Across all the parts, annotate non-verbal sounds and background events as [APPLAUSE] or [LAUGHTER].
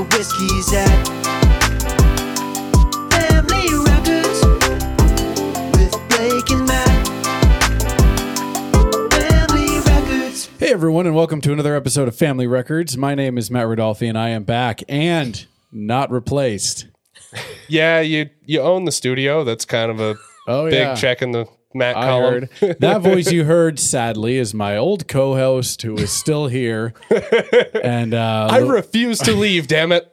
always at Family Records with Blake and Matt. Family Records. Hey everyone, and welcome to another episode of Family Records. My name is Matt Rodolphe, and I am back and not replaced. Yeah, you you own the studio. That's kind of a [LAUGHS] Oh, big yeah. check in the Matt I column. [LAUGHS] heard that voice you heard, sadly, is my old co-host who is still [LAUGHS] here. And uh, I refuse to leave. damn it!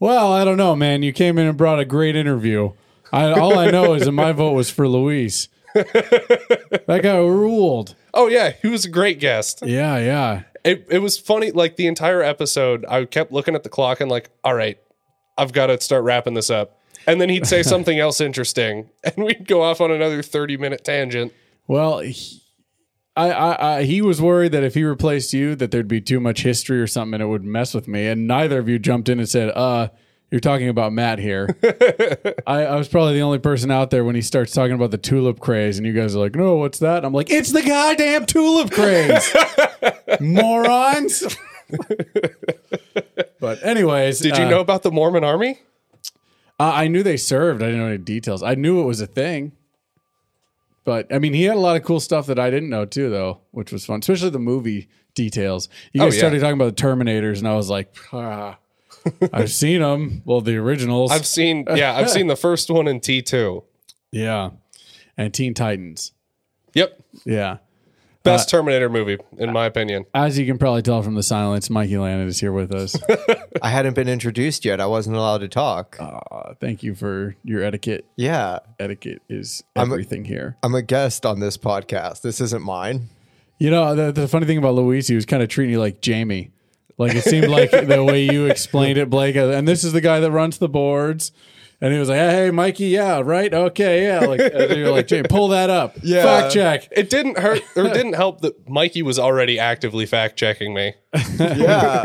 well, I don't know, man. You came in and brought a great interview. I, all I know is that my vote was for Luis. [LAUGHS] that guy ruled. Oh yeah, he was a great guest. Yeah, yeah. It it was funny. Like the entire episode, I kept looking at the clock and like, all right, I've got to start wrapping this up. And then [LAUGHS] he'd say something else interesting, and we'd go off on another thirty minute tangent. Well, he, I, I, I, he was worried that if he replaced you, that there'd be too much history or something, and it would mess with me. And neither of you jumped in and said, "Uh, you're talking about Matt [LAUGHS] here." I, I was probably the only person out there when he starts talking about the tulip craze, and you guys are like, "No, what's that?" I'm like, "It's the goddamn tulip [LAUGHS] craze, morons." but anyways, Did you uh, know about the Mormon Army? I I knew they served. I didn't know any details. I knew it was a thing. But I mean, he had a lot of cool stuff that I didn't know too, though, which was fun, especially the movie details. You Oh, guys yeah. started talking about the Terminators, and I was like, [LAUGHS] ah, I've seen them. Well, the originals. I've seen [LAUGHS] yeah, I've seen the first one in T two. yeah. And Teen Titans. Yep, Yeah. Uh, best Terminator movie in my opinion. As you can probably tell from the silence, Mikey Landon is here with [LAUGHS] us. I hadn't been introduced yet. I wasn't allowed to talk. Uh, thank you for your etiquette. yeah. Etiquette is a- everything here. I'm a guest on this podcast. This isn't mine. You know, the, the funny thing about Luis, he was kind of treating you like Jamie. Like it seemed like the way you explained it, Blake. uh, And this is the guy that runs the boards. And he was like, "Hey, Mikey, yeah, right, okay, yeah." Like uh, you're like, "Jamie, pull that up, Yeah. fact check." It didn't hurt or it [LAUGHS] didn't help that Mikey was already actively fact checking me. Yeah.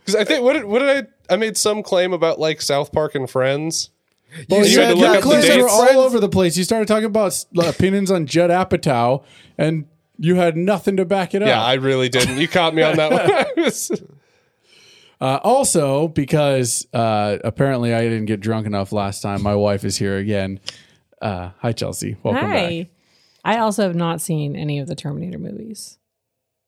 Because I think what did, what did I I made some claim about like South Park and Friends. you you had said to look yeah, up the claims that were dates. all over the place. You started talking about uh, opinions on Judd Apatow, and you had nothing to back it up. Yeah, I really didn't. You caught me on that one. [LAUGHS] Uh, also, because uh, apparently I didn't get drunk enough last time, my wife is here again. Uh, hi, Chelsea. Welcome back. Hi. I also have not seen any of the Terminator movies.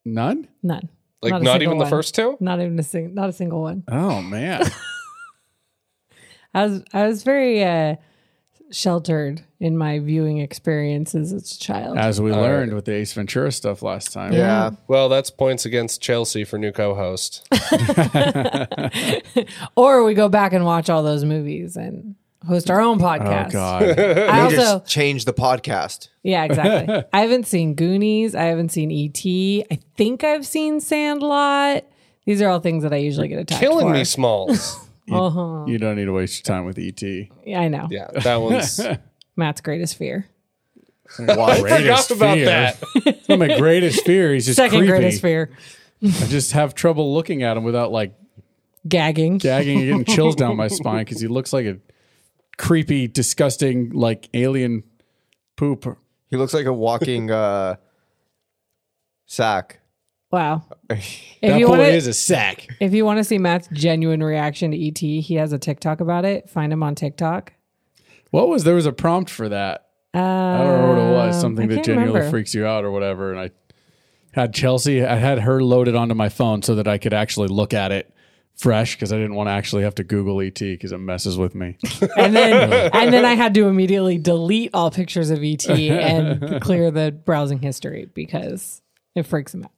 None. None. like not, a single even the one. first two. Not even a sing- not a single one. Oh man. I was I was very uh, sheltered in my viewing experiences as a child. As we learned with the Ace Ventura stuff last time. [LAUGHS] yeah. Well, that's points against Chelsea for new co-host. or we go back and watch all those movies and host our own podcast. Oh [LAUGHS] god. [LAUGHS] I We also just changed the podcast. yeah, exactly. I haven't seen Goonies. I haven't seen E.T. I think I've seen Sandlot. These are all things that I usually get attacked Killing for. me, Smalls. [LAUGHS] Uh-huh. you don't need to waste your time with E ET. Yeah, I know. Yeah, that [LAUGHS] one's. I Matt's greatest fear. Why? forgot about fear. that. It's one of my greatest fear. He's just Second creepy. greatest fear. I just have trouble looking at him without like gagging. gagging and getting [LAUGHS] chills down my spine because he looks like a creepy, disgusting, like alien poop. he looks like a walking [LAUGHS] uh, sack. Wow. [LAUGHS] that If you boy want is to, a sack. if you want to see Matt's genuine reaction to ET, he has a TikTok about it. Find him on TikTok. What was there was a prompt for that? Uh, I don't know what it was. Something Um, that I can't genuinely remember. freaks you out or whatever. And I had Chelsea, I had her loaded onto my phone so that I could actually look at it fresh because I didn't want to actually have to Google ET because it messes with me. and then and then I had to immediately delete all pictures of ET [LAUGHS] and clear the browsing history because it freaks him out.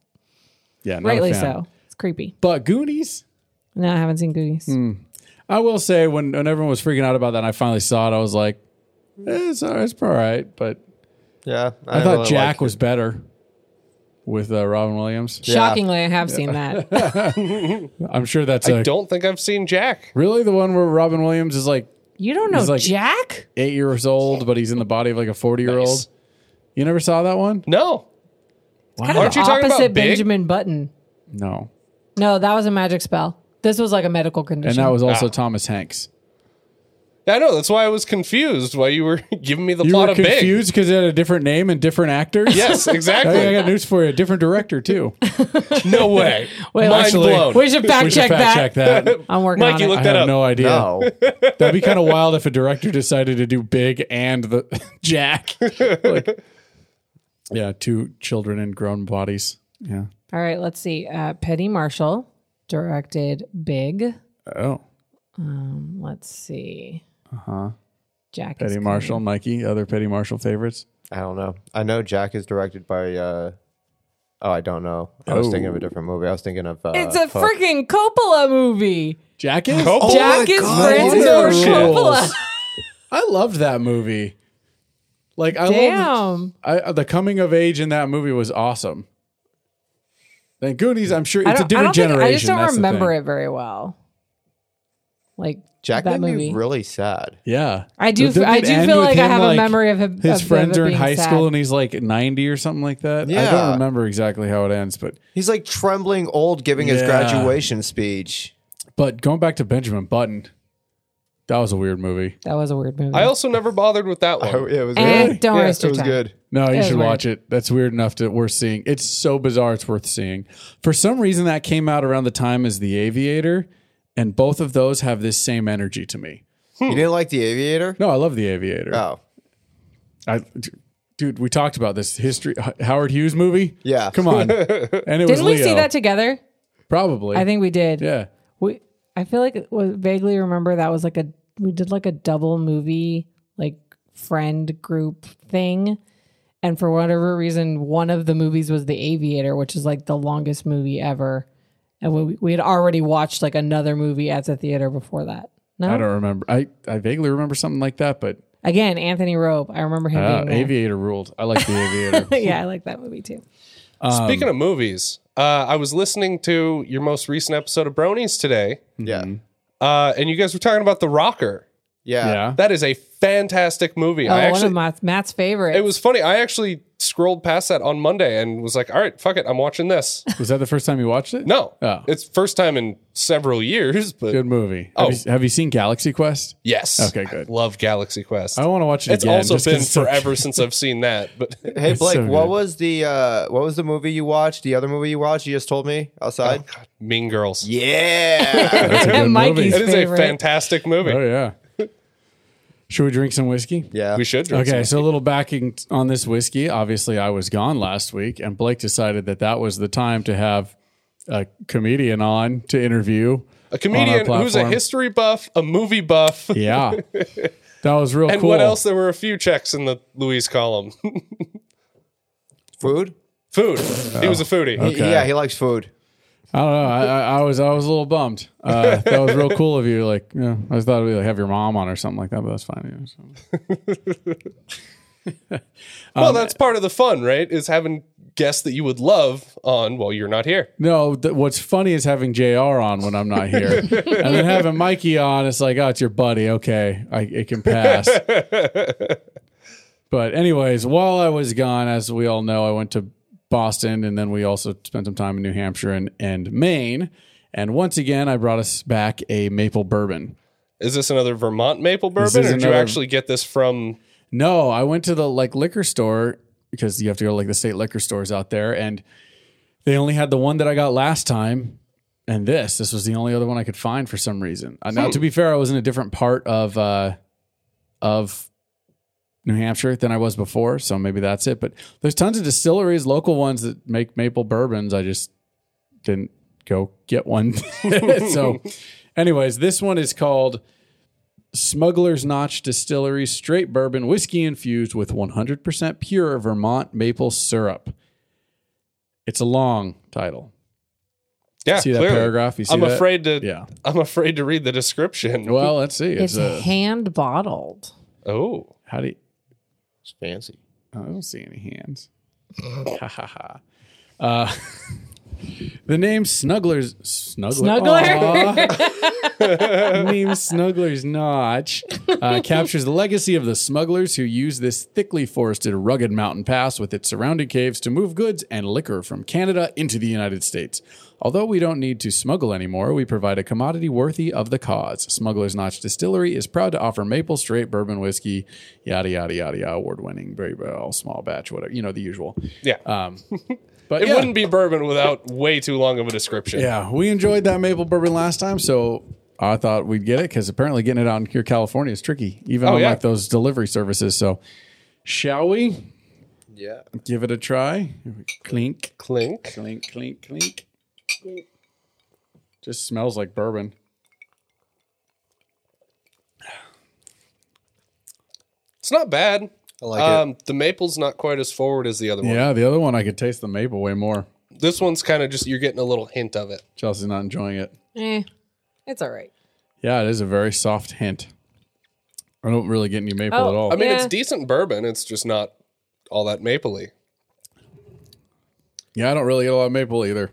Yeah, not a Rightly fan. so. It's creepy. But Goonies, No, I haven't seen Goonies. Hmm, I will say, when, when everyone was freaking out about that and I finally saw it, I was like, eh, it's all right, it's all right. But Yeah. I, didn't thought really Jack like- was better with uh, Robin Williams. Shockingly, I have [LAUGHS] seen that. I'm sure that's I a, don't think I've seen Jack. really the one where Robin Williams is like You don't know He's like- Jack? eight years old, but he's in the body of like a 40 year old. You never saw that one? No. Kind of Aren't you talking about opposite Big? Benjamin Button. No. No, that was a magic spell. This was like a medical condition. And that was also Ah. Thomas Hanks. I know that's why I was confused why you were [LAUGHS] giving me the You plot were of Big. confused because it had a different name and different actors. [LAUGHS] Yes, I, I exactly. got news for you. Different director [LAUGHS] too. [LAUGHS] no way. [LAUGHS] Wait, Mind actually- blown. We should fact We should check that. fact [LAUGHS] check that. I'm working Mike, on you it. look I that have up. no idea. [LAUGHS] No. [LAUGHS] That'd be kind of wild if a director decided to do Big and the [LAUGHS] [LAUGHS] Jack. Like, yeah, two children in grown bodies. Yeah. All right, let's see. Uh, Petty Marshall directed Big. Oh, Let's see. Uh huh. Jack. Petty is Marshall, Mikey, other Petty Marshall favorites. [LAUGHS] I don't know. I know Jack is directed by. uh Oh, I don't know. I was thinking of a different movie. I was thinking of. Uh, It's a fuck. freaking Coppola movie. Jack is. Coppola? Oh Jack is I Francis Ford loved Coppola. Rules. I loved that movie. Like I love Damn. I, uh, the coming of age in that movie was awesome. Then Goonies, I'm sure I it's a don't, I different don't think, generation. I just don't that's the remember thing. it very well. Like Jack that made movie. me really sad. Yeah, I do. Doesn't f- I it do end feel with like I him, have a like, memory of him. His of- friends of it are in being high sad. school and he's like 90 or something like that. I Yeah. don't remember exactly how it ends, but He's like trembling old, giving his Yeah. graduation speech. but going back to Benjamin Button, that was a weird movie. That was a weird movie. I also never bothered with that one. Oh, yeah, it was And don't yeah, waste it your was time. good. No, you was should weird. watch it. That's weird enough to worth seeing. It's so bizarre it's worth seeing. For some reason that came out around the time as The Aviator, and both of those have this same energy to me. You didn't like The Aviator? No, I love The Aviator. Oh, I d- dude, we talked about this history H- Howard Hughes movie. Yeah. Come on. and it was Didn't we Leo. see that together? Probably. I think we did. yeah. We. I feel like it was, vaguely remember that was like a we did like a double movie like friend group thing, and for whatever reason, one of the movies was The Aviator, which is like the longest movie ever, and we we had already watched like another movie at the theater before that. I No, don't remember. I, I vaguely remember something like that, but again, Anthony Robe. I remember him Ah, uh, being there. Aviator ruled. I like the [LAUGHS] Aviator. yeah, I like that movie too. Speaking Um, of movies, uh, I was listening to your most recent episode of Bronies today, yeah. Mm-hmm. uh, and you guys were talking about The Rocker. Yeah. Yeah. That is a fantastic movie. Oh, I one of actually, Matt's, Matt's favorites. it was funny. I actually scrolled past that on Monday and was like, "All right, fuck it, I'm watching [LAUGHS] this." Was that the first time you watched it? No, Oh. it's first time in several years, but Good movie. Oh. Have, you, have you seen Galaxy Quest? yes, Okay, good. I love Galaxy Quest. I want to watch it it's again. also just 'cause been it's so forever since I've seen that, [LAUGHS] but Hey Blake, so what good. was the uh what was the movie you watched? The other movie you watched? You just told me outside. Mean Girls. Yeah. [LAUGHS] It's a good Mikey's- It movie. is Favorite. a fantastic movie. Oh yeah. Should we drink some whiskey? [LAUGHS] yeah. We should drink Okay, some. so a little backing t- on this whiskey. Obviously, I was gone last week, and Blake decided that that was the time to have a comedian on to interview A on comedian our who's a platform. history buff, a movie buff, [LAUGHS] Yeah, that was real and Oh, cool. what else? There were a few checks in the Louise column. [LAUGHS] Food? Food. He was a foodie. He- Oh. Okay. yeah, he likes food. I don't know. I, I, I was I was a little bummed. Uh, that was real cool of you. Like, yeah, I just thought we like have your mom on or something like that, but that's fine. Yeah, so. well, that's part of the fun, right? Is having guests that you would love on while you're not here. No, th- what's funny is having JR on when I'm not here. and then having Mikey on, it's like, oh, it's your buddy. Okay, I, it can pass. but, anyways, while I was gone, as we all know, I went to Boston and then we also spent some time in New Hampshire and, and Maine. And once again, I brought us back a maple bourbon. Is this another Vermont maple This bourbon, or is did you another- actually get this from? No, I went to the like liquor store because you have to go to like the state liquor stores out there, and they only had the one that I got last time, and this this was the only other one I could find for some reason. Uh, now, to be fair, I was in a different part of uh, of New Hampshire than I was before, so maybe that's it. But there's tons of distilleries, local ones that make maple bourbons. I just didn't go get one. [LAUGHS] so, anyways, this one is called Smuggler's Notch Distillery Straight Bourbon Whiskey infused with 100% pure Vermont maple syrup. It's a long title. Yeah, See that clearly. paragraph? You see I'm that? afraid to. Yeah. I'm afraid to read the description. Well, let's see. It's, It's a, hand bottled. Oh, how do you, It's fancy. I don't see any hands. [LAUGHS] ha ha ha. [LAUGHS] Uh, the name Snuggler's Snuggler. Snuggler? Aw. Meme Snuggler's Notch uh, captures the legacy of the smugglers who used this thickly forested, rugged mountain pass with its surrounding caves to move goods and liquor from Canada into the United States. Although we don't need to smuggle anymore, we provide a commodity worthy of the cause. Smuggler's Notch Distillery is proud to offer maple straight bourbon whiskey, yada, yada, yada, yada, award winning, all small batch, whatever, you know, the usual. Yeah. But it Uh, yeah. wouldn't be bourbon without way too long of a description. Yeah, we enjoyed that maple bourbon last time, so I thought we'd get it because apparently getting it out in here California is tricky, even Oh, on yeah. like those delivery services. So, shall we Yeah. give it a try? Clink, Clink. clink, clink, clink. Just smells like bourbon. It's not bad. I like um, The maple's not quite as forward as the other one. Yeah, the other one I could taste the maple way more. This one's kind of just you're getting a little hint of it. Chelsea's not enjoying it. Eh, it's all right. Yeah, it is a very soft hint. I don't really get any maple Oh, at all. I mean, it's Yeah. decent bourbon. It's just not all that mapley. yeah, I don't really get a lot of maple either.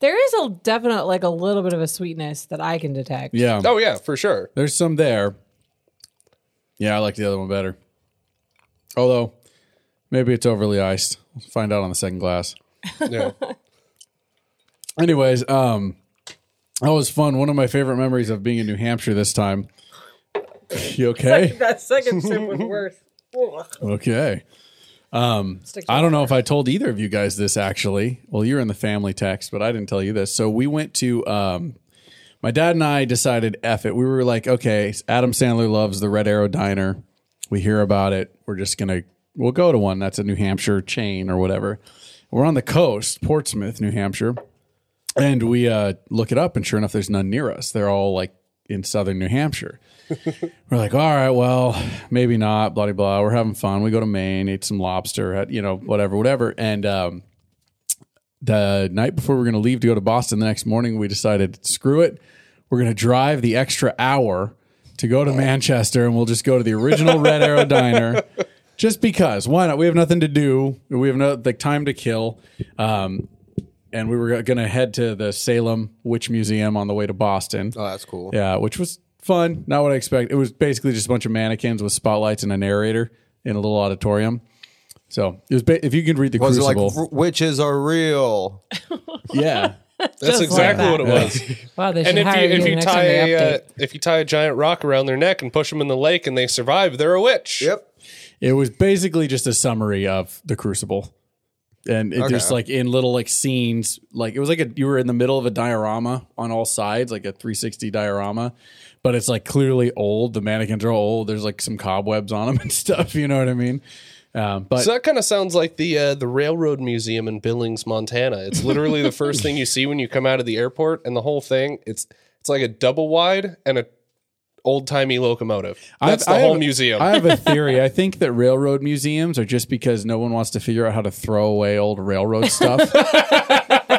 There is a definite, like a little bit of a sweetness that I can detect. Yeah, Oh yeah, for sure. There's some there. Yeah, I like the other one better. Although, maybe it's overly iced. We'll find out on the second glass. Yeah. Anyways, um, that was fun. One of my favorite memories of being in New Hampshire this time. You okay? That second sip was worse. Okay. Um, I don't know if I told either of you guys this actually. Well, you're in the family text, but I didn't tell you this. So we went to um my dad and I decided F it. We were like, okay, Adam Sandler loves the Red Arrow Diner. We hear about it. We're just gonna we'll go to one. That's a New Hampshire chain or whatever. We're on the coast, Portsmouth, New Hampshire. And we uh, look it up, and sure enough, there's none near us. They're all like in southern New Hampshire. We're like, all right, well, maybe not, blah, blah, blah. We're having fun. We go to Maine, eat some lobster, had- you know, whatever, whatever. And um, the night before we are going to leave to go to Boston the next morning, we decided, screw it. We're going to drive the extra hour to go to Manchester and we'll just go to the original Red [LAUGHS] Arrow Diner. Just because, why not? We have nothing to do. We have no like time to kill. Um, and we were going to head to the Salem Witch Museum on the way to Boston. Oh, that's cool. Yeah, which was fun. Not what I expect. It was basically just a bunch of mannequins with spotlights and a narrator in a little auditorium. So it was. Ba- if you can read the Was Crucible, it like "R- witches are [LAUGHS] real? yeah, That's Just like exactly that. what it [LAUGHS] was. Wow, they should and if you hire you, if the you next time tie they a, uh, update. if you tie a giant rock around their neck and push them in the lake and they survive, they're a witch. Yep. it was basically just a summary of the Crucible, and it just like in little like scenes. Like it was like a you were in the middle of a diorama on all sides, like a 360 diorama, but it's like clearly old. The mannequins are old. There's like some cobwebs on them [LAUGHS] and stuff. You know what I mean? Um, but So that kind of sounds like the uh, the railroad museum in Billings, Montana. It's literally the first thing you see when you come out of the airport, and the whole thing it's it's like a double wide and a old timey locomotive. That's the I whole have- museum. I have a [LAUGHS] theory. I think that railroad museums are just because no one wants to figure out how to throw away old railroad [LAUGHS] stuff.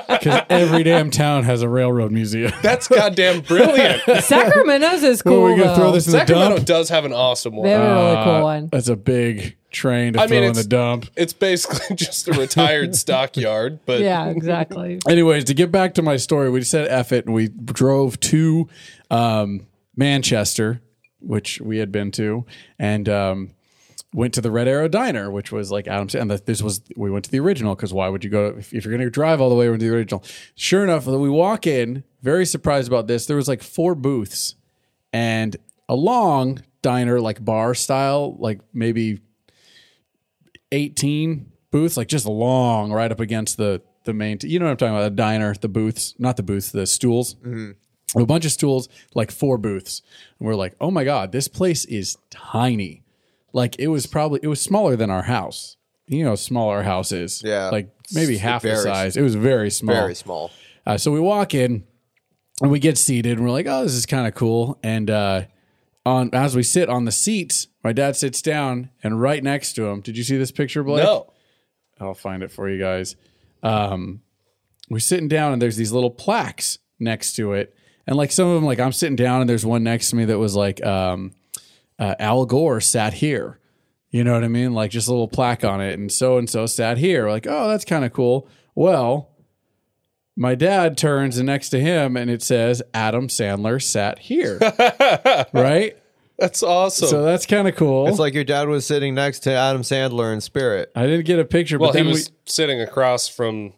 Because every damn town has a railroad museum. [LAUGHS] That's goddamn [LAUGHS] brilliant. Sacramento's is cool. Well, we though. gonna throw this in the Sacramento dump. does have an awesome They have one. a really Uh, cool one. [LAUGHS] That's a big train to I throw mean, in the it's- dump. It's basically [LAUGHS] just a retired stockyard, but Yeah, exactly. Anyways, to get back to my story, we said F it and we drove to um, Manchester, which we had been to, and um, went to the Red Arrow Diner, which was like Adam said. And the, this was, we went to the original because why would you go, if, if you're going to drive all the way over to the original? Sure enough, we walk in, very surprised about this. There was like four booths and a long diner, like bar style, like maybe 18 booths, like just long, right up against the the main. T- you know what I'm talking about? The diner, the booths, not the booths, the stools. Mm-hmm. A bunch of stools, like four booths, and we're like, oh my god, this place is tiny. Like it was probably it was smaller than our house. You know, how small our house is. Yeah. like maybe It's half the very- size. It was very small. Very small. Uh, so we walk in and we get seated and we're like, oh, this is kind of cool. And uh, on as we sit on the seats, my dad sits down and right next to him. Did you see this picture, Blake? no. I'll find it for you guys. Um, we're sitting down and there's these little plaques next to it. And like some of them, like I'm sitting down and there's one next to me that was like, um, uh, Al Gore sat here. You know what I mean? Like just a little plaque on it. And so and so sat here. Like, oh, that's kind of cool. Well, My dad turns and next to him, and it says Adam Sandler sat [LAUGHS] here. right. That's awesome. So that's kind of cool. It's like your dad was sitting next to Adam Sandler in spirit. I didn't get a picture, well, but he then was sitting across from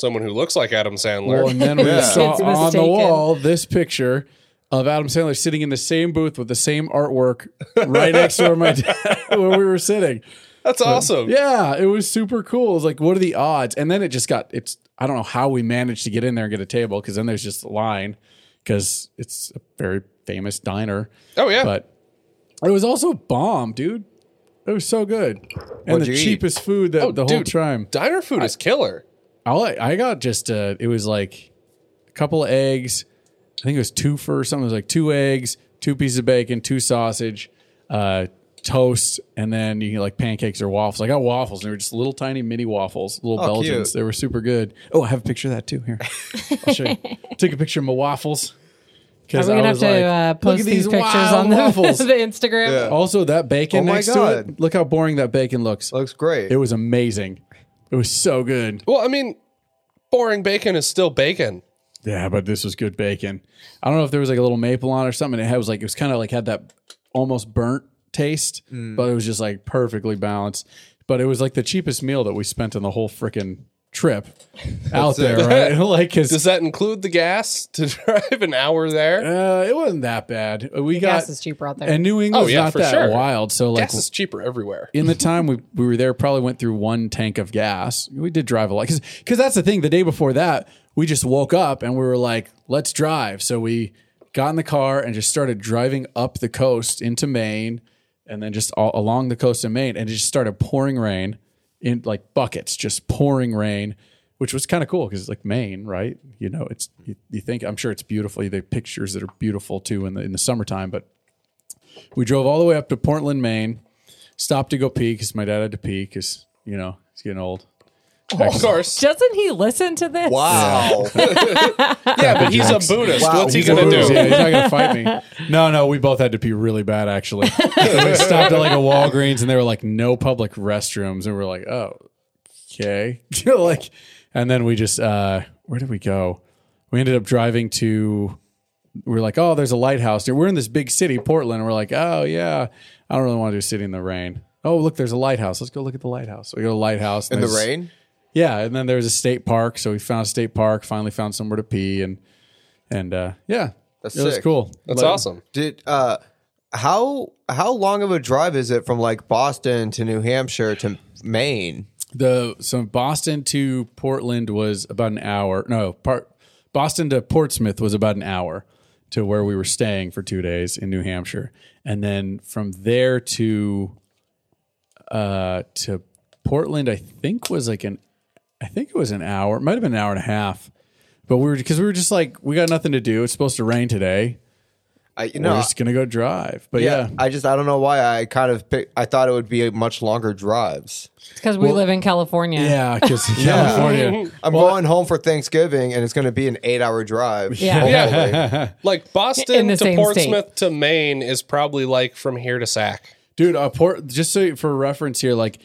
someone who looks like Adam we, well, Sandler. and then we Yeah. saw It's on the mistaken. wall this picture of Adam Sandler sitting in the same booth with the same artwork right next to where my dad, [LAUGHS] where we were sitting. That's awesome. Yeah, it was super cool. It was like, what are the odds? And then it just got it's I don't know how we managed to get in there and get a table because then there's just a line because it's a very famous diner. Oh yeah. But it was also bomb, dude. It was so good. And What'd the you eat? cheapest food that Oh, the whole dude, time. Diner food is killer. All I, I got just uh it was like a couple of eggs. I think it was two for something. It was like two eggs, two pieces of bacon, two sausage, uh, toast, and then you can like pancakes or waffles. I got waffles. And they were just little tiny mini waffles, little Oh, cute. Belgians. They were super good. Oh, I have a picture of that too. Here, I'll [LAUGHS] show you. Take a picture of my waffles. Are Because we gonna have to uh, post these, pictures on the, [LAUGHS] the Instagram? Yeah. Also, that bacon Oh my next to God. it. Look how boring that bacon looks. Looks great. It was amazing. It was so good. Well, I mean, boring bacon is still bacon. Yeah, but this was good bacon. I don't know if there was like a little maple on it or something. It had- was like it was kind of like had that almost burnt taste, Mm. but it was just like perfectly balanced. But it was like the cheapest meal that we spent on the whole freaking [LAUGHS] trip out there, right? [LAUGHS] like, 'cause, Does that include the gas [LAUGHS] to drive an hour there? uh, it wasn't that bad. We got Gas is cheaper out there. and New England's Oh, yeah, not for that sure. wild, so like gas is cheaper everywhere. in the time we, we were there, probably went through one tank of gas. We did drive a lot because that's the thing. The day before that, we just woke up and we were like, "Let's drive." So we got in the car and just started driving up the coast into Maine, and then just all, along the coast of Maine, and it just started pouring rain in like buckets, just pouring rain, which was kind of cool because it's like Maine, right? You know, it's you, you think I'm sure it's beautiful. The pictures that are beautiful too in the in the summertime, but we drove all the way up to Portland, Maine stopped to go pee because my dad had to pee because you know he's getting old. Of course. Doesn't he listen to this? wow. Yeah, but he's a Buddhist. Wow, What's he he's a gonna Yeah, do? he's not gonna fight me. No, no, we both had to pee really bad actually. So we stopped at like a Walgreens and they were like no public restrooms and we are like oh okay [LAUGHS] like and then we just uh where did we go? We ended up driving to we are like oh there's a lighthouse we're in this big city Portland and we're like oh yeah I don't really want to do city in the rain. Oh look there's a lighthouse let's go look at the lighthouse. So we go to the lighthouse [LAUGHS] In and the there's- rain? yeah, and then there was a state park, so we found a state park. Finally, found somewhere to pee, and and uh, yeah, That's it was sick. cool. That's Like, awesome. Did uh how how long of a drive is it from like Boston to New Hampshire to Maine? The so Boston to Portland was about an hour. No, part Boston to Portsmouth was about an hour to where we were staying for two days in New Hampshire, and then from there to uh to Portland, I think was like an I think it was an hour. It might have been an hour and a half. But we were because we were just like we got nothing to do. It's supposed to rain today. I you we're know just gonna go drive. But yeah, yeah, I just I don't know why I kind of pick, I thought it would be much longer drives. Because we live in California. yeah, because California. I'm going home for Thanksgiving and it's going to be an 8-hour drive. Yeah. hopefully. Like In Boston the to same Portsmouth to Maine is probably like from here to Sac. [LAUGHS] dude. Uh, port, just so you- for reference here, like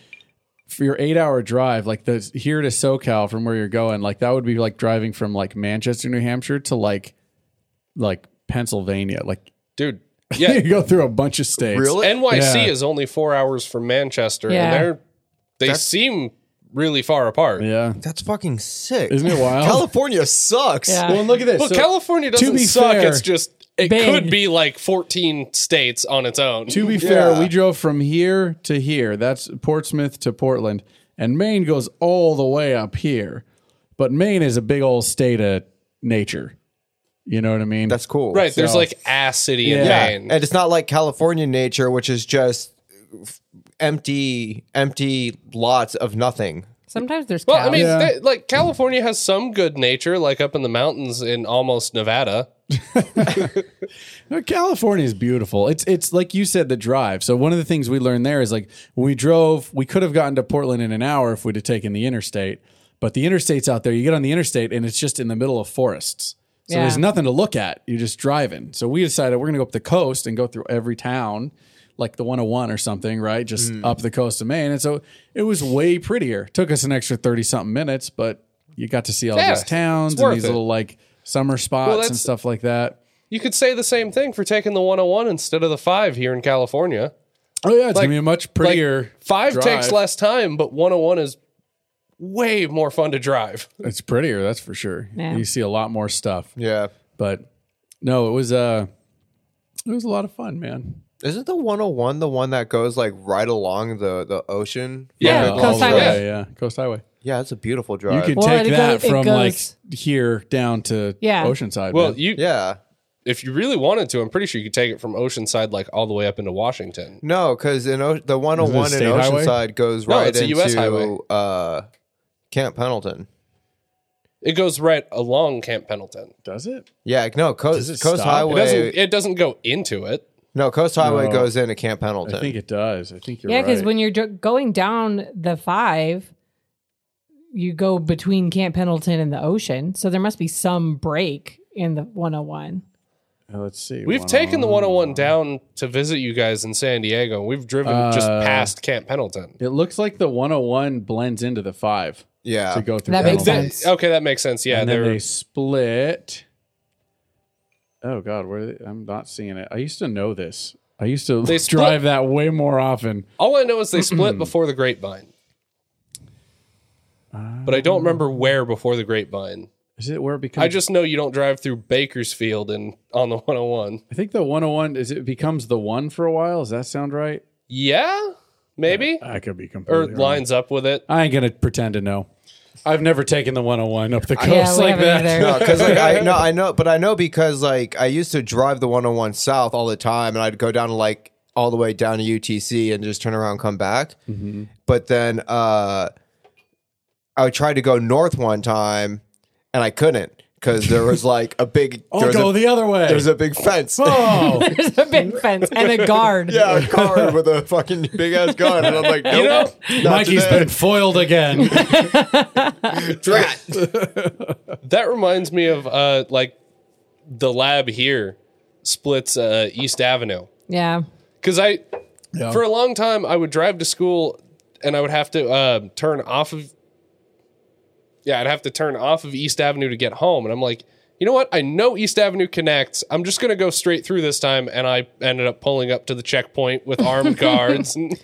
for your eight-hour drive, like the here to SoCal from where you're going, like that would be like driving from like Manchester, New Hampshire to like like Pennsylvania. Like Dude. [LAUGHS] Yeah. you go through a bunch of states. Really? NYC Yeah. is only four hours from Manchester, Yeah. and they're they seem really far apart. Yeah. That's fucking sick. Isn't it wild? California sucks. Yeah. Well, and look at this. But So- California doesn't be suck. fair- it's just it Big. could be like 14 states on its own. to be fair, Yeah. we drove from here to here. That's Portsmouth to Portland, and Maine goes all the way up here. But Maine is a big old state of nature. You know what I mean? That's cool. right, there's So- like ass city in Yeah. Maine. And it's not like California nature, which is just f- empty, empty lots of nothing. Sometimes there's cows. Well, I mean, Yeah. they- like California has some good nature, like up in the mountains in almost Nevada. No, California is beautiful. It's it's like you said, the drive. So one of the things we learned there is like when we drove, we could have gotten to Portland in an hour if we'd have taken the interstate. But the interstate's out there. You get on the interstate and it's just in the middle of forests. So Yeah. there's nothing to look at. You're just driving. So we decided we're gonna go up the coast and go through every town, like the 101 or something, right? Just up the coast of Maine. And so it was way prettier. Took us an extra 30 something minutes, but you got to see all Yeah, these towns it's and worth these it. little like summer spots and that's- stuff like that. You could say the same thing for taking the 101 instead of the 5 here in California. Oh yeah, it's Like- gonna be a much Like, prettier. 5 drive. takes less time, but 101 is way more fun to drive. It's prettier, that's for sure. Yeah. You see a lot more stuff. Yeah. But no, it was uh it was a lot of fun, man. Isn't the 101 the one that goes like right along the, the ocean? Yeah, All the Coast way, Highway. yeah, Coast Highway. Yeah, it's a beautiful You drive. can Well, take it go- that it from like goes- here down to Yeah. Oceanside. Well, man. you yeah. if you really wanted to, I'm pretty sure you could take it from Oceanside like all the way up into Washington. No, because in o- the 101 in state highway? Oceanside goes No, right it's a into US highway. Uh, Camp Pendleton. It goes right along Camp Pendleton. does it? Yeah, no, Coast, Does it Coast stop? It It Highway. doesn't it doesn't go into it. no, Coast Highway No. goes into Camp I Pendleton. think it does. I think you're Yeah, right. because when you're dr- going down the five, you go between Camp Pendleton and the ocean. So there must be some break in the 101. Uh, let's see. We've One taken the on- 101 down to visit you guys in San Diego. We've driven just Uh, past Camp Pendleton. It looks like the 101 blends into the 5 yeah. to go through. That makes Pendleton. sense. That- okay, that makes sense. Yeah, and then they're, they split. Oh God, where are they? I'm not seeing it. I used to know this. I used to [LAUGHS] They split- drive that way more often. all I know is they [CLEARS THROAT] split before the grapevine. But I don't Ah. remember where before the grapevine. Is it where it becomes? I just know you don't drive through Bakersfield and on the 101. I think the 101 is it becomes the one for a while. Does that sound right? Yeah, maybe I could be or completely wrong. lines up with it. I ain't gonna pretend to know. I've never taken the 101 up the coast yeah, we like haven't that. either. No, because like [LAUGHS] I no, I know, but I know because like I used to drive the 101 south all the time, and I'd go down to like all the way down to UTC and just turn around, and come back. Mm-hmm. But then uh, I tried to go north one time, and I couldn't because there was like [LAUGHS] a big. there I'll was Oh, go a, the other way. There's a big fence. oh, [LAUGHS] There's a big fence and a guard. yeah, a car with a fucking big ass gun, and I'm like, nope, You know, not Mikey's today. been foiled again. Drat. That reminds me of uh like the lab here splits uh East Avenue. Yeah. Cuz I Yeah. [LAUGHS] for a long time I would drive to school and I would have to uh, turn off of Yeah, I'd have to turn off of East Avenue to get home and I'm like, "You know what? I know East Avenue connects. I'm just going to go straight through this time." And I ended up pulling up to the checkpoint with [LAUGHS] armed guards and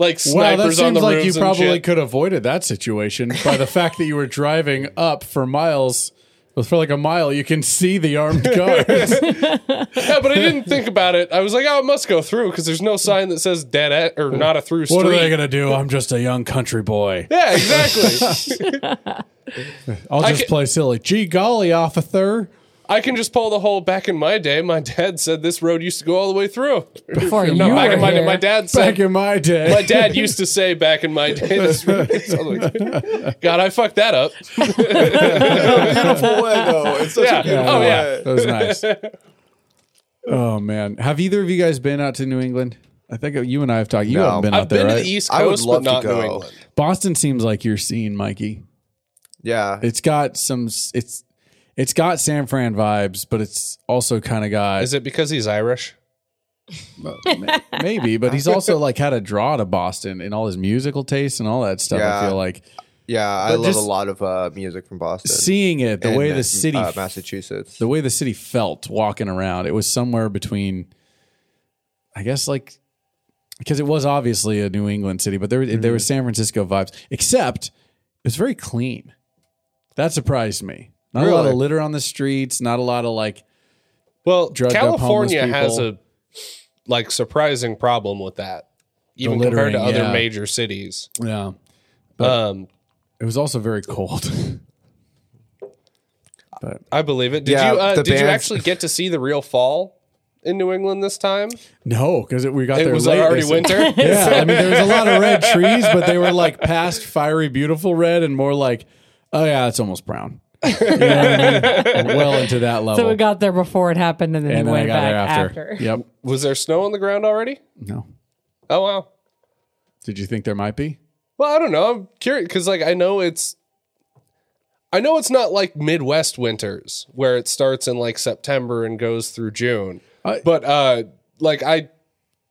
like Wow, snipers that on seems the like you roofs and probably shit. could have avoided that situation by the fact that you were driving up for miles. Well, For like a mile, you can see the [LAUGHS] armed guards. Yeah, but I didn't think about it. I was like, oh, it must go through because there's no sign that says dead at or not a through street. what are they going to do? I'm just a young country boy. [LAUGHS] yeah, exactly. I'll just ca- play silly. Gee golly, officer. I can just pull the whole back in my day. My dad said this road used to go all the way through. Before you No, back were in my here. day. My dad Back said. in my day. my dad used to say back in my day. [LAUGHS] This road is all the way- God, I fucked that up. Beautiful way though. It's such Yeah. a beautiful Oh, yeah. way. That was [LAUGHS] nice. oh, man. Have either of you guys been out to New England? I think you and I have talked. You No. haven't been I've out there, been to right? the E- East I would Coast, love but to not go. New England. Boston seems like your scene, Mikey. Yeah, It's got some. It's it's got San Fran vibes, but it's also kind of got Is it because he's Irish? maybe. But he's also like had a draw to Boston in all his musical tastes and all that stuff. I Yeah. feel like yeah. I But love a just- lot of uh, music from Boston. seeing it the and way Ma- the city uh, Massachusetts. the way the city felt walking around. It was somewhere between, I guess, like because it was obviously a New England city, but there there was San Francisco vibes. Except it was very clean. That surprised me. Not a lot of Really? litter on the streets. Not a lot of like Well, Drugged up homeless California has people. a like surprising problem with that, even compared to littering, other yeah. major cities. yeah. Um, It was also very cold. [LAUGHS] but I believe it. Did Yeah, you uh, the did you band- actually get to see the real fall in New England this time? no, because we got It there was late. already they said- winter. [LAUGHS] Yeah, I mean, there was a lot of [LAUGHS] red trees, but they were like past fiery, beautiful red, and more like, oh yeah, it's almost brown. You know what I [LAUGHS] mean? Well into that level. So we got there before it happened and then and you then I went got back there after. after. Yep. Was there snow on the ground already? No. Oh wow. Did you think there might be? Well, I don't know. I'm curious because like I know it's, I know it's not like Midwest winters where it starts in like September and goes through June. I- but uh, like I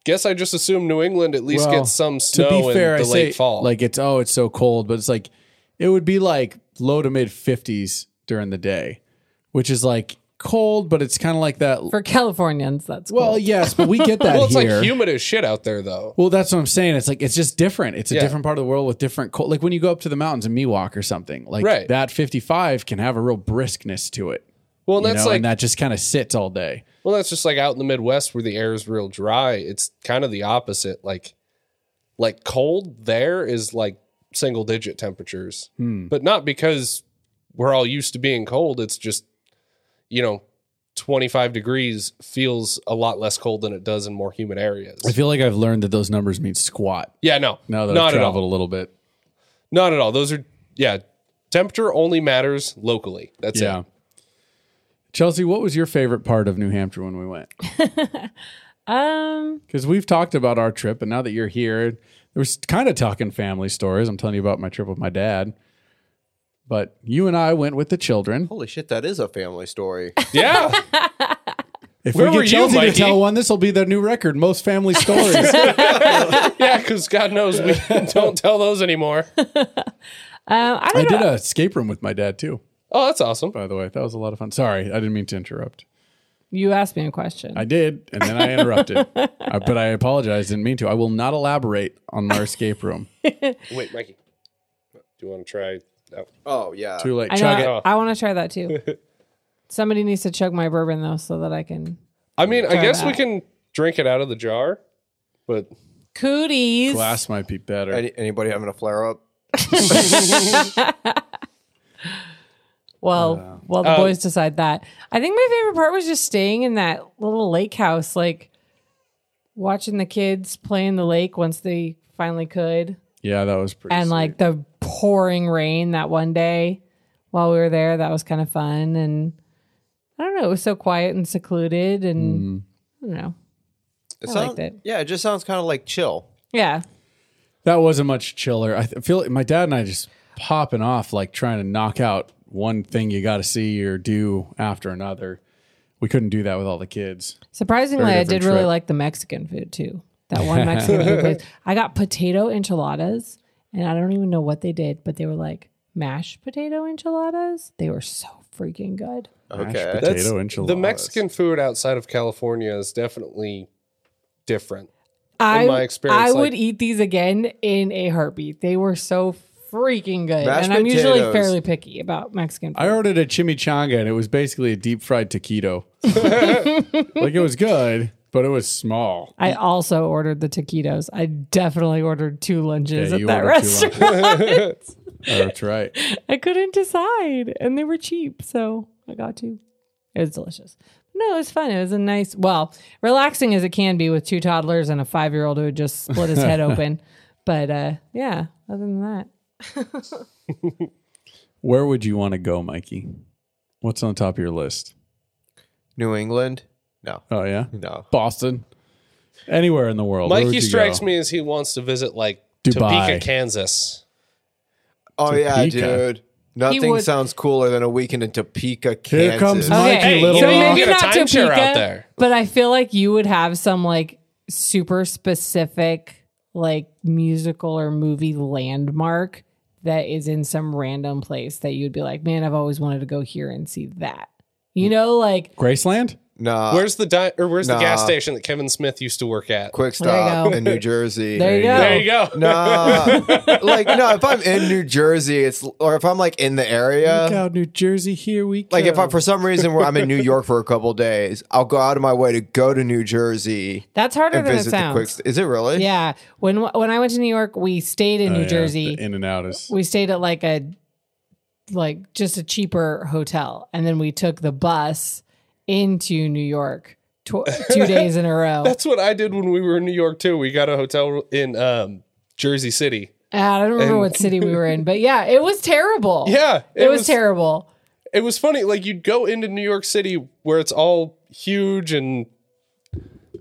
guess I just assume New England at least Well, gets some snow in the late fall. Like it's oh, it's so cold, but it's like it would be like low to mid 50s during the day, which is like cold, but it's kind of like that. For Californians, that's Well, cool. yes, but we [LAUGHS] get that Well, it's here. like humid as shit out there, though. Well, that's what I'm saying. It's like it's just different. It's a Yeah. different part of the world with different cold. Like when you go up to the mountains in Miwok or something, like Right. that 55 can have a real briskness to it. Well, and you that's know, like and that just kind of sits all day. Well, that's just like out in the Midwest where the air is real dry. It's kind of the opposite. Like, like cold there is like single digit temperatures, Hmm. but not because we're all used to being cold. It's just, you know, 25 degrees feels a lot less cold than it does in more humid areas. I feel like I've learned that those numbers mean squat Yeah, no, now that I've not at traveled all. a little bit. Not at all. Those are, yeah, temperature only matters locally. That's yeah. it. Chelsea, what was your favorite part of New Hampshire when we went? Um, Because we've talked about our trip, and now that you're here, we're kind of talking family stories. I'm telling you about my trip with my dad. But you and I went with the children. Holy shit, that is a [LAUGHS] family story. Yeah. [LAUGHS] If Where we were get you, Chelsea to Mikey? tell one, this will be their new record: most family stories. yeah. Cause God knows we [LAUGHS] don't tell those anymore. um, I I don't know. did a escape room with my dad too. Oh, that's awesome. By the way, that was a lot of fun. Sorry, I didn't mean to interrupt. You asked me a question. I did, and then I interrupted. Uh, but I apologize. Didn't mean to. I will not elaborate on our escape room. Wait, Mikey. Do you want to try that? oh yeah. Too late. I, Chug it. know, I, want to try that too. Somebody needs to chug my bourbon though, so that I can I mean, I Try guess we that. can drink it out of the jar, but cooties. Glass might be better. Any, anybody having a flare up? Well, well, the Um, boys decide that. I think my favorite part was just staying in that little lake house, like watching the kids play in the lake once they finally could, yeah, that was pretty. and sweet. like the pouring rain that one day while we were there. That was kind of fun, and I don't know, it was so quiet and secluded, and I don't know, It I sound- liked it. Yeah, it just sounds kind of like chill. yeah. that wasn't much chiller. I th- feel like my dad and I just popping off, like trying to knock out one thing you got to see or do after another. We couldn't do that with all the kids. Surprisingly, I did different really trip. like the Mexican food too. That one Mexican [LAUGHS] food place. I got potato enchiladas, and I don't even know what they did, but they were like mashed potato enchiladas. They were so freaking good. Okay. Mashed that's potato enchiladas. the Mexican food outside of California is definitely different. I, my experience, I like- would eat these again in a heartbeat. They were so freaking good, Mashed and I'm usually potatoes. fairly picky about Mexican I food. ordered a chimichanga and it was basically a deep fried taquito. [LAUGHS] like it was good, but it was small. I, also ordered the taquitos. I definitely ordered two lunches Yeah, at you that ordered two restaurant. [LAUGHS] [LAUGHS] Oh, that's right. I couldn't decide, and they were cheap, so I got two. It was delicious. No, it was fun. It was a nice, well, relaxing as it can be with two toddlers and a five-year-old who had just split his head open. But uh, yeah, other than that, Where would you want to go, Mikey? What's on top of your list? New England? No. Oh yeah, No. Boston. Anywhere in the world. Where would Mikey you strikes go? me as he wants to visit like Dubai. Topeka, Kansas. Oh yeah, Topeka. dude. Nothing would- sounds cooler than a weekend in Topeka, Kansas. Here comes my- okay, Mikey, little so rock. maybe Get a not timeshare Topeka, out there. but I feel like you would have some like super specific, like musical or movie landmark that is in some random place that you'd be like, man, I've always wanted to go here and see that. You know, like Graceland. Nah. Where's the di- or where's nah. the gas station that Kevin Smith used to work at? quick There you stop go. in New Jersey? There you There go. you go. Nah. like no, if I'm in New Jersey, it's or if I'm like in the Look area. out, New Jersey. Here we go. Uh, Like if I for some reason where I'm in New York for a couple days, I'll go out of my way to go to New Jersey That's harder and than it visit the quick. sounds. St- is it really? yeah. When when I went to New York, we stayed in Oh, New yeah, Jersey. the In and out [LAUGHS] is we stayed at like a like just a cheaper hotel and then we took the bus into New York [LAUGHS] tw- 2 days in a row. That's what I did when we were in New York too. We got a hotel in um, Jersey City. I don't remember what city we were in, but yeah, it was terrible. [LAUGHS] Yeah, It, was, was terrible. it was funny. Like you'd go into New York City where it's all huge and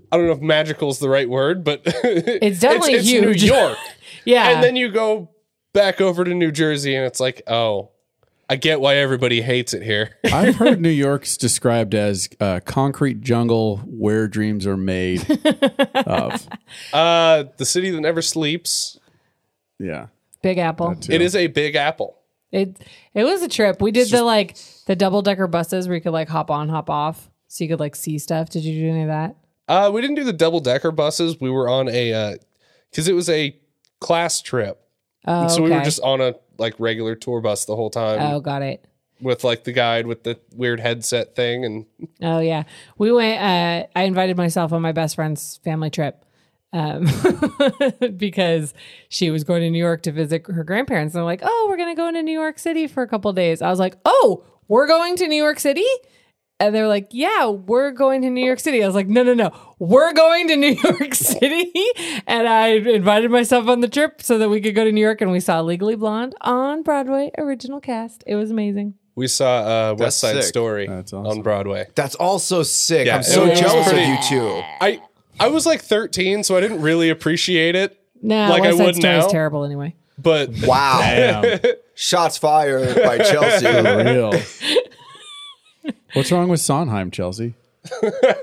I don't know if magical is the right word, but [LAUGHS] it's definitely it's huge. New York, [LAUGHS] Yeah. and then you go back over to New Jersey, and it's like, oh, I get why everybody hates it here. [LAUGHS] I've heard New York's described as uh, concrete jungle where dreams are made [LAUGHS] of. Uh, the city that never sleeps. Yeah. Big Apple. too. It is a big apple. It it was a trip. We did the like the double decker buses where you could like hop on, hop off, so you could like see stuff. Did you do any of that? Uh, we didn't do the double decker buses. We were on a because it was a class trip, Oh, so we were okay. just on a like regular tour bus the whole time oh, got it. with like the guide with the weird headset thing and Oh yeah, we went. Uh, I invited myself on my best friend's family trip um, [LAUGHS] because she was going to New York to visit her grandparents. And they're like, "Oh, we're gonna go into New York City for a couple days." I was like, "Oh, we're going to New York City." And they're like, "Yeah, we're going to New York City." I was like, "No, no, no, we're going to [LAUGHS] New York City." And I invited myself on the trip so that we could go to New York, and we saw Legally Blonde on Broadway, original cast. It was amazing. we saw uh, West Side sick. Story That's on awesome. Broadway. That's also sick. Yeah, I'm so it was jealous pretty- of you two. I I was like 13, so I didn't really appreciate it, No, Like I West Side would Story now? is terrible anyway. but [LAUGHS] Wow. Damn, Shots fired [LAUGHS] by Chelsea. for real. [LAUGHS] What's wrong with Sondheim, Chelsea?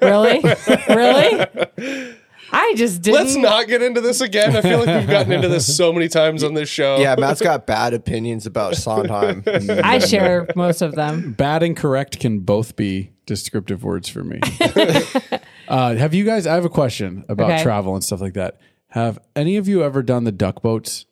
Really? really? [LAUGHS] I just didn't. let's not get into this again. I feel like we've gotten into this so many times on this show. yeah, Matt's got bad opinions about [LAUGHS] Sondheim. I share most of them. Bad and correct can both be descriptive words for me. [LAUGHS] uh, have you guys? I have a question about Okay. travel and stuff like that. Have any of you ever done the duck boats?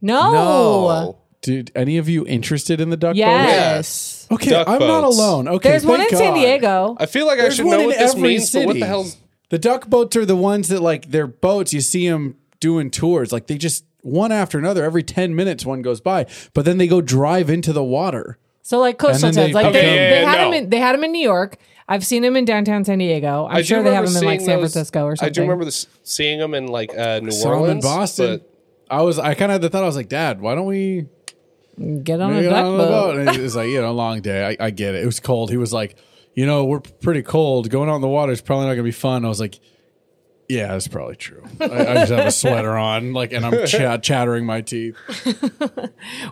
No. No. Did any of you interested in the duck boats? Yes. Okay, Duck I'm not boats. alone. Okay, There's one in thank San God. Diego. I feel like I There's should one know in what this every means, but what city. the hell's The duck boats are the ones that like they're boats. You see them doing tours, like they just one after another. Every ten minutes, one goes by, but then they go drive into the water. So like coastal And then towns, they- like Okay, they, yeah, they yeah, had no. them. In, they had them in New York. I've seen them in downtown San Diego. I I'm do sure they have remember them in like seeing San those- Francisco or something. I do remember this, seeing them in like uh, New Saw 'em Orleans, in Boston. but I was, I kind of had the thought. I was like, Dad, why don't we Get on a get duck on the boat. boat? And it was like, you know, a long day. I, I get it. It was cold. He was like, you know, we're pretty cold. Going out in the water is probably not going to be fun. I was like. Yeah, that's probably true. I, I just have a sweater on, like, and [LAUGHS] I'm ch- chattering my teeth.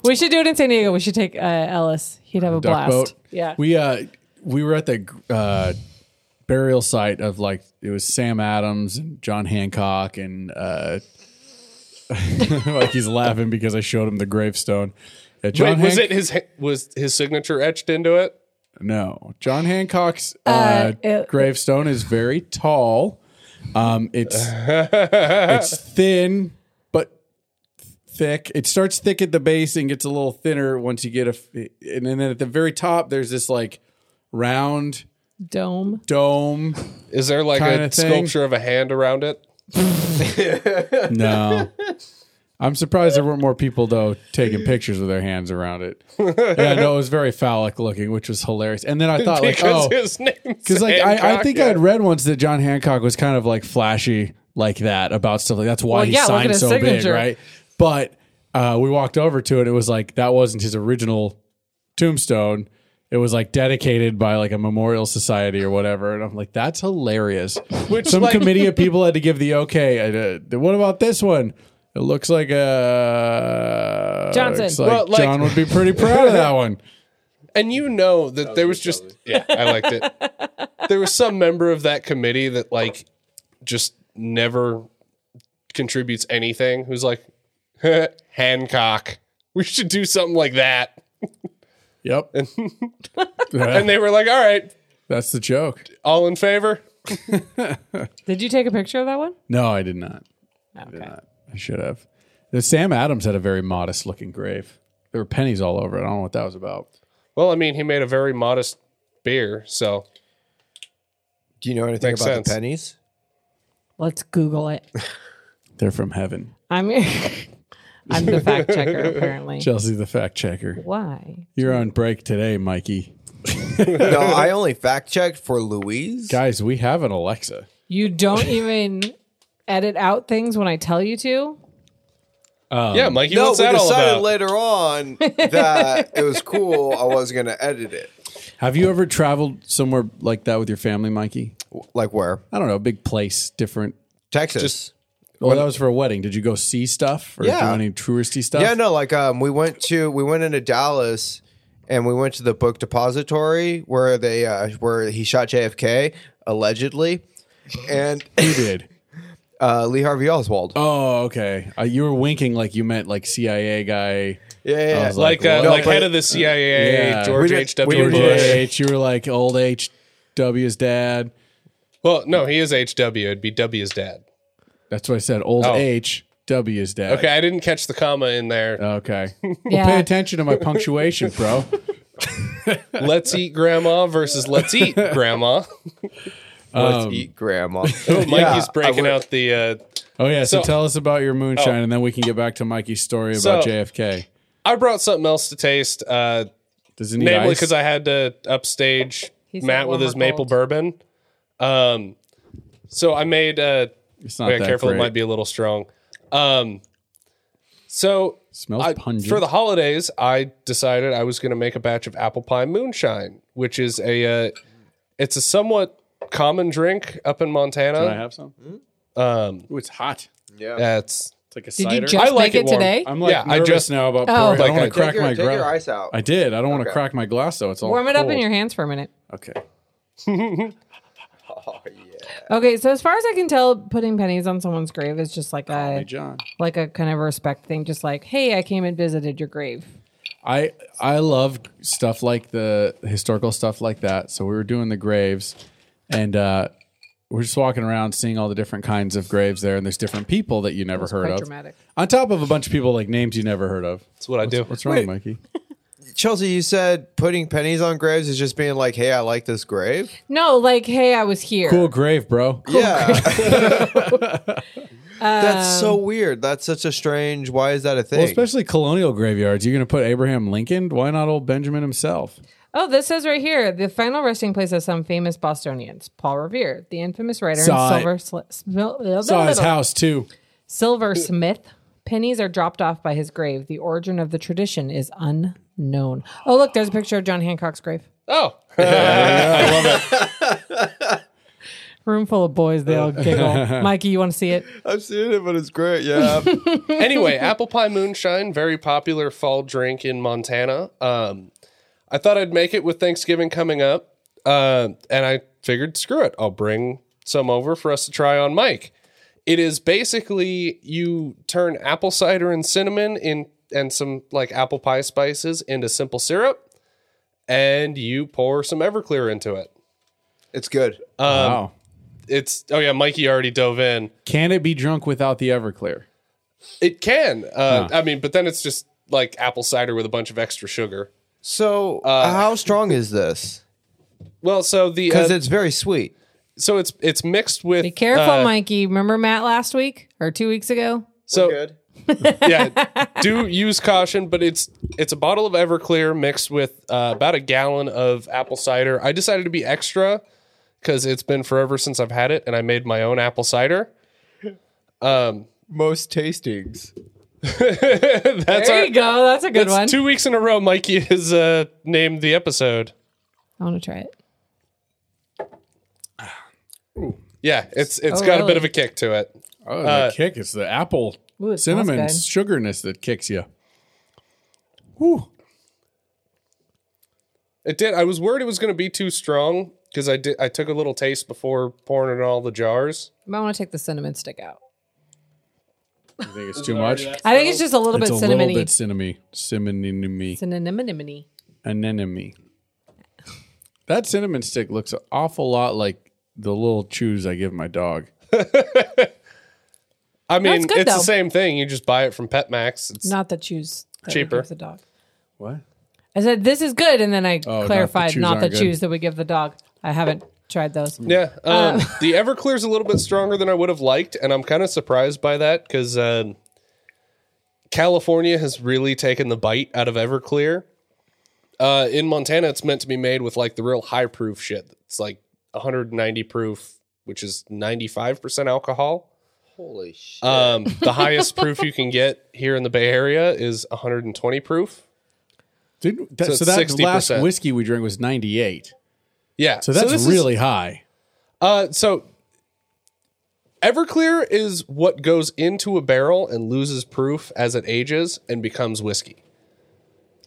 We should do it in San Diego. We should take uh, Ellis. He'd have a duck blast. boat. Yeah. we uh we were at the uh, burial site of like it was Sam Adams and John Hancock and uh, [LAUGHS] like he's laughing because I showed him the gravestone. Yeah, John wait, was Hanc- it his ha- was his signature etched into it? No, John Hancock's uh, it- gravestone is very tall. Um, [LAUGHS] it's it's thin but thick. It starts thick at the base and gets a little thinner once you get a, f- and then at the very top there's this like round Dome. dome. Is there like Kinda a thing. sculpture of a hand around it? No. I'm surprised there weren't more people though taking pictures with their hands around it. Yeah, no, it was very phallic looking, which was hilarious. And then I thought like, because oh, his name. Because like I, I think I'd read once that John Hancock was kind of like flashy like that about stuff like that's why Well, he yeah, look at signed his so big, signature. right? But uh, we walked over to it. It was like that wasn't his original tombstone. It was like dedicated by like a memorial society or whatever, and I'm like, that's hilarious. [LAUGHS] Which, Some like- committee [LAUGHS] of people had to give the okay. Uh, what about this one? It looks like uh, Johnson. looks like Well, like- John would be pretty proud of that one. and you know that there was just yeah, I liked it. [LAUGHS] there was some member of that committee that like just never contributes anything. Who's like [LAUGHS] Hancock? We should do something like that. Yep, [LAUGHS] And they were like, "All right, that's the joke. all in favor." Did you take a picture of that one? No, I did not. Okay. I should have. The Sam Adams had a very modest looking grave. There were pennies all over it. I don't know what that was about. Well, I mean, he made a very modest beer, so Do you know anything Makes about sense. the pennies? Let's Google it. They're from heaven. I'm [LAUGHS] I'm the fact [LAUGHS] checker apparently. Chelsea, the fact checker. Why? You're on break today, Mikey. No, I only fact checked for Louise. Guys, we have an Alexa. You don't even edit out things when I tell you to. Um, yeah, Mikey, No, what's we that all decided about? later [LAUGHS] on that it was cool. I was going to edit it. Have you ever traveled somewhere like that with your family, Mikey? Like where? I don't know, big place, different. Texas. Well, that was for a wedding. Did you go see stuff or Yeah. do any touristy stuff? Yeah, no, like um, we went to we went into Dallas, and we went to the book depository where they uh, where he shot JFK allegedly, and You did. uh, Lee Harvey Oswald. Oh, okay. Uh, you were winking like you meant like CIA guy. Yeah, yeah, I yeah. was like uh, what? like but- head of the CIA, Yeah. George We did- H. W. we George did- Bush. H. You were like old H. W's dad. Well, no, he is H. W. It'd be W's dad. That's what I said. Old Oh. H. W's dad. Okay, I didn't catch the comma in there. [LAUGHS] Okay. Yeah. Well, pay attention to my punctuation, [LAUGHS] bro. let's eat grandma versus let's eat grandma. [LAUGHS] um, Let's [LAUGHS] eat grandma. Mikey's Yeah, breaking I would- out the. Uh, Oh yeah. So, So- tell us about your moonshine, Oh. and then we can get back to Mikey's story So- about JFK. I brought something else to taste, uh, Does it need namely ice? because I had to upstage He's Matt got with warmer his maple cold. bourbon. Um, so I made. Uh, it's not okay, that careful, great. it might be a little strong. Um, so Smells I- pungent. for the holidays, I decided I was going to make a batch of apple pie moonshine, which is a uh, it's a somewhat common drink up Can in I Montana. have some? Um, ooh, it's hot. yeah. that's It's like a Did cider. you just I like make it it warm. today? I'm like Yeah, I nervous just- now about Oh. pouring. I Like, don't want I- to crack your, my take your glass. ice out. I did. I don't want to Okay. crack my glass though. It's all Warm it up in cold. your hands for a minute. Okay. Okay, so as far as I can tell, putting pennies on someone's grave is just like Hey, a John. like a kind of respect thing. Just like, hey, I came and visited your grave. I I love stuff like the historical stuff like that. So we were doing the graves, and uh, we're just walking around seeing all the different kinds of graves there, and there's different people that you never heard quite of. dramatic. On top of a bunch of people like names you never heard of. that's what I do. What's wrong, Mikey? Chelsea, you said putting pennies on graves is just being like, "Hey, I like this grave." No, like, hey, I was here. Cool grave, bro. yeah. [LAUGHS] That's so weird. That's such a strange. Why is that a thing? Well, especially colonial graveyards. You're going to put Abraham Lincoln? Why not old Benjamin himself? Oh, this says right here the final resting place of some famous Bostonians. Paul Revere, the infamous writer Saw it. and silver sli- smil- Saw his house too. silversmith. Pennies are dropped off by his grave. The origin of the tradition is unknown. Oh, look, there's a picture of John Hancock's grave. Oh, Room full of boys, they all Uh, [LAUGHS] giggle. Mikey, you want to see it? I've seen it, but it's great. Yeah. anyway, apple pie moonshine, very popular fall drink in Montana. Um, I thought I'd make it with Thanksgiving coming up, uh, and I figured, screw it, I'll bring some over for us to try on Mike. It is basically you turn apple cider and cinnamon in and some like apple pie spices into simple syrup, and you pour some Everclear into it. [LAUGHS] it's good. Um, wow. It's oh yeah, Mikey already dove in. Can it be drunk without the Everclear? It can, uh, I mean, but then it's just like apple cider with a bunch of extra sugar. So, how strong is [LAUGHS] this? Well, so the uh, Because it's very sweet. so it's it's mixed with Be careful, uh, Mikey. Remember Matt last week or two weeks ago? so [LAUGHS] yeah, do use caution, but it's it's a bottle of Everclear mixed with uh, about a gallon of apple cider. I decided to be extra because it's been forever since I've had it, and I made my own apple cider. Um, Most tastings. [LAUGHS] That's There our, you go. That's a good that's one. two weeks in a row. Mikey has uh, named the episode. I want to try it. Yeah, it's it's Oh, got a really? bit of a kick to it. Oh, the Uh, kick. It's the apple Ooh, it smells cinnamon good. sugarness that kicks you. It did. I was worried it was going to be too strong because I did. I took a little taste before pouring it in all the jars. You might want to take the cinnamon stick out. You think it's too much? I think it's just a little It's a bit cinnamony. little bit cinnamony. Cinnamony. It's an anemone. Anemone. That cinnamon stick looks an awful lot like the little chews I give my dog. I mean, That's good, it's the though. same thing. You just buy it from Pet Max. It's, Not the chews. that we Cheaper. give The dog. What? I said this is good, and then I Oh, not the clarified chews not the aren't good. chews that we give the dog. I haven't tried those. Yeah. Um, the Everclear's a little bit stronger than I would have liked, and I'm kind of surprised by that because um, California has really taken the bite out of Everclear. Uh, in Montana, it's meant to be made with like the real high proof shit. It's like 190 proof, which is 95% alcohol. Holy shit. [LAUGHS] Um, the highest proof you can get here in the Bay Area is 120 proof. Didn't, that, So so, it's that 60%. last whiskey we drank was 98. Yeah. So that's this is- really high. Uh, so Everclear is what goes into a barrel and loses proof as it ages and becomes whiskey.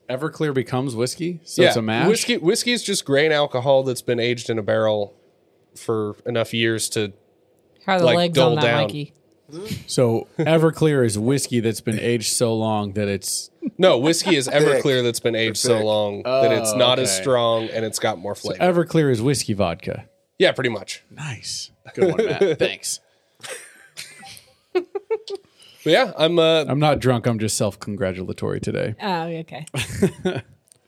Everclear becomes whiskey, so it's a mash. Whiskey, whiskey is just grain alcohol that's been aged in a barrel for enough years to How are the Like legs dull on that, down. Mikey? [LAUGHS] So Everclear is whiskey that's been aged so long that it's No, whiskey is Everclear that's been aged so thick. long that it's not as Oh, okay. strong and it's got more flavor. Everclear is whiskey vodka. yeah, pretty much. Nice. Good one, [LAUGHS] Matt. Thanks. But yeah, I'm uh, I'm not drunk. I'm just self congratulatory today. Oh, okay.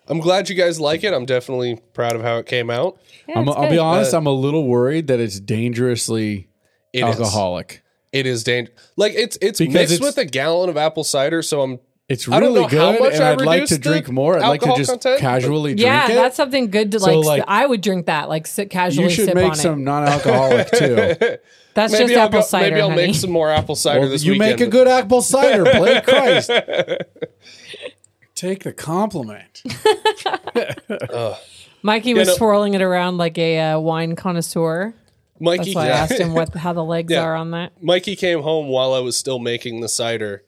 I'm glad you guys like it. I'm definitely proud of how it came out. Yeah, I'm, it's I'll be good. honest. I'm a little worried that it's dangerously Uh, It is- alcoholic. It is dangerous. Like it's it's Because mixed it's- with a gallon of apple cider, so I'm It's I don't really know how good, much and I I'd like to reduced the drink more. I'd like to alcohol just content, but- casually Yeah, drink it. that's something good to like, So, like, s- I would drink that, like sit casually. you should sip make on some [LAUGHS] It. non-alcoholic too. That's maybe just I'll apple go, cider, maybe I'll honey. make some more apple cider Well, this you weekend. make a good apple cider, Blake [LAUGHS] Christ. Take the compliment. [LAUGHS] Mikey was no. swirling it around like a uh, wine connoisseur. Mikey, That's why I asked him what how the legs Yeah. are on that. [LAUGHS] Mikey came home while I was still making the cider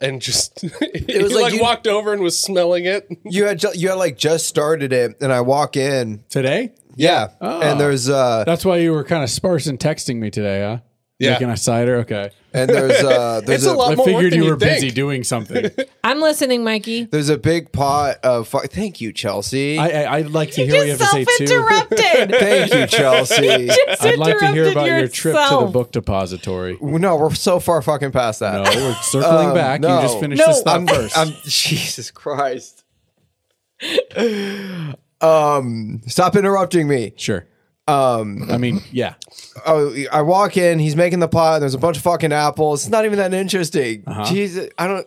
and just [LAUGHS] it was was he like like, you- walked over and was smelling it. You had ju- you had like just started it, and I walk in. Today? Yeah, and there's uh, That's why you were kind of sparse in texting me today, huh? Yeah. Making a cider? Okay. and there's [LAUGHS] uh, there's It's a lot I more work figured than you you were think. busy doing [LAUGHS] something. I'm listening, Mikey. there's a big pot of. Fu- Thank you, Chelsea. I, I, I'd like to hear what [LAUGHS] you have to say too. [LAUGHS] self-interrupted. Thank [LAUGHS] you, Chelsea. Just I'd like to hear interrupted about your trip to the yourself. book depository. no, we're so far fucking past that. No, Oh, we're circling Um, back. no. You just finished No, this thought I'm, first. I'm [LAUGHS] Jesus Christ. um, stop interrupting me. sure. Um, I mean, yeah. Oh, I walk in. He's making the pot. There's a bunch of fucking apples. It's not even that interesting. Uh-huh. Jesus, I don't.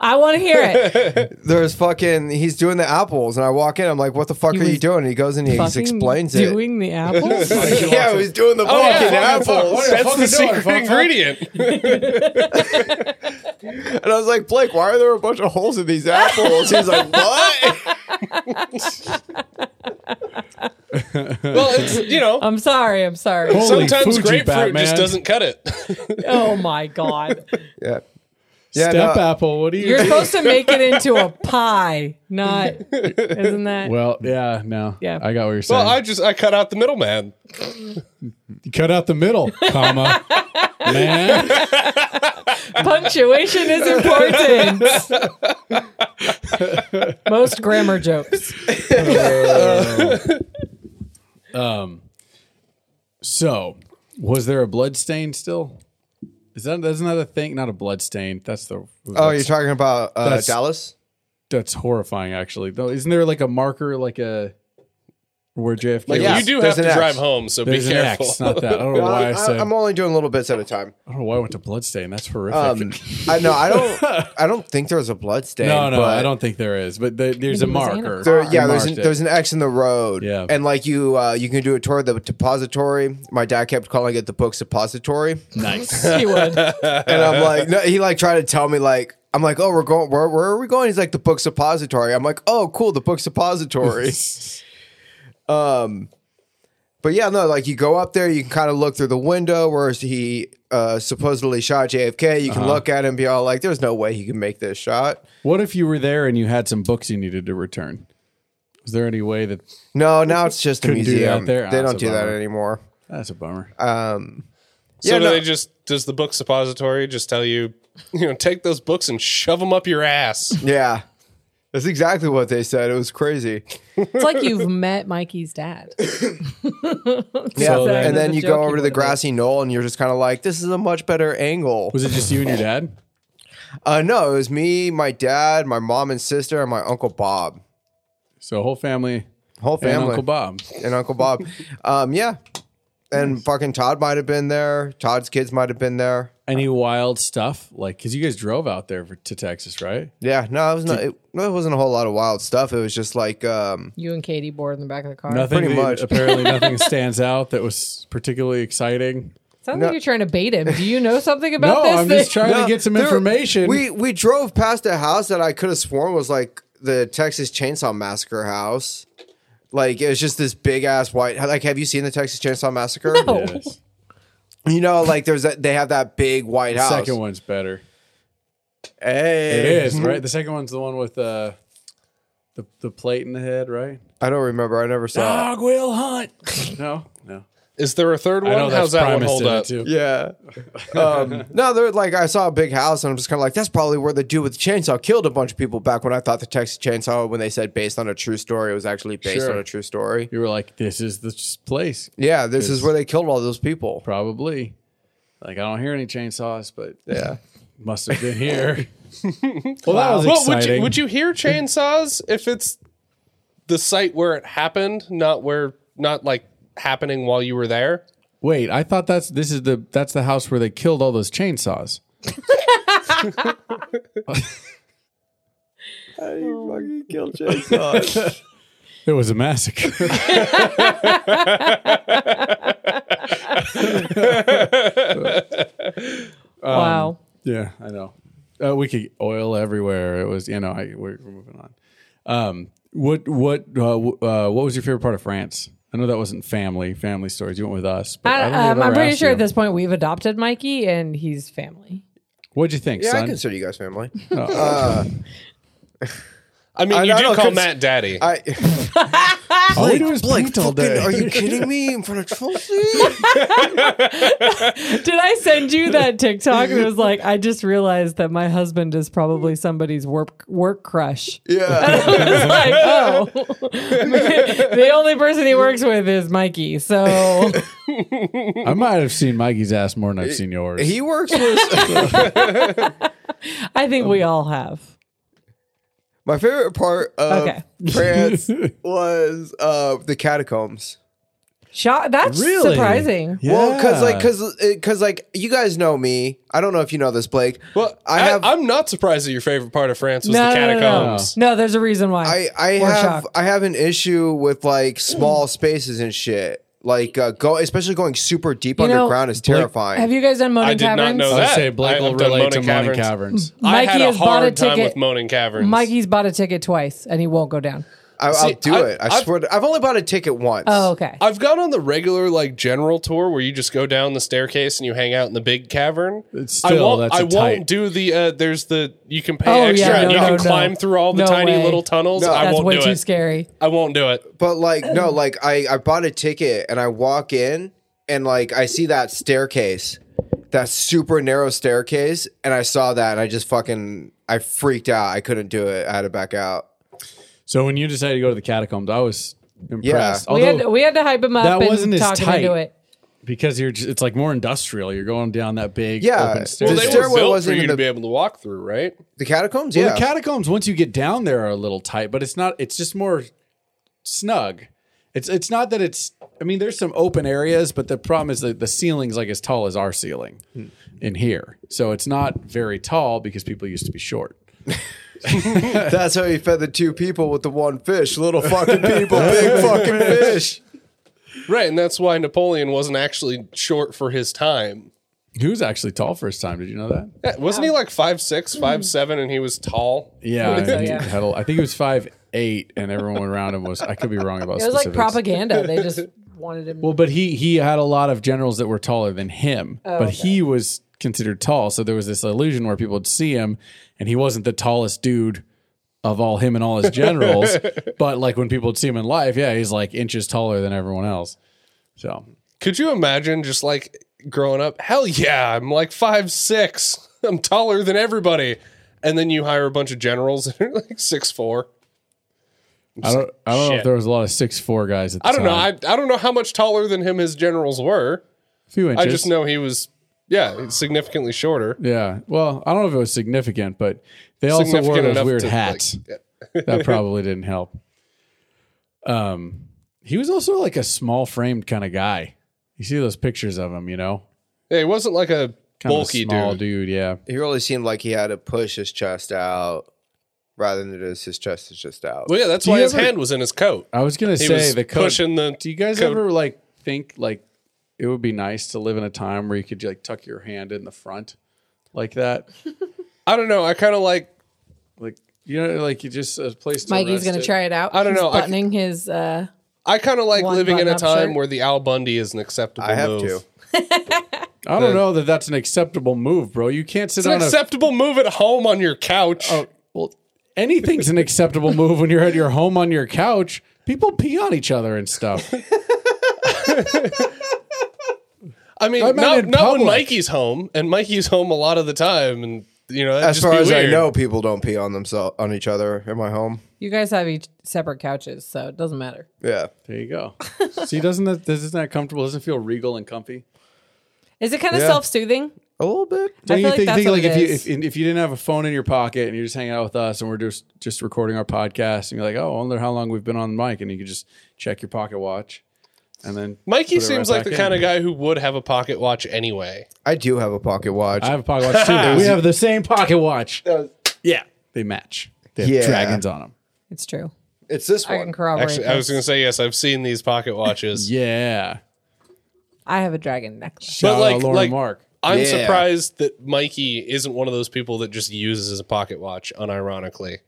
I want to hear it. There's fucking. He's doing the apples, and I walk in. I'm like, "What the fuck are you was doing?" And he goes and he just Fucking explains it. doing the [LAUGHS] apples. yeah, he's doing the Oh, fucking apples. That's the secret ingredient. [LAUGHS] And I was like, Blake, why are there a bunch of holes in these apples? He's like, [LAUGHS] what? [LAUGHS] well, it's you know I'm sorry. I'm sorry. Holy sometimes Fuji, grapefruit Batman. just doesn't cut it. [LAUGHS] Oh my god. yeah. Yeah, Step no. apple. What do you? You're supposed to make it into a pie, not isn't that? well, yeah, no. Yeah. I got what you're saying. well, I just I cut out the middleman. Cut out the middle, comma. Man. Punctuation is important. Most grammar jokes. So, was there a blood stain still? Is that that's not a thing? Not a blood stain. That's the. Oh, that's- you're talking about uh, That's- Dallas? That's horrifying, actually. Though, isn't there like a marker, like a where JFK? Like, was- Yeah, you do have there's to an X. drive home, so There's be an careful. X, not that. I don't know why I said. I, am only doing little bits at a time. don't know why I went to blood stain. That's horrific. Um, I no, I don't. [LAUGHS] I don't think there was a blood stain. no, no, but I don't think there is. But there, there's a Maybe it was marker. anal- There, They yeah, there's an, marked it. there's an X in the road. Yeah. and like you, uh, you can do a tour of the depository. My dad kept calling it the book's depository, nice. He would. and I'm like, no, he like tried to tell me like. I'm like, oh, we're going. Where, where are we going? He's like, the book's depository. I'm like, oh, cool, the [LAUGHS] book's depository. Um, But yeah, no, like you go up there, you can kind of look through the window where he uh, supposedly shot JFK. You can Uh-huh. look at him and be all like, there's no way he can make this shot. [LAUGHS] what if you were there and you had some books you needed to return? Was there any way that? No, now it's just a Couldn't do that museum. there? They Oh, don't it's a do that bummer. anymore. That's a bummer. Uh, So Yeah, do no. they just does the book suppository just tell you, [LAUGHS] you know, take those books and shove them up your ass? Yeah. That's exactly what they said. It was crazy. It's like [LAUGHS] you've met Mikey's dad. Yeah. So then- and then you go Joking over to with the it. grassy knoll and you're just kind of like, this is a much better angle. was it just you and your dad? Uh, no, it was me, my dad, my mom and sister, and my Uncle Bob. So whole family, Whole and family. Uncle Bob. and [LAUGHS] Uncle Bob. um, yeah. And fucking Todd might have been there. Todd's kids might have been there. Any wild stuff? Like, cause you guys drove out there for, to Texas, right? Yeah, no, it was not. It, no, it wasn't a whole lot of wild stuff. It was just like, um, You and Katie bored in the back of the car. Nothing. Pretty that- much. [LAUGHS] Apparently, nothing stands out that was particularly exciting. Sounds No. like you're trying to bait him. Do you know something no, about this? I'm [LAUGHS] just thing? trying No, to get some there- information. We we drove past a house that I could have sworn was like the Texas Chainsaw Massacre house. Like it was just this big ass white. Like, have you seen the Texas Chainsaw Massacre? No. Yes. You know, like there's that. They have that big white house. Second one's better. Hey, It is right. The second one's the one with uh, the the plate in the head, right? I don't remember. I never saw. it. Dog will hunt. [LAUGHS] no, no. Is there a third one? I know that's How's that one premised hold in up? it too. Yeah. [LAUGHS] Um, no, they're like I saw a big house and I'm just kind of like that's probably where the dude with the chainsaw killed a bunch of people back when I thought the Texas Chainsaw when they said based on a true story it was actually based Sure. on a true story. You were like, this is the s- place, Yeah, this is where they killed all those people. probably. Like I don't hear any chainsaws, but Yeah. [LAUGHS] must have been [LAUGHS] here. well, that was Well, would exciting. you, would you hear chainsaws if it's the site where it happened, not where, not like happening while you were there? Wait, I thought that's this is the that's the house where they killed all those [LAUGHS] chainsaws. [LAUGHS] killed chainsaw. [LAUGHS] It was a massacre. [LAUGHS] Um, wow. Yeah, I know. Uh, we could oil everywhere. It was, you know, I, we're, we're moving on. Um, what what uh, w- uh, what was your favorite part of France? I know that wasn't family family stories. You went with us. But I, I, don't think I've um, I'm ever pretty asked sure you. at this point we've adopted Mikey and he's family. What'd you think, yeah, I son? consider you guys [LAUGHS] family. I mean, I- you I do don't call cons- Matt daddy. I All we do is Blake, paint all fucking- day. are you kidding me in front [LAUGHS] of Tulsi? Did I send you that TikTok? It was like I just realized that my husband is probably somebody's work work crush. [LAUGHS] yeah. It's like, oh, [LAUGHS] the only person he works with is Mikey. So [LAUGHS] I might have seen Mikey's ass more than I've seen yours. He works with I think Um, we all have. my favorite part uh, of Okay. [LAUGHS] France was uh, the catacombs. Shot. [LAUGHS] That's Really? surprising. Well, because like, Yeah. because because like, you guys know me. I don't know if you know this, Blake. well, I I have. I am not surprised that your favorite part of France was No, the no, no, no, no. catacombs. No, there's a reason why. I, We're have shocked. I have an issue with like small spaces and shit. Like uh, go, especially going super deep You know, underground is terrifying. Have you guys done Moaning I did not Caverns? I know would that. say Blake I- will I've done relate to Moaning Moaning Caverns. Caverns. I Mikey had a has bought a hard time ticket. with Moaning Caverns. Mikey's bought a ticket twice and he won't go down. I, will See, do I- it. I I've- swear. To, I've only bought a ticket once. Oh, okay. I've gone on the regular like general tour where you just go down the staircase and you hang out in the big cavern. It's I still- won't. that's a I tight- won't do the. Uh, there's the you can pay Oh, yeah, extra. and no, you no, can no. climb through all the No tiny way. little tunnels. No. I That's won't way do too it. scary. I won't do it. But like no, like I I bought a ticket and I walk in and like I see that staircase, that super narrow staircase, and I saw that and I just fucking I freaked out. I couldn't do it. I had to back out. so when you decided to go to the catacombs, I was impressed. we Although, had we had to hype him up. that and wasn't as talk him tight. into it. because you're just, it's like more industrial. You're going down that big Yeah. open Well, stairs. Well, The they stairwell were built for wasn't you in to the- be able to walk through, right? The catacombs, Well, yeah. the catacombs, once you get down there, are a little tight, but it's not. It's just more snug. It's it's not that it's. I mean, there's some open areas, but the problem is that the ceiling's like as tall as our ceiling in here, so it's not very tall because people used to be short. That's how you fed the two people with the one fish. [LAUGHS] Little fucking people, big fucking fish. Right, and that's why Napoleon wasn't actually short for his time. Who's actually tall first time? Did you know [LAUGHS] that? Yeah, wasn't he like five six, five seven, and he was tall? Yeah, I, so, he yeah. had a- I think it was five eight, and everyone around him was. I could be wrong about. It was like specifics. propaganda. [LAUGHS] They just wanted him. Well, but he he had a lot of generals that were taller than him, Oh, but he was considered tall. So there was this illusion where people would see him, and he wasn't the tallest dude of all him and all his [LAUGHS] generals. but like when people would see him in life, yeah, he's like inches taller than everyone else. So Could you imagine just like growing up? Hell yeah, I'm like five six. [LAUGHS] I'm taller than everybody. And then you hire a bunch of generals [LAUGHS] that are like six four. I don't I don't know if Shit. there was a lot of six four guys at the I don't know. I, time. I don't know how much taller than him his generals were. a few I inches. just know he was, yeah, significantly shorter. Yeah. Well, I don't know if it was significant, but they also wore Significant those enough weird to, like, [LAUGHS] hats. that probably didn't help. Um, he was also like a small framed kind of guy. You see those pictures of him, you know, Yeah, he wasn't like a Kind of a bulky small dude. Yeah. He really seemed like he had to push his chest out rather than just his chest is just out. Well, yeah, that's Do why you his ever- hand was in his coat. I was gonna He say was the coat. pushing the. do you guys coat. ever like think like it would be nice to live in a time where you could like tuck your hand in the front like that, I don't know. I kind of like. like you know, like you just a place. To rest Mikey's gonna it. try it out. I don't He's know. I- Buttoning his. Uh, I kind of like One living in a button-up time shirt. where the Al Bundy is an acceptable. I have move. to. I don't know that that's an acceptable move, bro. You can't sit It's an on a acceptable move at home on your Oh, couch. well, anything's an acceptable move when you're at your home on your couch. People pee on each other and stuff. I mean, I meant not, in not when public. Mikey's home, and Mikey's home a lot of the time, and you know, that'd As just far be as I weird. know, people don't pee on themselves on each other in my home. You guys have each separate couches, so it doesn't matter. Yeah. There you go. See, doesn't that isn't that comfortable? Doesn't it feel regal and comfy? Is it kind of Yeah. self-soothing? A little bit. I Don't feel you like think, that's think what like it if you is. if, if you didn't have a phone in your pocket and you're just hanging out with us and we're just just recording our podcast and you're like, oh, I wonder how long we've been on mic, and you could just check your pocket watch, and then put it Mikey right seems like back the in. kind of guy who would have a pocket watch anyway. I do have a pocket watch. I have a pocket watch too. [LAUGHS] we have the same pocket watch. yeah, they match. They have Yeah. dragons on them. It's true. it's this I can one. corroborate. Actually, I was this. going to say yes. I've seen these pocket [LAUGHS] watches. Yeah, I have a dragon necklace. shout like- out Lauren like- Mark. I'm Yeah. surprised that Mikey isn't one of those people that just uses his pocket watch unironically.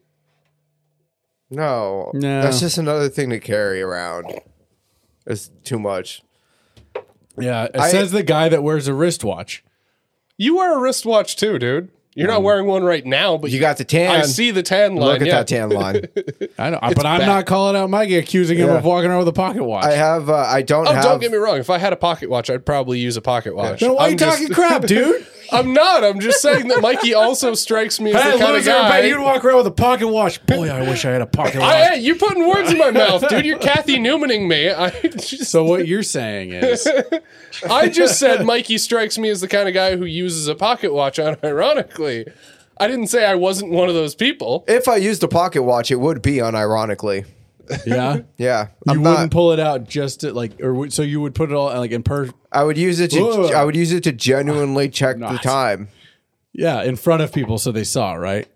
No. No. That's just another thing to carry around. It's too much. Yeah, it I- says the guy that wears a wristwatch. You wear a wristwatch too, dude. You're not wearing one right now, but Um, You got the tan. I see the tan line. Look at yeah. [LAUGHS] that tan line. I don't, but I'm bad. not calling out Mikey, accusing him Yeah. of walking around with a pocket watch. I have. Uh, I don't Oh, have. don't get me wrong. If I had a pocket watch, I'd probably use a pocket watch. then why are you I'm just- talking [LAUGHS] crap, dude? I'm not. I'm just saying that Mikey also strikes me as the kind of guy. you'd walk around with a pocket watch. Boy, I wish I had a pocket [LAUGHS] I, watch. hey, you're putting words in my mouth, dude. You're Kathy Newmaning me. I just, so what you're saying is, [LAUGHS] I just said Mikey strikes me as the kind of guy who uses a pocket watch unironically. I didn't say I wasn't one of those people. If I used a pocket watch, it would be unironically. yeah, you Yeah, wouldn't I'm not. pull it out just to, like, or would- so you would put it all like in per, I would use it to. Whoa. Ah, I would use it to genuinely check the Not. time. yeah, in front of people so they saw, right?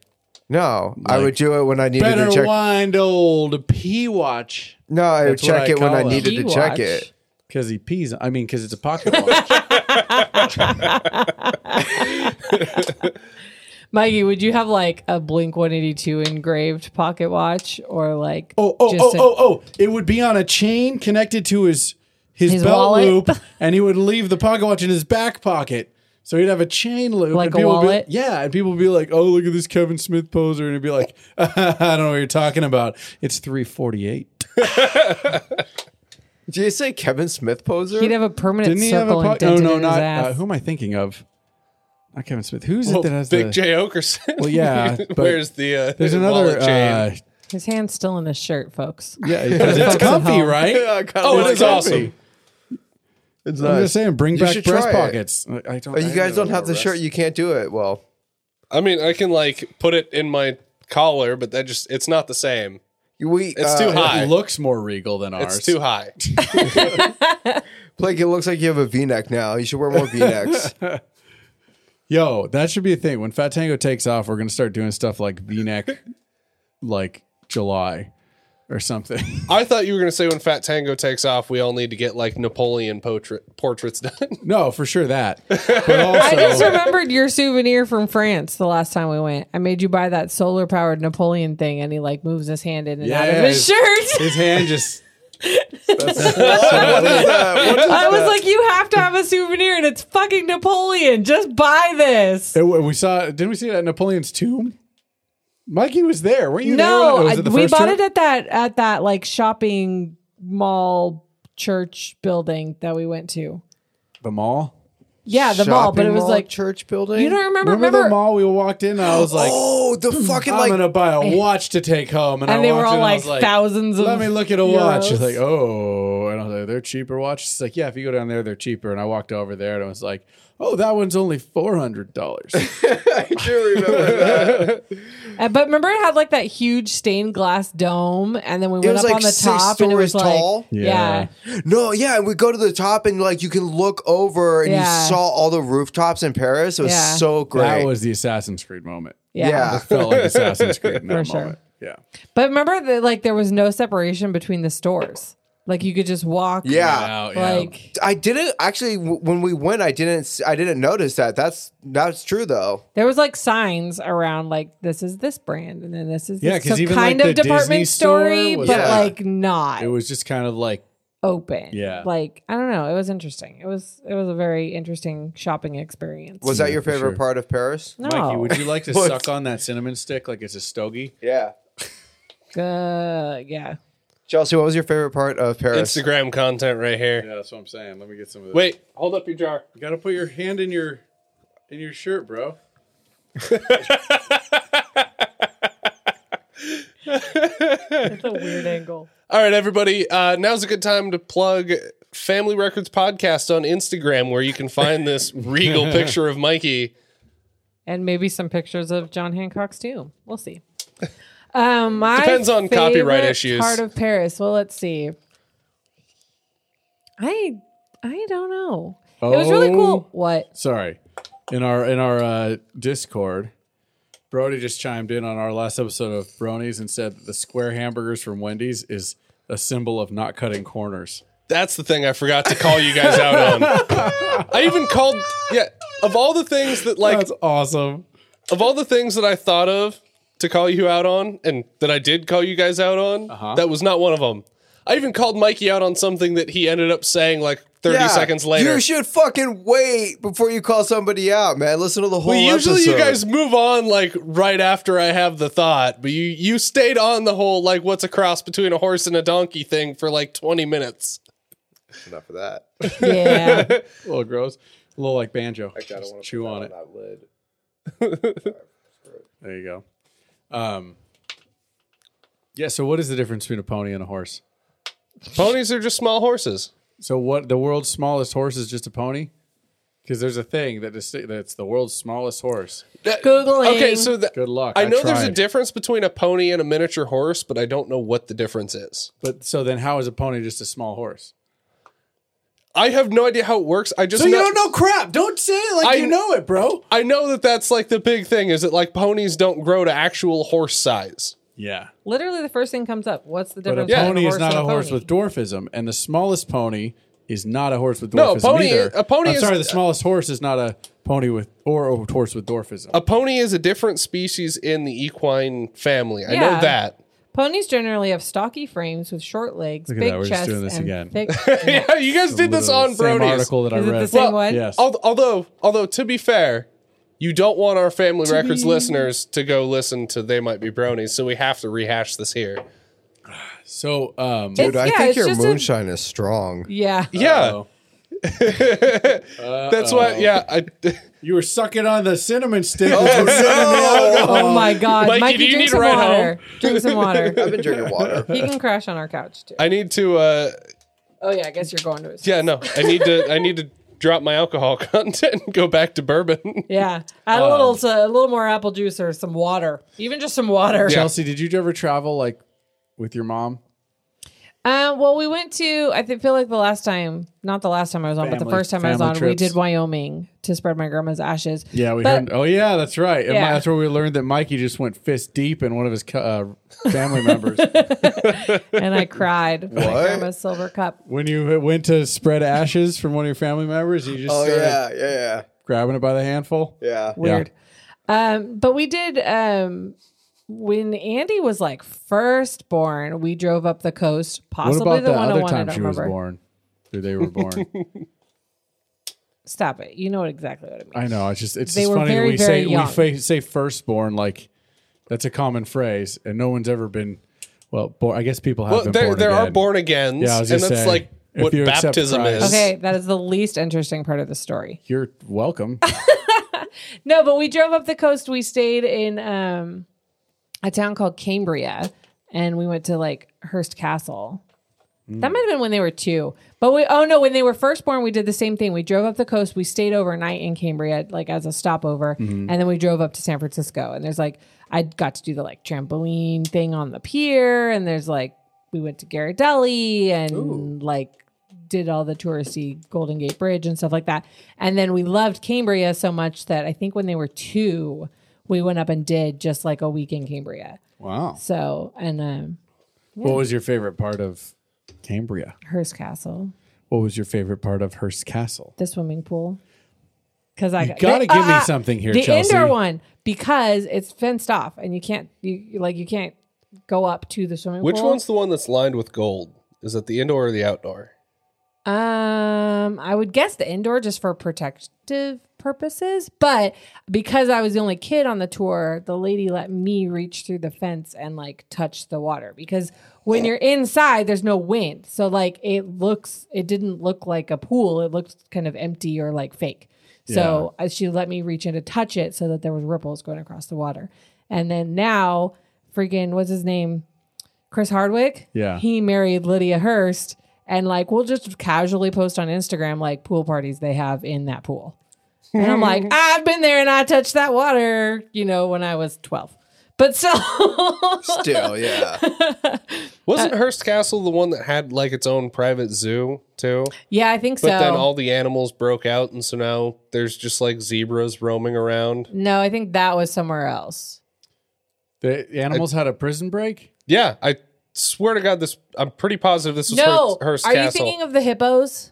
No, I would do it when I needed Better to check. wind old P watch No, I would That's what check I it when call I it. needed to Pee check watch. it. because he pees. I mean, because it's a [LAUGHS] pocket watch. Mikey, would you have like a Blink 182 engraved pocket watch or like Oh, oh, just oh, a- oh, oh! It would be on a chain connected to his his, His belt wallet? loop, [LAUGHS] and he would leave the pocket watch in his back pocket. So he'd have a chain loop, Like and a people would be- wallet? yeah, and people would be like, "Oh, look at this Kevin Smith poser," and he'd be like, [LAUGHS] "I don't know what you're talking about. It's 348." Did you say Kevin Smith poser? [LAUGHS] He'd have a permanent Didn't he have a circle pocket? indented no, in not his ass. uh, who am I thinking of? Not Kevin Smith. Who's Well, it that has Oh, Big the? J Okerson. Well, [LAUGHS] yeah, but Where's the uh, there's wallet another. chain? Uh, His hand's still in his [LAUGHS] shirt, folks. [LAUGHS] yeah, because it's Folks at comfy, home. right? Yeah, God, oh, it's it is gotta awesome. be. It's I'm nice. just saying, bring You back should breast try it. pockets. I, I don't. But I you guys don't have the rest. shirt. You can't do it. Well, I mean, I can like put it in my collar, but that just it's not the same. we. uh, It's too hot. Hi. It looks more regal than ours. It's too high. Like it looks like you have a V-neck now. You should wear more [LAUGHS] V-necks. Yo, that should be a thing. When Fat Tango takes off, we're gonna start doing stuff like V-neck, [LAUGHS] like July or [LAUGHS] something. I thought you were going to say when Fat Tango takes off, we all need to get like Napoleon portrait portraits done. [LAUGHS] no, for sure [LAUGHS] that. But I just also, remembered your souvenir from France the last time we went. I made you buy that solar powered Napoleon thing, and he like moves his hand in and out of his Yes. shirt. his hand just. [LAUGHS] I was like, you have to have a souvenir, and it's fucking Napoleon. Just buy this. It- we saw. Didn't we see that Napoleon's tomb? Mikey was there. Weren't you there? No, when- I, was it the we first bought trip? it at that at that like shopping mall church building that we went to. the mall. Yeah, the mall, but it Shopping was mall, like church building. you don't remember. Remember, Remember, the mall we walked in? I was like, oh, [CLEARS THROAT] the fucking I'm like [LAUGHS] gonna buy [LAUGHS] a watch to take home, and, I and they were walked all in and I was like, thousands of. Let me look at a watch. She's euros. like, oh, and I was like, they're cheaper watches. She's like, yeah, if you go down there, they're cheaper. And I walked over there and I was like, oh, that one's only four hundred [LAUGHS] dollars. I do remember that. Uh, but remember, it had like that huge stained glass dome, and then we went was, up like, on the six top, and it was stories like, tall. yeah. No, yeah, and we go to the top and like you can look over and Yeah. you saw all the rooftops in Paris. It was Yeah. so great. That was the Assassin's Creed moment. yeah, Yeah. It felt like Assassin's [LAUGHS] Creed in that For sure. moment. Yeah, But remember, that like there was no separation between the stores. Like you could just walk. yeah. Wow, yeah. Like I didn't actually w- when we went I didn't I didn't notice that. That's that's true though. there was like signs around, like this is this brand, and then this is Yeah, this. 'cause so even, kind like, of the Disney department store story, was, but Yeah. like not it was just kind of like open. Yeah. like I don't know. It was interesting. It was it was a very interesting shopping experience. Was that your for favorite sure. part of Paris? no, Mikey, [LAUGHS] would you like to [LAUGHS] What? suck on that cinnamon stick like it's a stogie? Yeah. uh, yeah. Chelsea, what was your favorite part of Paris? Instagram content right here. Yeah, that's what I'm saying. Let me get some of this. Wait, hold up your jar. you gotta put your hand in your in your shirt, bro. It's a weird angle. All right, everybody. Uh, now's a good time to plug Family Records Podcast on Instagram, where you can find this regal picture of Mikey. And maybe some pictures of John Hancock's too. We'll see. Um, my Depends on copyright favorite issues. Part of Paris. Well, let's see. I I don't know. It was really Oh. cool. What? [LAUGHS] Sorry. In our in our uh, Discord, Brody just chimed in on our last episode of Bronies and said that the square hamburgers from Wendy's is a symbol of not cutting corners. That's the thing I forgot to call you guys out on. I even called. Yeah, of all the things that like awesome. of all the things that I thought of to call you out on, and that I did call you guys out on, that was not one of them. I even called Mikey out on something that he ended up saying like 30 Yeah, seconds later. You should fucking wait before you call somebody out, man. Listen to the whole Well, usually episode. you guys move on like right after I have the thought, but you you stayed on the whole like what's a cross between a horse and a donkey thing for like 20 minutes. enough of that. Yeah. A little gross. A little like banjo. Just chew on it. [LAUGHS] There you go. Um, yeah. So, what is the difference between a pony and a horse? Ponies are just small horses. So, what the world's smallest horse is just a pony? Because there's a thing that is that's the world's smallest horse. Googling. Okay, so the, Good luck. I know there's a tried. difference between a pony and a miniature horse, but I don't know what the difference is. But so then, how is a pony just a small horse? I have no idea how it works. I just So you don't know crap. Don't say it like I- you know it, bro. I know that that's like the big thing is that like ponies don't grow to actual horse size. Yeah. Literally, the first thing comes up. What's the But a difference? between pony horse is not and a horse pony? with dwarfism, and the smallest pony is not a horse with dwarfism No, a pony- either. a pony I'm is- sorry, the smallest horse is not a pony with or a horse with dwarfism. A pony is a different species in the equine family. I know Yeah. that. [LAUGHS] Ponies generally have stocky frames with short legs, Look at big that, we're just chests, doing this and again. [LAUGHS] thick. yeah, you guys did this Literally on the same Brody's. article that I Is it the read. same one? Yes. Al- although, although to be fair, you don't want our family records listeners to go listen to "They Might Be Bronies," so we have to rehash this here. So, um, It's- Dude, I yeah, think it's your just a- moonshine is [LAUGHS] strong. [LAUGHS] yeah. Yeah, that's why. Yeah, I, [LAUGHS] you were sucking on the cinnamon stick. Oh, [LAUGHS] Oh my God, Mikey, Mikey, do you drink need a some ride water. home? [LAUGHS] Drink some water. [LAUGHS] I've been drinking water. He can crash on our couch too. I need to. Uh, Oh yeah, I guess you're going to [LAUGHS] his. yeah, no, I need to. I need to drop my alcohol [LAUGHS] content and go back to bourbon. Yeah, Um, add a little to, a little more apple juice or some water, even just some water. Yeah. Chelsea, did you ever travel like with your mom? Uh, well, we went to I thi- feel like the last time, not the last time I was on, but the Family- first time I was family on, we trips. did Wyoming to spread my grandma's ashes. Yeah, we But- heard. Oh, yeah, that's right. And Yeah. that's where we learned that Mikey just went fist deep in one of his cu- uh, family [LAUGHS] members [LAUGHS] and I cried. for My What? grandma's silver cup. when you went to spread ashes from one of your family members. You just Oh started yeah, yeah, grabbing it by the handful. yeah, yeah. Weird. Um, but we did. Um, when Andy was like first born, we drove up the coast, What possibly about the that one other I time don't she was remember. born? Or they were [LAUGHS] born. Stop it! You know exactly what I mean. I know. It's just it's They just were funny that very, we say very young. we fa- say firstborn like that's a common phrase, and no one's ever been. Well, born, I guess people have Well, been there born there are again. born agains, Yeah, I and was that's gonna say, like if what you accept baptism Christ- is. Okay, that is the least interesting part of the story. You're [LAUGHS] welcome. No, but we drove up the coast. We stayed in um, a town called Cambria, and we went to like Hearst Castle. That might have been when they were two, but we oh no, when they were first born, we did the same thing. We drove up the coast. We stayed overnight in Cambria, like as a stopover, and then we drove up to San Francisco. And there's like I got to do the like trampoline thing on the pier, and there's like we went to Ghirardelli and like did all the touristy Golden Gate Bridge and stuff like that. And then we loved Cambria so much that I think when they were two, we went up and did just like a week in Cambria. wow. So and um, What was your favorite part of Cambria? Hearst Castle, What was your favorite part of Hearst Castle? the swimming pool. Because I gotta they- give me something here, uh, the Chelsea. indoor one because it's fenced off and you can't you like you can't go up to the swimming Which pool. one's the one that's lined with gold? Is it the indoor or the outdoor? Um, I would guess the indoor just for protective purposes, but because I was the only kid on the tour, the lady let me reach through the fence and like touch the water because when you're inside, there's no wind, so like it looks, it didn't look like a pool, it looked kind of empty or like fake. So uh, she let me reach in to touch it so that there was ripples going across the water, and then now, freaking, what's his name? Chris Hardwick. Yeah. He married Lydia Hurst. And like, we'll just casually post on Instagram like pool parties they have in that pool. And I'm like, I've been there and I touched that water, you know, when I was 12. But so, [LAUGHS] Still, yeah. Uh, Wasn't Hearst Castle the one that had like its own private zoo too? yeah, I think But so. then all the animals broke out, and so now there's just like zebras roaming around. no, I think that was somewhere else. The animals had a prison break. Yeah, I swear to God, this I'm pretty positive this was No, Hearst, Hearst are Castle. you thinking of the hippos?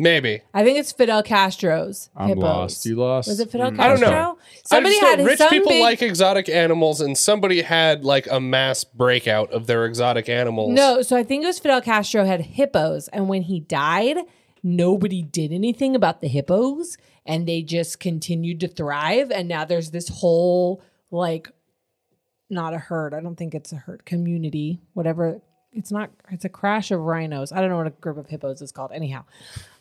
Maybe I think it's Fidel Castro's I'm hippos. lost. You lost. Mm. Was it Fidel Castro? Mm, I don't know. Somebody I just had know rich some people big- like exotic animals, and somebody had like a mass breakout of their exotic animals. No, so I think it was Fidel Castro had hippos, and when he died, nobody did anything about the hippos, and they just continued to thrive. And now there's this whole like, not a herd. I don't think it's a herd community. Whatever. It's not. It's a crash of rhinos. I don't know what a group of hippos is called. Anyhow,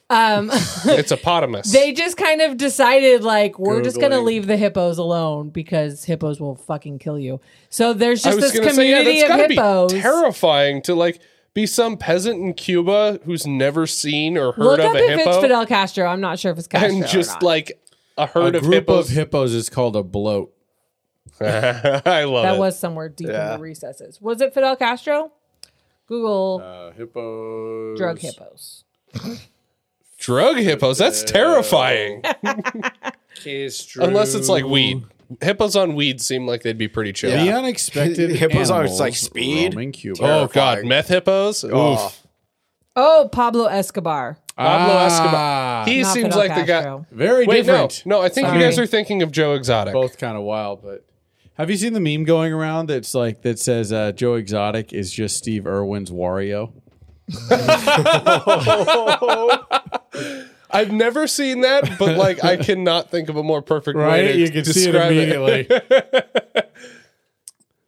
um, [LAUGHS] it's a potamus. they just kind of decided like we're just gonna Googling. leave the hippos alone because hippos will fucking kill you. So there's I just was this going to community say, yeah, that's of gotta hippos. be terrifying to like be some peasant in Cuba who's never seen or heard Look of up a if hippo, it's Fidel Castro. I'm not sure if it's [LAUGHS] Castro. and or just not. like a herd a of group hippos. of hippos is called a bloat. [LAUGHS] I love that it. was somewhere deep Yeah. in the recesses. Was it Fidel Castro? Google Uh, hippos. drug hippos. Drug hippos. That's terrifying. Unless it's like weed. Hippos on weed seem like they'd be pretty chill. The unexpected Hippos are, animals it's like, speed. roaming Cuba. Oh god, Terrifying. meth hippos. Oh. Oof. Oh, Pablo Escobar. Pablo Oh, Ah. Escobar. He not seems Fidel like the Castro. guy. very Wait, different. no, no. I think you Sorry. guys are thinking of Joe Exotic. both kind of wild, but have you seen the meme going around that's like that says uh, Joe Exotic is just Steve Irwin's Wario? I've never seen that, but [LAUGHS] like I cannot think of a more perfect way Right? to You can see it describe immediately.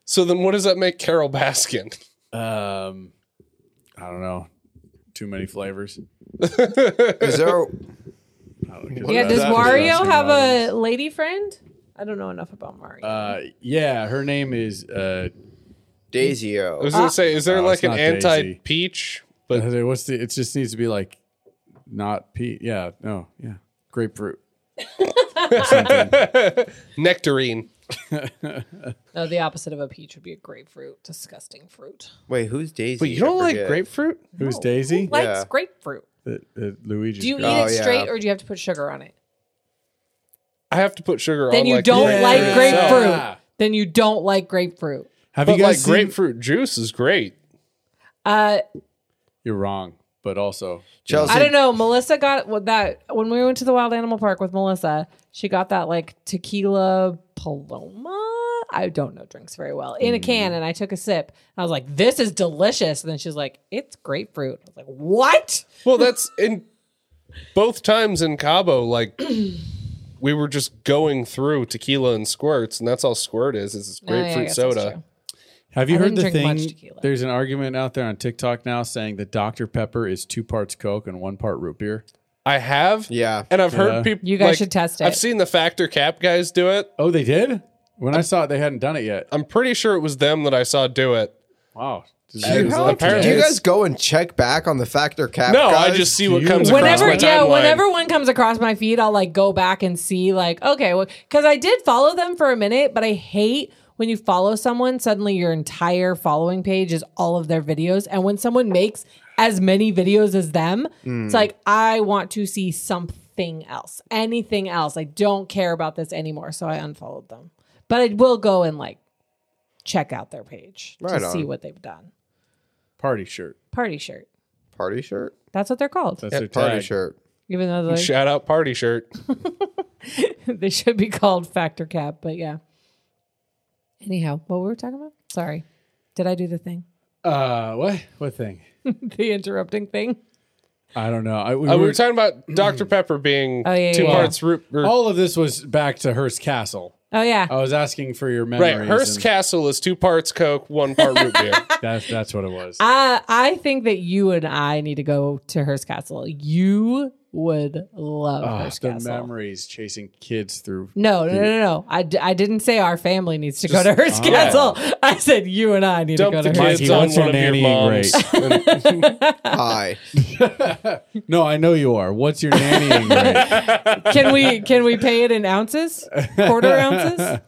So then, what does that make Carol Baskin? [LAUGHS] um, I don't know. Too many flavors. Is there? yeah, about does that? Wario Baskin have Robbins. a lady friend? I don't know enough about Mario. Uh, yeah, her name is. Uh, I Daisyo. was gonna say, is there Ah. no, like it's an not anti Daisy. Uh-huh. peach? but what's the? It just needs to be like, not Pete. Yeah, no, yeah, grapefruit. Nectarine. no, the opposite of a peach would be a grapefruit. Disgusting fruit. Wait, who's Daisy? But you don't I like forget. grapefruit? Who's Daisy? Who likes Yeah. grapefruit? The- the Luigi's Oh, Do you eat girl. Oh, it yeah. straight or do you have to put sugar on it? I have to put sugar on. Then you Oh, like, don't grapefruit like Yeah. itself. grapefruit. Yeah. Then you don't like grapefruit. Have But you like guys seen- grapefruit juice is great. Uh, You're wrong, but also Chelsea. I don't know. Melissa got what that when we went to the wild animal park with Melissa. She got that like tequila paloma. I don't know drinks very well in a can, and I took a sip. I was like, "This is delicious." And then she's like, "It's grapefruit." I was like, "What?" Well, that's in both times in Cabo. [CLEARS THROAT] Like we were just going through tequila and squirts, and that's all squirt is. Is it's Oh, yeah, I grapefruit guess that's soda. true. Have you I heard didn't the drink thing? much tequila. There's an argument out there on TikTok now saying that Dr Pepper is two parts Coke and one part root beer. I have. Yeah. And I've heard Yeah. people. You guys like, should test I've it. seen the Factor Cap guys do it. Oh, they did. When I saw it, they hadn't done it yet. I'm pretty sure it was them that I saw do it. Wow. Do you, That is lucky. apparently- do you guys go and check back on the factor cap? No, I guys? just see what comes across Whenever my yeah, timeline. whenever one comes across my feed, I'll like go back and see like, okay, well, because I did follow them for a minute, but I hate when you follow someone suddenly your entire following page is all of their videos, and when someone makes as many videos as them, it's like I want to see something else, anything else. I don't care about this anymore, so I unfollowed them. But I will go and like check out their page Right to on. see what they've done. Party shirt. Party shirt. party shirt. That's what they're called. That's Yeah, their Party tag. [LAUGHS] shirt. Even though they're Shout out party shirt. they should be called factor cap, but yeah. Anyhow, what were we talking about? Sorry. Did I do the thing? Uh, what? What thing? the interrupting thing? I don't know. I, we Uh, we were- were talking about Dr. Pepper being Mm-hmm. Oh, yeah, two yeah, parts root. or- all of this was back to Hearst Castle. Oh yeah. I was asking for your memories. right. Hearst and Castle is two parts Coke, one part root [LAUGHS] beer. That's that's what it was. I Uh, I think that you and I need to go to Hearst Castle. You would love Ah, Hearst the Castle. memories chasing kids through. No, no, no, no, no. I, d- I didn't say our family needs to go to Hearst Ah. Castle. I said you and I need Dump to go the to kids Hearst. Mikey, on what's your one of your nanny moms. And- Hi. [LAUGHS] No, I know you are. What's your nannying [LAUGHS] rate? Can we can we pay it in ounces? Quarter ounces?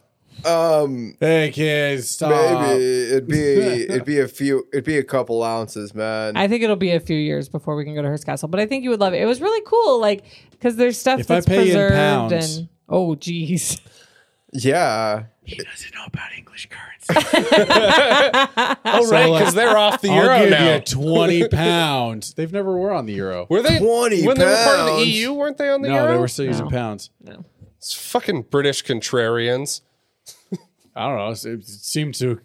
Um, Hey kids, stop. maybe it'd be [LAUGHS] it'd be a few it'd be a couple ounces, man. I think it'll be a few years before we can go to Hearst Castle, but I think you would love it. It was really cool, like because there's stuff If I that's pay in preserved pounds. and oh geez. [LAUGHS] yeah. Oh, right, because they're off the I'll euro give now. you [LAUGHS] twenty pounds. They've never were on the euro. were they 20 when they were part of the pounds. EU? Weren't they on the no, euro? they were still using No. pounds. It's fucking British contrarians. I don't know. It, it seemed to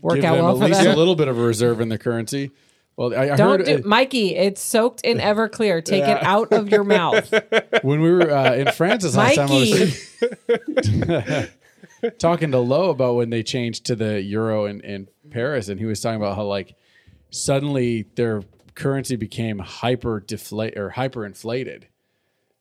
Work give out them well at for least them. a little bit of a reserve in the currency. Well, I, I Don't heard do uh, Mikey, it's soaked [LAUGHS] in Everclear. Take it out of your mouth. when we were uh, in France this last time, I Mikey. was [LAUGHS] talking to Lo about when they changed to the euro in, in Paris, and he was talking about how like suddenly their currency became hyper deflate or hyper inflated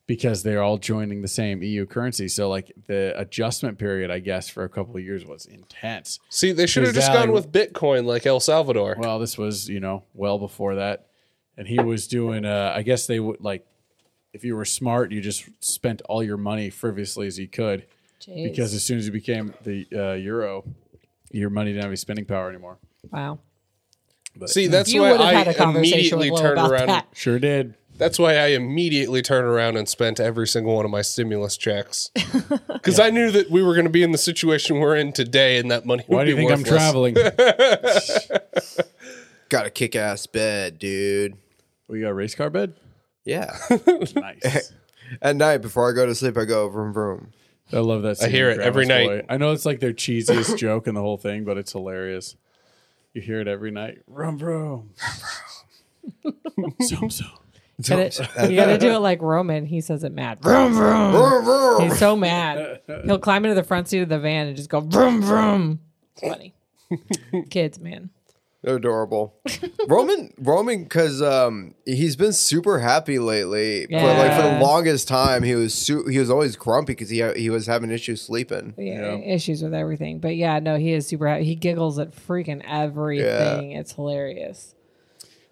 because they're all joining the same EU currency. So like the adjustment period, I guess, for a couple of years was intense. See, they should have just Exactly. gone with Bitcoin like El Salvador. Well, this was you know well before that, and he was doing. Uh, I guess they would like if you were smart, you just spent all your money frivolously as you could because as soon as you became the uh, euro, your money didn't have any spending power anymore. wow. See, that's mm. You why would have had I a conversation immediately with Will turned about around. that. Sure did. That's why I immediately turned around and spent every single one of my stimulus checks because I knew that we were going to be in the situation we're in today, and that money. Why would do you be think I'm worthless. [LAUGHS] traveling? Got a kick ass bed, dude. we got a race car bed. Yeah. [LAUGHS] Nice. At night before I go to sleep, I go vroom vroom. I love that. Scene hear in it every Grandma's night. Boy. I know it's like their cheesiest [LAUGHS] joke in the whole thing, but it's hilarious. You hear it every night. Rum, bro. [LAUGHS] Zoom, zoom. [LAUGHS] Gotta- [LAUGHS] you gotta do it like Roman. He says it mad. Vroom, Vroom vroom. He's so mad. He'll climb into the front seat of the van and just go vroom vroom. [LAUGHS] It's funny. Kids, man. They're adorable. [LAUGHS] Roman Roman cuz um he's been super happy lately. But like for Yeah. the longest time he was su- he was always grumpy cuz he ha- he was having issues [LAUGHS] sleeping. Yeah, issues with everything. But yeah, no, he is super happy. He giggles at freaking everything. It's hilarious.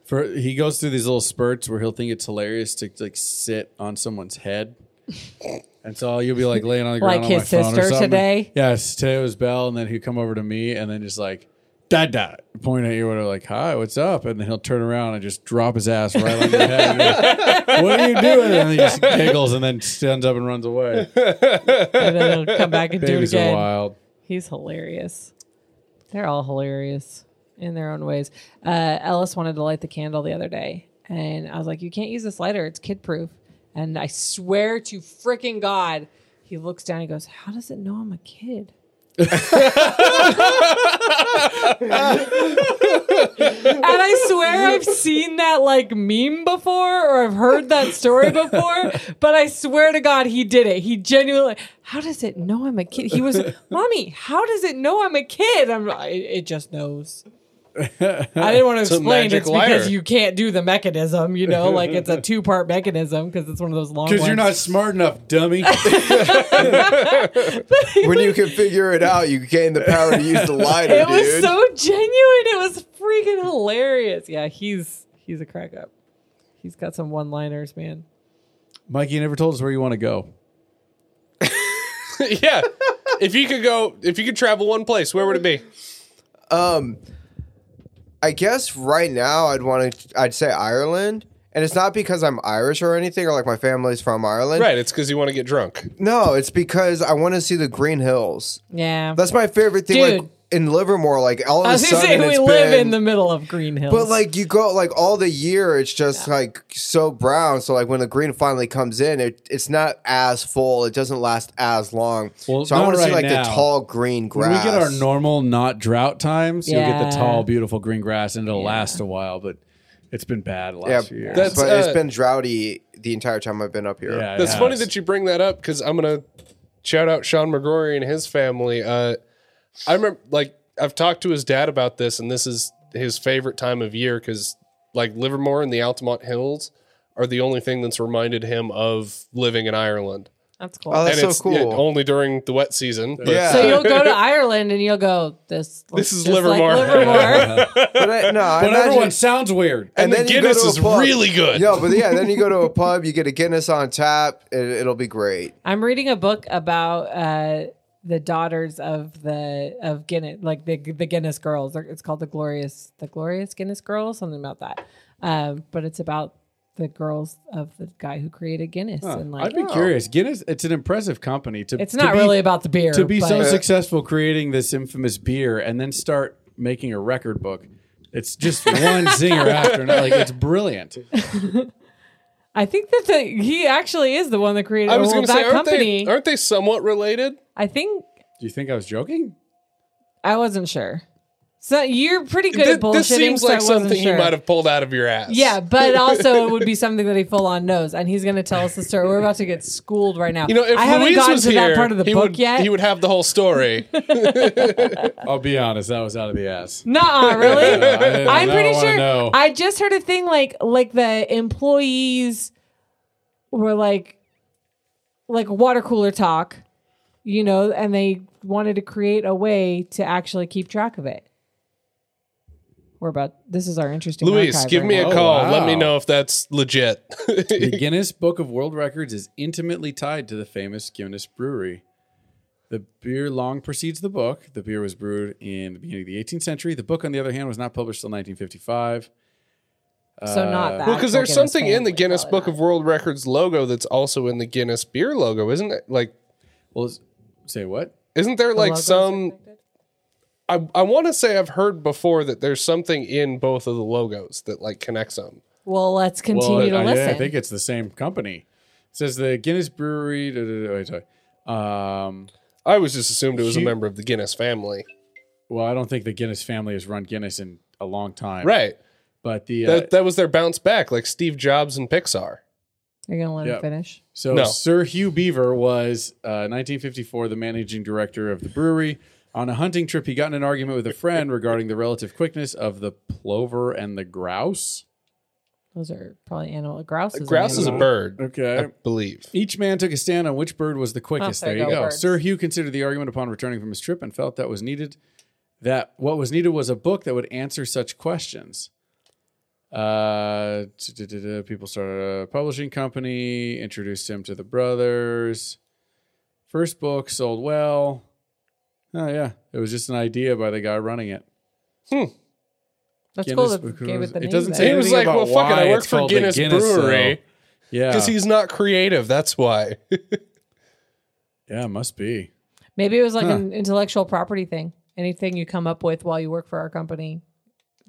For he goes through these little spurts where he'll think it's hilarious to like sit on someone's [LAUGHS] head. And so you'll be like laying on the ground, Like on my his phone or sister something. today? Yes, today was Bell, and then he'd come over to me, and then just like da da, point at you, and like, "Hi, what's up?" And then he'll turn around and just drop his ass right on your head. And you're [LAUGHS] like, what are you doing? And he just giggles, and then stands up and runs [LAUGHS] away. And then he'll come back and do it Babies are again. wild. He's hilarious. They're all hilarious in their own ways. Uh, Ellis wanted to light the candle the other day, and I was like, "You can't use this lighter; it's kid proof." And I swear to freaking God, he looks down. He goes, "How does it know I'm a kid?" and I swear I've seen that like meme before, or I've heard that story before. But I swear to God, he did it. He genuinely. How does it know I'm a kid? He was, mommy. How does it know I'm a kid? I'm. It, it just knows. I didn't want to a explain. magic It's lighter. because you can't do the mechanism. You know, like it's a two part mechanism because it's one of those long. Because you're [LAUGHS] ones. not smart enough, dummy. when you can figure it out, you gain the power to use the lighter, [LAUGHS] It dude. was so genuine. It was freaking hilarious. Yeah, he's he's a crack up. He's got some one liners, man. [LAUGHS] Mikey you never told us where you want to go. [LAUGHS] yeah. If you could go, if you could travel one place, where would it be? Um, I guess right now I'd want to. I'd say Ireland, and it's not because I'm Irish or anything, or like my family's from Ireland. Right. It's because you want to get drunk. No, it's because I want to see the Green Hills. Yeah. That's my favorite thing. Like Dude. in Livermore, like all of I a was gonna sudden say we it's live been- in the middle of Green Hills. But like you go like all the year, it's just like so brown. So like when the green finally comes in, it, it's not as full. It doesn't last as long. Well, so I not want to see right like now. the tall green When grass. we get our normal, not drought times, you'll get the Yeah. tall, beautiful green grass, and it'll last a while. But It's been bad the last Yeah, few years. That's, but uh, it's been droughty the entire time I've been up here. Yeah, it That's funny has. that you bring that up because I'm gonna shout out Sean McGrory and his family. Uh, I remember, like, I've talked to his dad about this, and this is his favorite time of year because, like, Livermore and the Altamont Hills are the only thing that's reminded him of living in Ireland. That's cool. Oh, that's and so it's cool. yeah, only during the wet season. But Yeah. so you'll go to Ireland and you'll go. This This is just like Livermore. [LAUGHS] Livermore. [LAUGHS] But I, no, [LAUGHS] I But imagine- everyone sounds weird. and, the then you go Guinness to a is pub. really good. No, but yeah, then you go to a pub, you get a Guinness on tap, and it'll be great. I'm reading a book about uh, the daughters of the of Guinness, like the the Guinness girls. They're- It's called the glorious the glorious Guinness girls, something about that. Um, but it's about the girls of the guy who created Guinness, and like I'd be curious. Guinness, it's an impressive company. To it's to not be- really about the beer. to be so but- successful creating this infamous beer and then start making a record book. It's [LAUGHS] just one singer after another. Like it's brilliant. I think that the, he actually is the one that created I was well, going to that say, aren't company. they, aren't they somewhat related? I think Do you think I was joking? I wasn't sure. So you're pretty good Th- at bullshitting. this seems so I like wasn't something sure. you might have pulled out of your ass. [LAUGHS] Yeah, but also it would be something that he full on knows, and he's going to tell us the story. We're about to get schooled right now. You know, if I haven't Louise gotten was to here, that part of the he book would, yet. He would have the whole [LAUGHS] story. I'll be honest. That was out of the ass. Nuh-uh, [LAUGHS] really? I don't- I [LAUGHS] I'm don't pretty wanna sure. know. I just heard a thing like like the employees were like like water cooler talk, you know, and they wanted to create a way to actually keep track of it. We're about this is our interesting. Luis, archive give right me now. a now. call. Oh, wow. Let me know if that's legit. [LAUGHS] The Guinness Book of World Records is intimately tied to the famous Guinness Brewery. The beer long precedes the book. The beer was brewed in the beginning of the 18th century. The book, on the other hand, was not published till 1955. so not that Uh, well, because there's Guinness something in the family, Guinness probably Book not. of World Records logo that's also in the Guinness beer logo, isn't it? Like, Well, s- say what? isn't there logo like is some? I I want to say I've heard before that there's something in both of the logos that like connects them. Well, let's Well, continue I- to I, listen. I think it's the same company. It says the Guinness Brewery. da- da- da- wait, sorry. Um, I was just assumed it was a You- member of the Guinness family, well, I don't think the Guinness family has run Guinness in a long time. right? But the uh, That that was their bounce back, like Steve Jobs and Pixar. You're gonna let Yeah. him finish. So No. Sir Hugh Beaver was uh, 1954 the managing director of the brewery. On a hunting trip, he got in an argument with a friend regarding the relative quickness of the plover and the grouse. Those are probably animal grouse. Is an Grouse is a animal. bird, I Okay. believe. Each man took a stand on which bird was the quickest. Oh, there there you you go, go. birds. Sir Hugh considered the argument upon returning from his trip and felt that was needed. That what was needed was a book that would answer such questions. Uh, t- t- t- t- people started a publishing company, introduced him to the brothers. First book sold well. Oh yeah, it was just an idea by the guy running it. That's Guinness cool. That Book gave was- it the name. it doesn't though. say He was anything like, about "Well, fuck it, I why work it's for called the Guinness though." Brewery. [LAUGHS] Yeah, Because he's not creative. That's why. yeah, it must be. Maybe it was like an intellectual property thing. Anything you come up with while you work for our company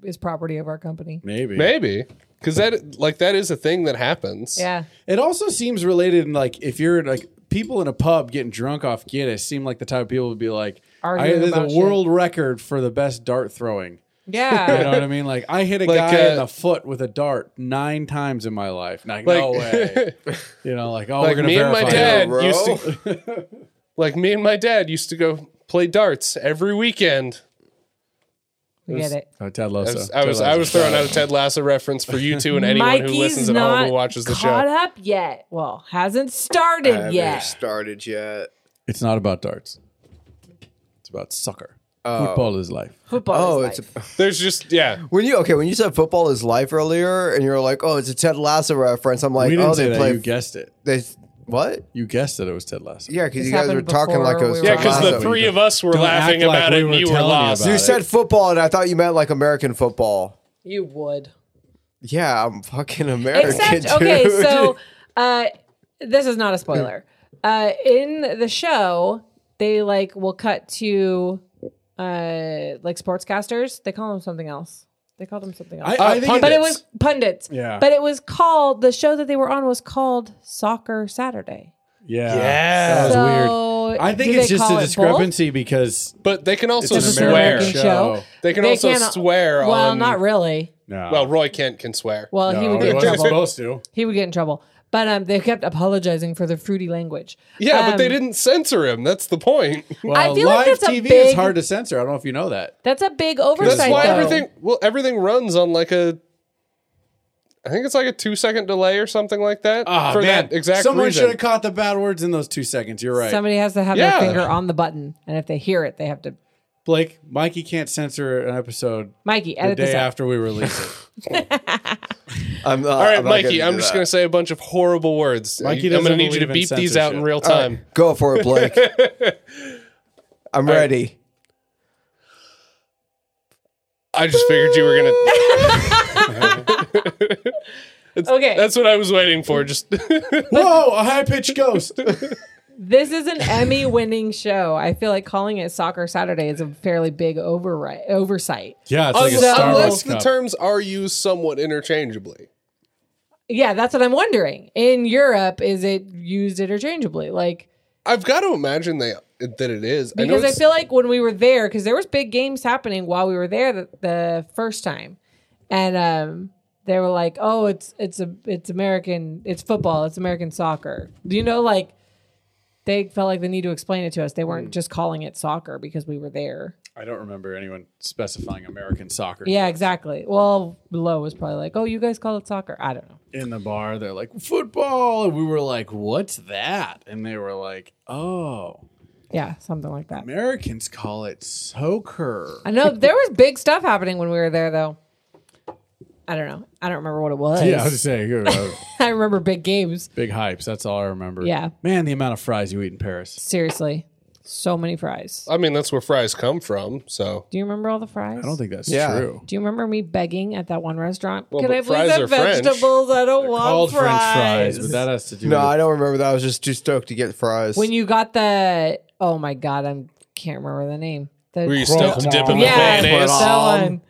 is property of our company. Maybe. Maybe because that like that is a thing that happens. [LAUGHS] Yeah. It also seems related, in like if you're like people in a pub getting drunk off Guinness, seem like the type of people would be like, Arguing "I about the shit. world record for the best dart throwing." You know Yeah. what I mean? Like I hit a Like, guy uh, in the foot with a dart nine times in my life. Like, [LAUGHS] Like, no way. you know, like oh, we're like gonna me and my verify dad that. bro. used to. [LAUGHS] like me and my dad used to go play darts every weekend. we get it. Oh, Ted Lasso. I was Ted I was, Lasso. I was throwing out a Ted Lasso reference for you two and anyone who listens Mikey's at home not who watches the show. caught up yet. Well, hasn't started haven't yet. started yet. It's not about darts. It's about soccer. Oh. Football is life. Football. Oh, Oh, it's [LAUGHS] There's just yeah. when you okay when you said football is life earlier, and you're like, oh, it's a Ted Lasso reference. I'm like, we didn't oh, say they that. play You guessed it. they what? You guessed that it was Ted Lasso. Yeah, because This you guys were happened talking like it before was we Yeah, were Ted because the Lasso. three three of us were Don't laughing act like about we it and were you were telling you lost. about you it. said football, and I thought you meant like American football. you would. Yeah, I'm fucking American. Except, dude. [LAUGHS] okay, so uh, this is not a spoiler. Uh, in the show, they like will cut to uh, like sportscasters. They call them something else. They called them something I, else. Uh, I think but it it's- was pundits. Yeah. But it was called the show that they were on was called Soccer Saturday. yeah. Yeah. That was weird. so I think do it's they just call a it discrepancy because But they can It's also an both? It's swear. American show. show. They can They also can't- swear Well, on not really. No. Well, Roy Kent can swear. Well, no, he would get in wasn't trouble. supposed to. He would get in trouble. But um, they kept apologizing for their fruity language. yeah, but they Um, didn't censor him. That's the point. Well, feel live like that's a TV is big- hard to censor. I don't know if you know that. That's a big That's oversight. why though. everything well everything runs on like a I think it's like a two second delay or something like that. Ah, for man. that exact Someone reason. should have caught the bad words in those two seconds. You're right. Somebody has to have Yeah. their finger on the button, and if they hear it, they have to. Blake, Mikey can't censor an episode Mikey, the edit day this out. after we release [LAUGHS] it. [LAUGHS] I'm, uh, All right, I'm not Mikey, gonna I'm do just that. going to say a bunch of horrible words. Mikey I'm doesn't going to need you believe to in beat these out in censorship. real time. Go for [LAUGHS] it, Blake. I'm ready. I just figured you were going to. Okay, That's what I was waiting for. Just [LAUGHS] Whoa, a high pitched [LAUGHS] ghost. this is an Emmy-winning show. I feel like calling it Soccer Saturday is a fairly big overri- oversight. Yeah, it's like a unless, Star Wars unless the cup. terms are used somewhat interchangeably. Yeah, that's what I'm wondering. In Europe, is it used interchangeably? Like I've got to imagine they, that it is. I know because I, it's- feel like when we were there, because there was big games happening while we were there the, the first time, and um, they were like, "Oh, it's it's a it's American, it's football, it's American soccer." You know, like they felt like the need to explain it to us. They Mm. weren't just calling it soccer because we were there. I don't remember anyone specifying American soccer. Yeah, exactly. Well, Lo was probably like, "Oh, you guys call it soccer?" I don't know. In the bar, they're like, football. And we were like, what's that? And they were like, oh, Yeah, something like that. Americans call it soccer. I know there was big stuff happening when we were there, though. I don't know. I don't remember what it was. [LAUGHS] Yeah, I was saying, you know, I remember big games. uh, [LAUGHS] big hypes. That's all I remember. Yeah. Man, the amount of fries you eat in Paris. Seriously, so many fries. I mean, that's where fries come from. So, Do you remember all the fries? I don't think that's Yeah. true. Do you remember me begging at that one restaurant? Well, Can but I please fries are have French. vegetables? I don't want Called fries. French fries, but that has to do No, I with don't remember that. I was just too stoked to get fries. when you got the oh my god, I can't remember the name. The were you stuck to dip in the yeah, mayonnaise? that Um, one.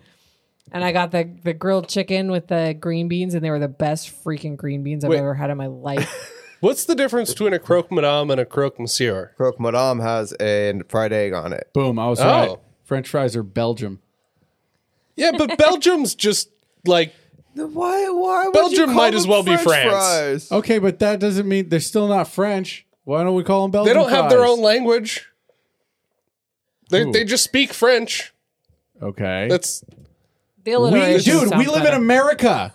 And I got the the grilled chicken with the green beans, and they were the best freaking green beans I've Wait. ever had in my life. What's the difference between a croque madame and a croque monsieur? Croque Madame has a fried egg on it. boom. I was Oh. right. French fries are Belgium. Yeah, but Belgium's just like Why? Why? Would Belgium might as well be France. Fries? Okay, but that doesn't mean they're still not French. Why don't we call them they Belgian? don't have their fries? own language. They Ooh. they just speak French. Okay, That's The we, alliteration dude. We sounds live in better. [LAUGHS] America.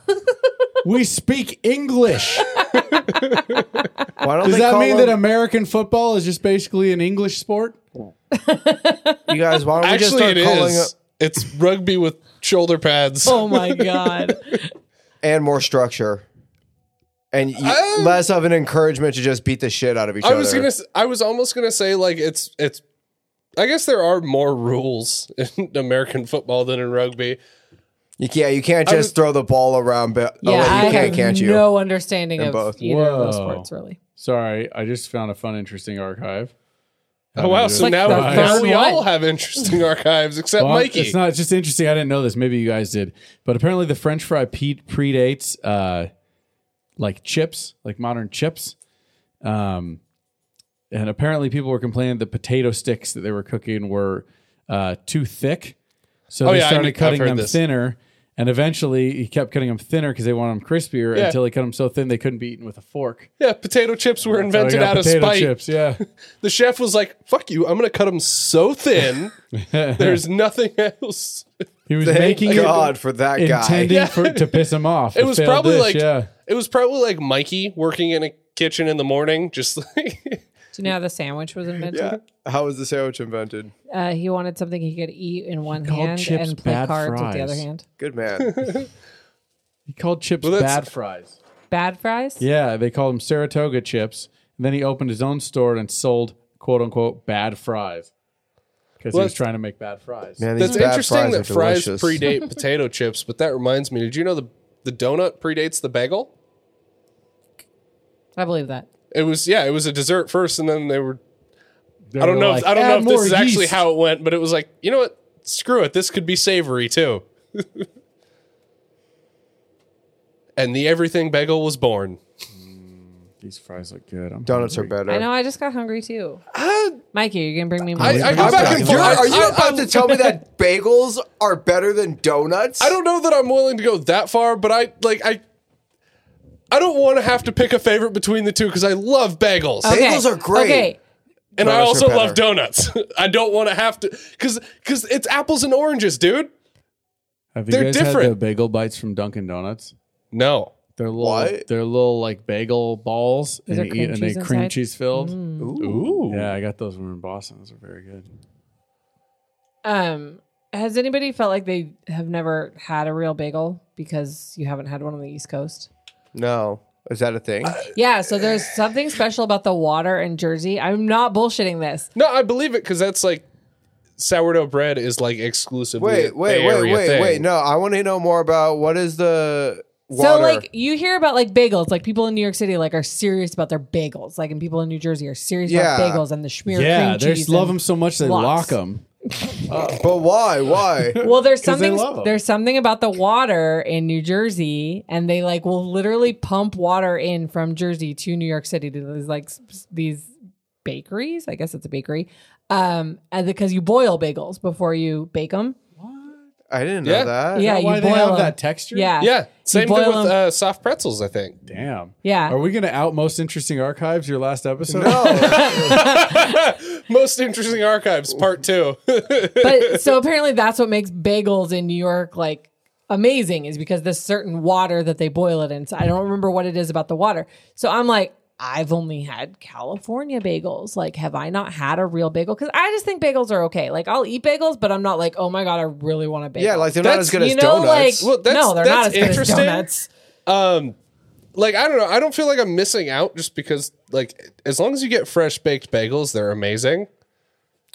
we speak [LAUGHS] English. Oh, Why don't Does they that call mean them- that American football is just basically an English sport? you guys? Why don't we just actually start it calling is. it It's rugby with shoulder pads. Oh my [LAUGHS] god! Oh, and more structure and you, Um, less of an encouragement to just beat the shit out of each I other? was gonna. s- I was almost gonna say like it's it's. I guess there are more rules [LAUGHS] in American football than in rugby. You can't. You can't I just was- throw the ball around. But Yeah, oh, wait, I you can, have can't you? no understanding of both. either of those Whoa. sports really. Sorry, I just found a fun, interesting archive. Oh wow! So Like now, the now third we all one. have interesting [LAUGHS] archives except Well, Mikey. It's not. It's just interesting. I didn't know this. Maybe you guys did. But apparently, the French fry pe- predates uh, like chips, like modern chips. Um, and apparently, people were complaining the potato sticks that they were cooking were uh, too thick, so Oh, they yeah, I knew- started I've cutting heard them this. thinner. And eventually, he kept cutting them thinner because they wanted them crispier Yeah. until he cut them so thin they couldn't be eaten with a fork. yeah, potato chips were So they invented got out of potato spite. chips, yeah. The chef was like, "Fuck you! I'm gonna cut them [LAUGHS] so thin. there's nothing else." He was [LAUGHS] Thank making God it for that guy. intending for, to piss him off. [LAUGHS] It A was failed probably dish, like yeah. it was probably like Mikey working in a kitchen in the morning, just like Do you know how the sandwich was invented? Yeah. How was the sandwich invented? Uh, he wanted something he could eat in one Called hand chips and play bad cards with the other fries. hand. [LAUGHS] Good man. He called chips Well, that's- bad fries. Bad fries? Yeah, they called them Saratoga chips. And then he opened his own store and sold quote unquote bad fries because Well, he was that's- trying to make bad fries. Man, [LAUGHS] these that's bad interesting fries that are fries delicious. [LAUGHS] predate potato chips. But that reminds me, did you know the the donut predates the bagel? I believe that. It was yeah, it was a dessert first, and then they were. They I don't were know. like, if, I don't "Add know if this more is actually yeast." how it went, but it was like you know what? Screw it. This could be savory too. [LAUGHS] and the everything bagel was born. These fries look good. I'm Donuts are hungry. better. I know. I just got hungry too. Mikey, you're gonna bring me. more? I- I- You're I'm about back to- and you're- forth. are you I- about to tell [LAUGHS] me that bagels are better than donuts? I don't know that I'm willing to go that far, but I like I. I don't want to have to pick a favorite between the two because I love bagels bagels are great. Okay, and I Donuts are also love better. donuts. [LAUGHS] I don't want to have to because because it's apples and oranges, dude. Have you They're guys had the different. bagel bites from Dunkin' Donuts? No, They're little, What? they're little like bagel balls, and there they, cream eat, and they cheese cream inside? cheese filled. Mm. ooh, Yeah, I got those when we were in Boston. Those are very good. Um, has anybody felt like they have never had a real bagel because you haven't had one on the East Coast? No. Is that a thing? Uh, Yeah, so there's something special about the water in Jersey. I'm not bullshitting this. no, I believe it because that's like sourdough bread is like exclusively Wait, Bay wait, wait, Area wait, thing. wait. No, I want to know more about what is the water. So like you hear about like bagels, like people in New York City like are serious about their bagels, like and people in New Jersey are serious Yeah. about bagels and the schmear Yeah, cream they cheese. just love and- them so much they lock lots. them. but why? [LAUGHS] Why? Well, there's 'Cause they something love 'em. there's something about the water in New Jersey, and they like will literally pump water in from Jersey to New York City to these like s- s- these bakeries. I guess it's a bakery, um, and because you boil bagels before you bake them. I didn't know Yeah. that. Yeah, why you they boil have 'em. that texture? Yeah, Yeah, same thing boil with 'em. uh, soft pretzels. I think. Damn. Yeah. Are we going to out most interesting archives your last episode? [LAUGHS] No. Most interesting archives, part two. [LAUGHS] but so apparently that's what makes bagels in New York like amazing is because this certain water that they boil it in. So I don't remember what it is about the water. So I'm like, I've only had California bagels. Like, have I not had a real bagel? Because I just think bagels are okay. Like, I'll eat bagels, but I'm not like, oh my god, I really want a bagel. yeah, like they're not That's- as good as you know, donuts. like Well, that's- no, they're that's not as good as interesting. donuts. um, like I don't know. I don't feel like I'm missing out just because like as long as you get fresh baked bagels, they're amazing.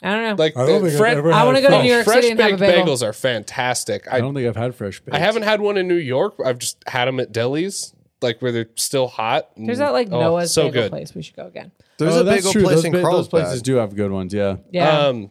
I don't know. Like I don't the think I've fre- ever I had wanna go to fresh- New York fresh City and have a baked bagel. bagels are fantastic. I I don't think I've had fresh baked. I haven't had one in New York. I've just had them at delis, like where they're still hot. and- there's that like oh, Noah's so bagel good. place. We should go again. There's Oh, a that's bagel true. place those, in ba- those Carlsbad. places do have good ones. Yeah. Yeah, Um,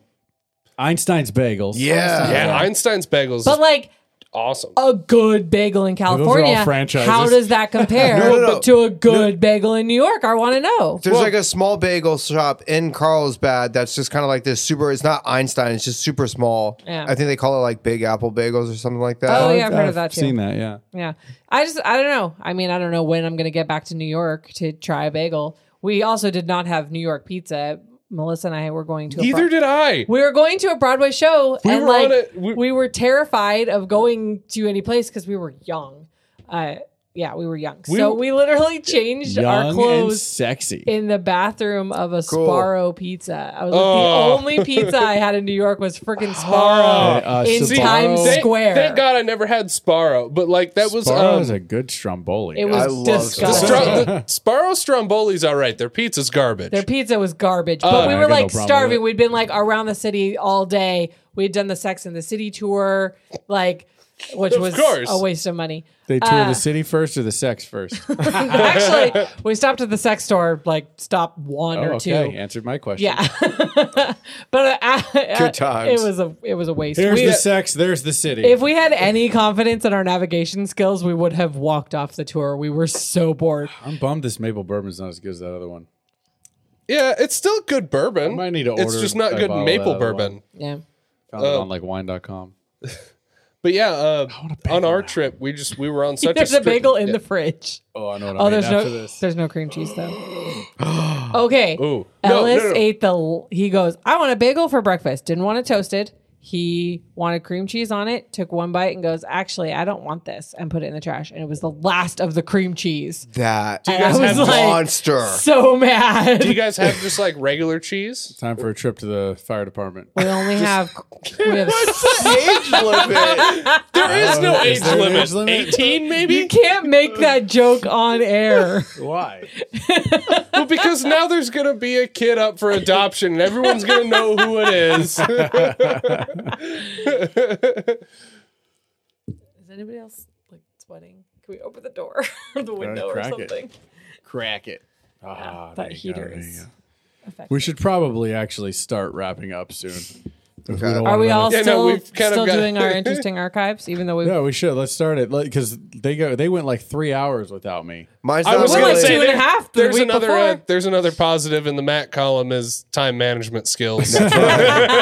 Einstein's Bagels. yeah. yeah, Einstein's bagels but is like awesome. a good bagel in all California. franchises. How does that compare No, no, no. to a good bagel in New York? I want to know. There's like a small bagel shop in Carlsbad that's just kind of like this super. It's not Einstein. It's just super small. Yeah. I think they call it like Big Apple Bagels or something like that. Oh, yeah, I've heard of that too. Seen that, yeah. Yeah. I just, I don't know. I mean, I don't know when I'm going to get back to New York to try a bagel. We also did not have New York pizza. Melissa and I were going to a Neither Broad- did I. we were going to a Broadway show and were like on it- we, we- were terrified of going to any place because we were young. Uh, yeah, we were young. so we literally changed our Young and clothes sexy. in the bathroom of a Cool. Sparrow pizza. I was like, Oh. the only pizza I had in New York was freaking Uh, Sparrow uh, in See, Times Sbarro- Thank- Square. Thank God I never had Sparrow, but like that was Sbarro um, is a good Stromboli. It was I love Sbarro. disgusting. Stro- the- Sparrow Stromboli's all right. Their pizza's garbage. Their pizza was garbage, but Oh, we I were got no like problem with starving. it. We'd been like around the city all day. We had done the Sex and the City tour, like, which Of was course. a waste [LAUGHS] of money. they tour uh, the city first or the sex first? [LAUGHS] Actually, we stopped at the sex store, like stop one Oh, or two. okay. Answered my question. Yeah, [LAUGHS] but uh, Good times. It was a it was a waste. Here's We- the sex, there's the city. If we had any confidence in our navigation skills, we would have walked off the tour. We were so bored. I'm bummed this maple bourbon's not as good as that other one. yeah, it's still good bourbon. might need to It's order just not a good bottle of maple that other bourbon. one. Yeah. Found Oh. it on like wine.com. But yeah, uh, on our trip, we just we [LAUGHS] were on such [LAUGHS] There's a, a strict- bagel in Yeah. the fridge. Oh, I know what I Oh, mean. there's After no this. there's no cream cheese though. [GASPS] okay. Ooh. No, Ellis no, no. ate the l- he goes, "I want a bagel for breakfast. Didn't want it toasted. He wanted cream cheese on it. Took one bite and goes, "Actually, I don't want this." And put it in the trash. And it was the last of the cream cheese. That I was is a like- monster. So [LAUGHS] mad. Do you [LAUGHS] guys have just like regular cheese? Time for a trip to the fire department. we [LAUGHS] only have we have [LAUGHS] Age limit. There is no age Uh, there an limit. age limit? Eighteen, You maybe. can't make that joke on air. Why? well, because now there's gonna be a kid up for adoption, and everyone's gonna know who it [LAUGHS] is. Is anybody else like sweating? Can we open the door [LAUGHS] or the window or crack it. something? Crack it. Ah, That there you go, heater there you is go. We should probably actually start wrapping up soon. if Okay. don't Are wanna we know. all Yeah, no, still we've kind of still got- doing our interesting archives, even though we Yeah, we should. Let's start it because they go. They went like three hours without me. Mine's I not was We're gonna like say two and a there- half [LAUGHS] the There's week another. before. Uh, there's another positive in the Matt column is time management skills. uh, [LAUGHS] Except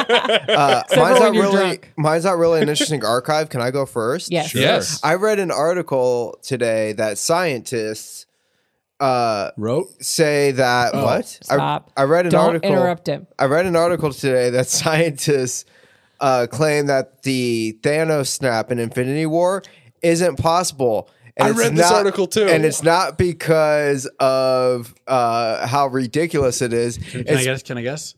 mine's for not when you're really drunk. mine's not [LAUGHS] really an interesting archive. Can I go first? Yes. [LAUGHS] Sure. yes. I read an article today that scientists uh, Wrote. say that what? Oh, Stop. I, I read an Don't article. interrupt him. I read an article today that [LAUGHS] scientists uh, claim that the Thanos snap in Infinity War isn't possible. And I it's read this article too. and it's not because of uh, how ridiculous it is. Can I It's, guess? Can I guess?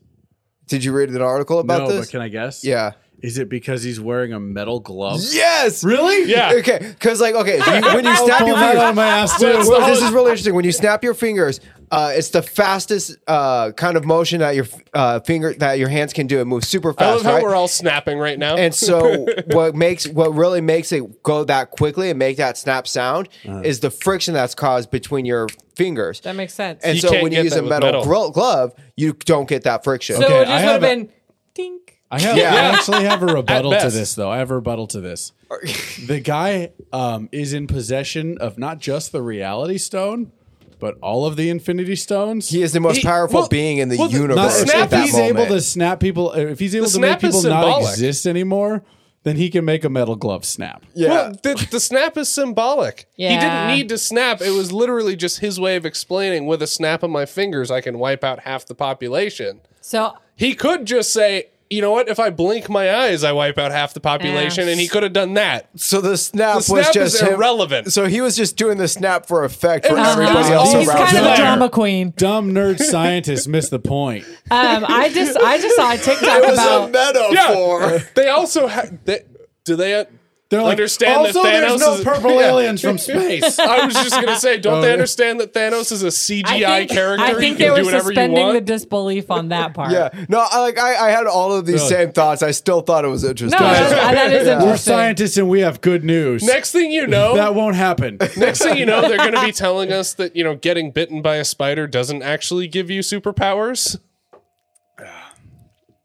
did you read an article about No, this? but can I guess? yeah. Is it because he's wearing a metal glove? Yes. Really? Yeah. Okay, because like okay, so you- [LAUGHS] when you Oh, snap Pull your that out of fingers, my ass well, too. well, this is really interesting. When you snap your fingers, uh, it's the fastest uh, kind of motion that your uh, finger that your hands can do. It moves super fast. I love how right? we're all snapping right now. [LAUGHS] And so what makes what really makes it go that quickly and make that snap sound Uh-huh. is the friction that's caused between your fingers. That makes sense. And You so can't when you get use that a with metal, metal. glo- glove, you don't get that friction. so Okay, it I just would have have a- been dink. I have. Yeah. I actually have a rebuttal [LAUGHS] At to best. this, though. I have a rebuttal to [LAUGHS] this. The guy um, is in possession of not just the Reality Stone, but all of the Infinity Stones. He is the most He- powerful well, being in the well, the- Not- universe if snap at that he's moment. able to snap people, if he's able to make snap is people not symbolic. exist anymore, then he can make a metal glove snap. yeah. Well, the, the snap is symbolic. He Yeah. didn't need to snap. It was literally just his way of explaining with a snap of my fingers, I can wipe out half the population. So um, He could just say, you know what? If I blink my eyes, I wipe out half the population, Yeah. and he could have done that. so the snap, The snap was just is him- irrelevant. So he was just doing the snap for effect for It was- it everybody was else all- he's around. kind him. of a Liar. drama queen. Dumb [LAUGHS] nerd scientists miss the point. Um, I just I just saw a TikTok It was a about metaphor. [LAUGHS] they also ha- they, do they uh, They're like, understand also, that Thanos there's no is purple [LAUGHS] Yeah. aliens from [LAUGHS] space. I was just gonna say, don't Oh, they yeah. understand that Thanos is a CGI character? I he think they can were do whatever you suspending the want. disbelief on that [LAUGHS] part. Yeah. No, I like I, I had all of these Really? same thoughts. I still thought it was No, interesting. [LAUGHS] that's, that is We're interesting. scientists and we have good news. Next thing you know, that won't happen. [LAUGHS] Next thing you know, they're going to be telling us that you know getting bitten by a spider doesn't actually give you superpowers.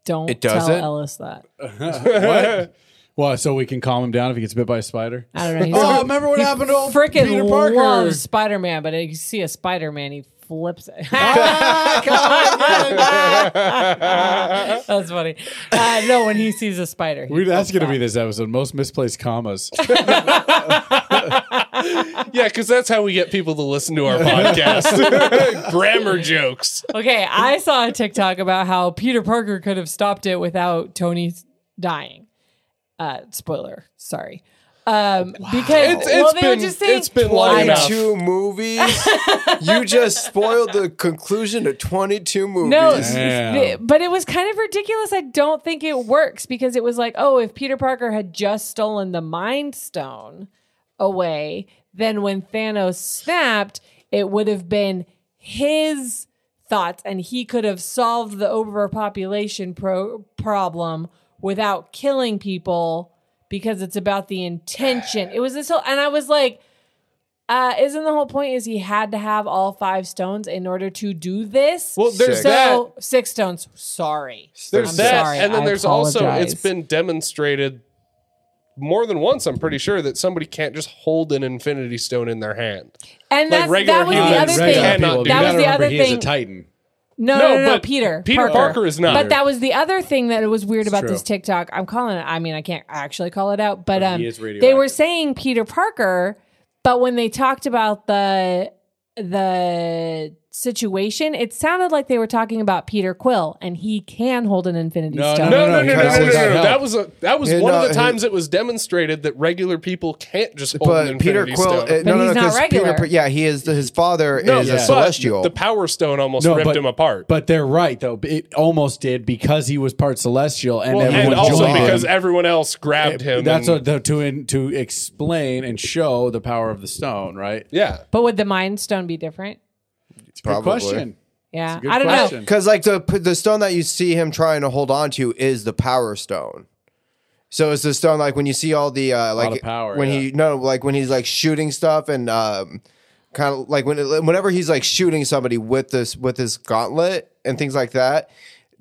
Don't It tell doesn't? Ellis that. what? Well, so we can calm him down if he gets bit by a spider. I don't know. He's Oh, remember what happened to old freaking Peter Parker? loves Spider Man, but if you see a Spider Man, he flips it. Ah, [LAUGHS] That's funny. Uh, no, when he sees a spider, he We, that's flips going to be out. this episode. Most misplaced commas. Yeah, because that's how we get people to listen to our podcast. [LAUGHS] Grammar jokes. okay. I saw a TikTok about how Peter Parker could have stopped it without Tony dying. Uh, spoiler, sorry. Um, It's- because well, it's they were been- just saying it's been long I- enough. 22 movies. you just spoiled the conclusion to 22 movies. No, s- Damn. th- but it was kind of ridiculous. I don't think it works because it was like, oh, if Peter Parker had just stolen the Mind Stone away, then when Thanos snapped, it would have been his thoughts and he could have solved the overpopulation pro- problem without killing people because it's about the intention. It was this whole, and I was like, uh, isn't the whole point is he had to have all five stones in order to do this? Well, there's Six. that. So six stones. Sorry. There's I'm that, sorry, and then I there's also apologize. it's been demonstrated more than once. I'm pretty sure that somebody can't just hold an Infinity Stone in their hand. And Like that's, regular that was humans the other regular thing. people do. That was You the other thing. titan. No, no, No, no, no, but Peter. Peter Parker is not. But that was the other thing that was weird about true. this TikTok. I'm calling it. I mean, I can't actually call it out, but um, he is they were radioactive. saying Peter Parker, but when they talked about the the situation, it sounded like they were talking about Peter Quill, and he can hold an Infinity No, Stone. No, no, no, no, no, no, no, no, no, no. no. That was a that was Yeah, one no, of the he- times it was demonstrated that regular people can't just hold an But Peter Infinity Quill, Stone. uh, no, no, he's no, not 'cause Peter, regular. Par- yeah, he is. His father is yeah. a but celestial. The Power Stone almost ripped him apart. But they're right though. It almost did because he was part celestial, and Well, everyone and also joined because him. everyone else grabbed him. That's and- what, the, to in, to explain and show the power of the stone, right? yeah. But would the Mind Stone be different? Good question. Yeah, good I don't know. question. Because like the the stone that you see him trying to hold on to is the power stone. So it's the stone like when you see all the uh, like of power, when yeah. he no like when he's like shooting stuff and um kind of like when whenever he's like shooting somebody with this with his gauntlet and things like that.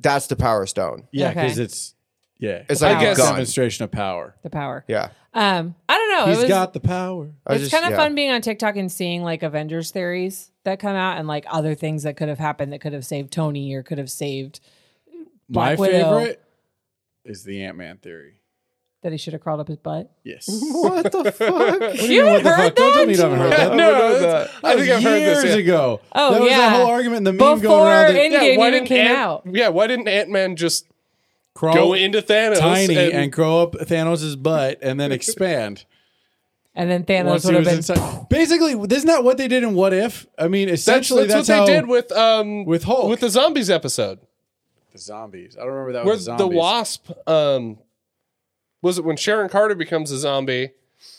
That's the power stone. Yeah, Okay. because it's Yeah. It's like I guess- a gun. demonstration of power. the power. Yeah. Um, I don't know. He's it was got the power. I it's just- kind of yeah. fun being on TikTok and seeing like Avengers theories that come out and like other things that could have happened that could have saved Tony or could have saved My Black Widow. favorite is the Ant Man theory. that he should have crawled up his butt. Yes. What [LAUGHS] the fuck? You haven't heard Don't tell that? me you haven't heard Yeah, that. [LAUGHS] no, that's- that's- that I think was I've heard this, years yeah. ago. Oh, that was yeah. the whole argument, the meme Before going around. that in- Endgame why even didn't came Ant- out. Yeah, why didn't Ant Man just crawl go into Thanos Oh, tiny and, grow up Thanos' butt and then expand And then Thanos once he would have was been. inside. Basically, isn't that what they did in What If? I mean, that's, essentially, that's that's, what they how did with um with Hulk. with the zombies episode the zombies. I don't remember that where was the wasp um was it when Sharon Carter becomes a zombie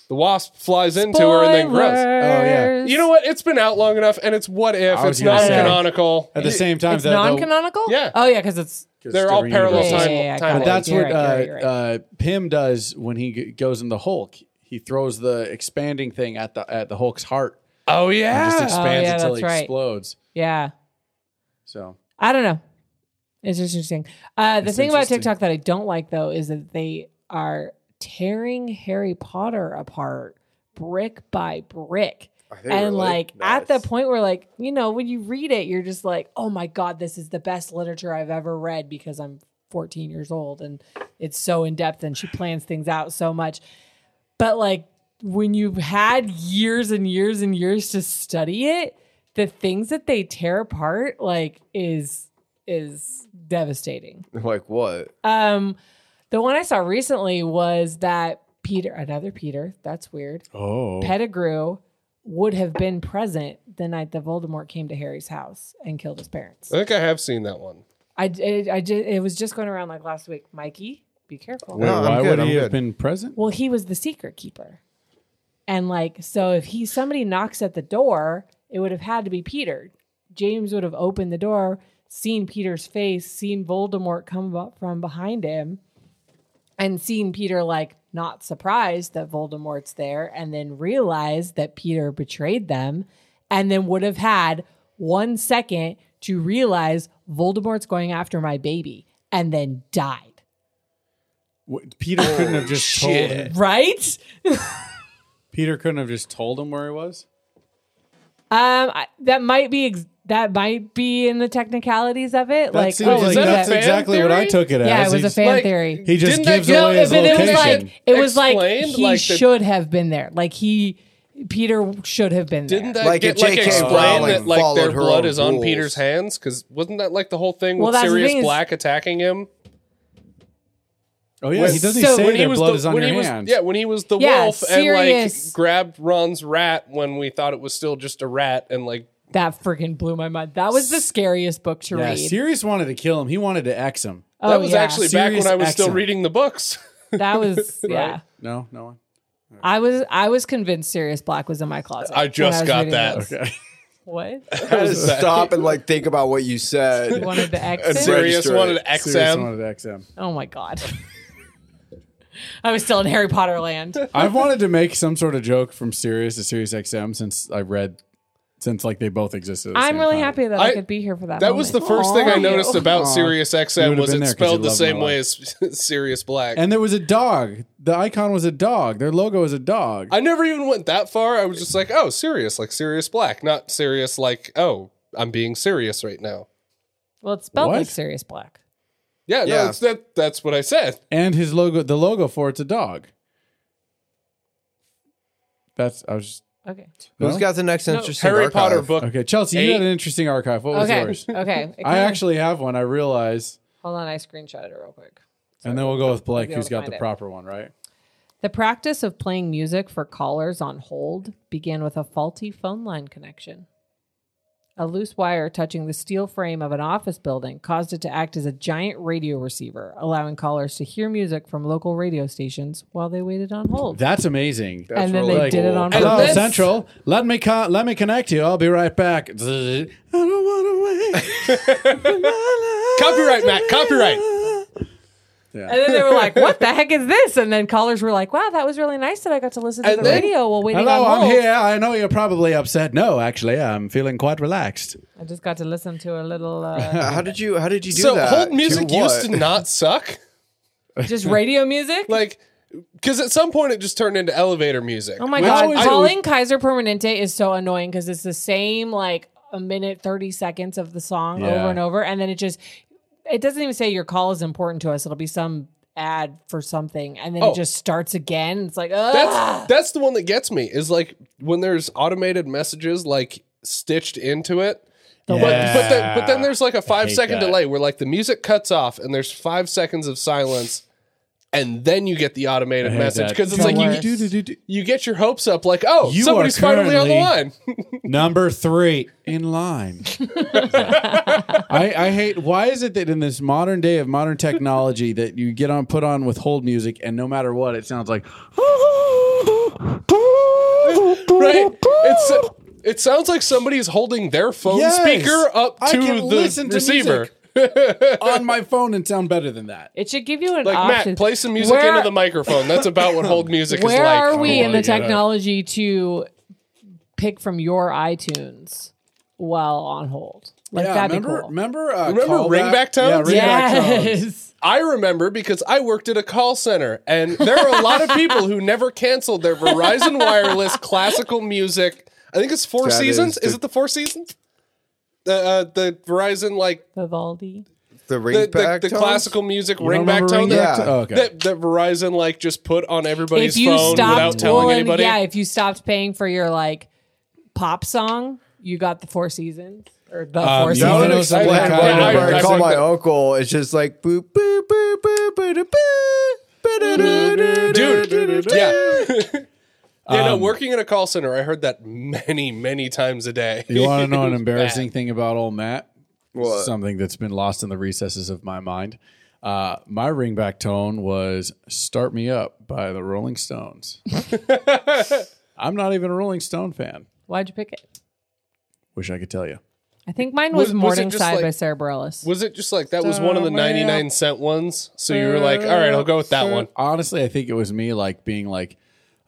the wasp flies into her and then grows. Oh, yeah. You know what? It's been out long enough, and it's what if I was it's gonna not say. canonical. At the same time, It's that, though- non-canonical. Yeah. Oh yeah, because it's. 'cause They're it's all different parallel universes. Yeah, time. yeah, yeah, I got time it. But that's You're what right, uh, you're right, you're right. uh, Pym does when he g- goes into Hulk. He throws the expanding thing at the at the Hulk's heart. oh It just yeah, expands Oh, yeah, until that's he right. explodes. Yeah. So I don't know. It's just interesting. Uh, the It's thing about interesting. TikTok that I don't like though is that they are tearing Harry Potter apart brick by brick. And like at the point where like, you know, when you read it, you're just like, oh my God, this is the best literature I've ever read because I'm 14 years old and it's so in depth and she plans things out so much. But like when you've had years and years and years to study it, the things that they tear apart like is is devastating. like what? Um the one I saw recently was that Peter, another Peter, that's weird. oh, Pettigrew would have been present the night that Voldemort came to Harry's house and killed his parents. I think I have seen that one. I, I, I ju- it was just going around like last week. Mikey, be careful. No, I'm why good, would he I'm have good. been present? Well, he was the secret keeper, and like so, if he somebody knocks at the door, it would have had to be Peter. James would have opened the door, seen Peter's face, seen Voldemort come up from behind him, and seen Peter like not surprised that Voldemort's there, and then realized that Peter betrayed them, and then would have had one second to realize Voldemort's going after my baby, and then died. W- Peter couldn't have just told. Him. Right? Peter couldn't have just told him where he was. Um, I, that might be ex- that might be in the technicalities of it. That like, seems oh, like is that that's fan exactly what I theory? took it as. yeah, it was He a just- fan like, theory. He just Didn't that gives away No, his but it was location. like it was like Explained, he like, the- should have been there. Like he, Peter should have been there. Didn't that Like get if like J.K. explained Rowling that like their followed her blood own is on rules. Peter's hands? Because wasn't that like the whole thing Well, with that's the Sirius thing is- Black attacking him? oh yeah, When- he doesn't so- say when their blood is on when your he was, hands. Yeah, when he was the Yeah, wolf and Sirius- like grabbed Ron's rat when we thought it was still just a rat and like That freaking blew my mind. That was the scariest book to yeah, read. Sirius wanted to kill him. He wanted to X him. oh, that was yeah. actually back Serious when I was still accent. reading [LAUGHS] the books. [LAUGHS] [LAUGHS] that was yeah. No, no one. I was I was convinced Sirius Black was in my closet. I when just was got reading that. those. Okay. [LAUGHS] What I just stop and like think about what you said. wanted the exit? Sirius- Sirius Register it. wanted Sirius XM. wanted to X him. Oh my god. [LAUGHS] I was still in Harry Potter land. I've wanted to make some sort of joke from Sirius to Sirius XM since I read since like they both existed. At the I'm same really time. happy that I, I- could be here for that. That was the moment. first thing I Aw, noticed you. about Sirius You XM would've was been it there 'cause spelled you the love my same way as [LAUGHS] Sirius Black. And there was a dog. The icon was a dog. Their logo is a dog. I never even went that far. I was just like, oh, serious, like serious black, not serious, like, oh, I'm being serious right now. Well, it's spelled What? like Sirius Black. Yeah, no, Yeah. That's, that, that's what I said. and his logo, the logo for it's a dog. That's I was just Okay. Who's No? got the next interesting Harry archive? Potter book. okay. Chelsea, you Eight. had an interesting archive. What was [LAUGHS] Okay. yours? Okay. It I kinda- actually have one. I realize, hold on. I screenshotted it real quick. and then we'll go with Blake, be able who's to got find the it. proper one, right? The practice of playing music for callers on hold began with a faulty phone line connection. A loose wire touching the steel frame of an office building caused it to act as a giant radio receiver, allowing callers to hear music from local radio stations while they waited on hold. That's amazing. That's and then really they did it cool. And on Hello, purpose. this- Central. Let me con- let me connect you. I'll be right back. [LAUGHS] I don't want to [LAUGHS] wait. Copyright, [LAUGHS] Matt, copyright. And then they were like, [LAUGHS] "What the heck is this?" And then callers were like, "Wow, that was really nice that I got to listen to And the then- radio while waiting Hello, on hold." I'm here. I know you're probably upset. No, actually, I'm feeling quite relaxed. I just got to listen to a little. Uh, How did you? How did you do so that? hold music used to what? not suck. Just radio music? Like, because at some point it just turned into elevator music. oh my which god. I- Calling Kaiser Permanente is so annoying because it's the same like a minute 30 seconds of the song Yeah. over and over. And then it just it doesn't even say your call is important to us. It'll be some ad for something. And then Oh. it just starts again. It's like, oh that's that's the one that gets me is like when there's automated messages like stitched into it. But, but, then, but then there's like a five hate second that. delay where like the music cuts off and there's five seconds of silence, and then you get the automated message because it's like you, you you get your hopes up like oh You somebody's are finally on the line. [LAUGHS] currently- Number three in [LAUGHS] line. I, I hate. Why is it that in this modern day of modern technology that you get on put on withhold music and no matter what it sounds like? right? It's it sounds like somebody's holding their phone Yes. speaker up I to can the listen to receiver. music. on my phone and sound better than that. It should give you an Like option. Matt, play some music Where- into the microphone. That's about what hold music is Where like. are we in wanna the get up. technology to pick from your iTunes while on hold? Like Yeah, that'd remember, be cool. remember, uh, Remember callback- ringback tones? Yeah, ringback tones. yes. I remember because I worked at a call center, and there are a lot of people who never canceled their Verizon Wireless classical music. I think it's Four That Seasons. is Is the- it the Four Seasons? The uh, the Verizon like [LAUGHS] Vivaldi. The the, ring the, back the tones? classical music You don't ringback remember ringback tone. that- Yeah. tone? Oh, okay. That, that Verizon like just put on everybody's phone without telling pulling- anybody. yeah, if you stopped paying for your like pop song, you got the Four Seasons or the Um, Four you That Seasons. would know excite something me. kind Whenever of- I I call think my that- uncle. It's just like boop [LAUGHS] boop boop boop boop boop, boop. [LAUGHS] dude. yeah. [LAUGHS] yeah, Um, no, working in a call center, I heard that many, many times a day. You want [LAUGHS] to know an embarrassing thing about old Matt? What? Something that's been lost in the recesses of my mind. Uh, my ringback tone was "Start Me Up" by the Rolling Stones. I'm not even a Rolling Stone fan. Why'd you pick it? Wish I could tell you. I think mine Was- was, was it Morningside just like- by Sarah Bareilles. Was it just like that was one of the Somewhere. 99 cent ones? So you were like, all right, I'll go with that one. Honestly, I think it was me like being like,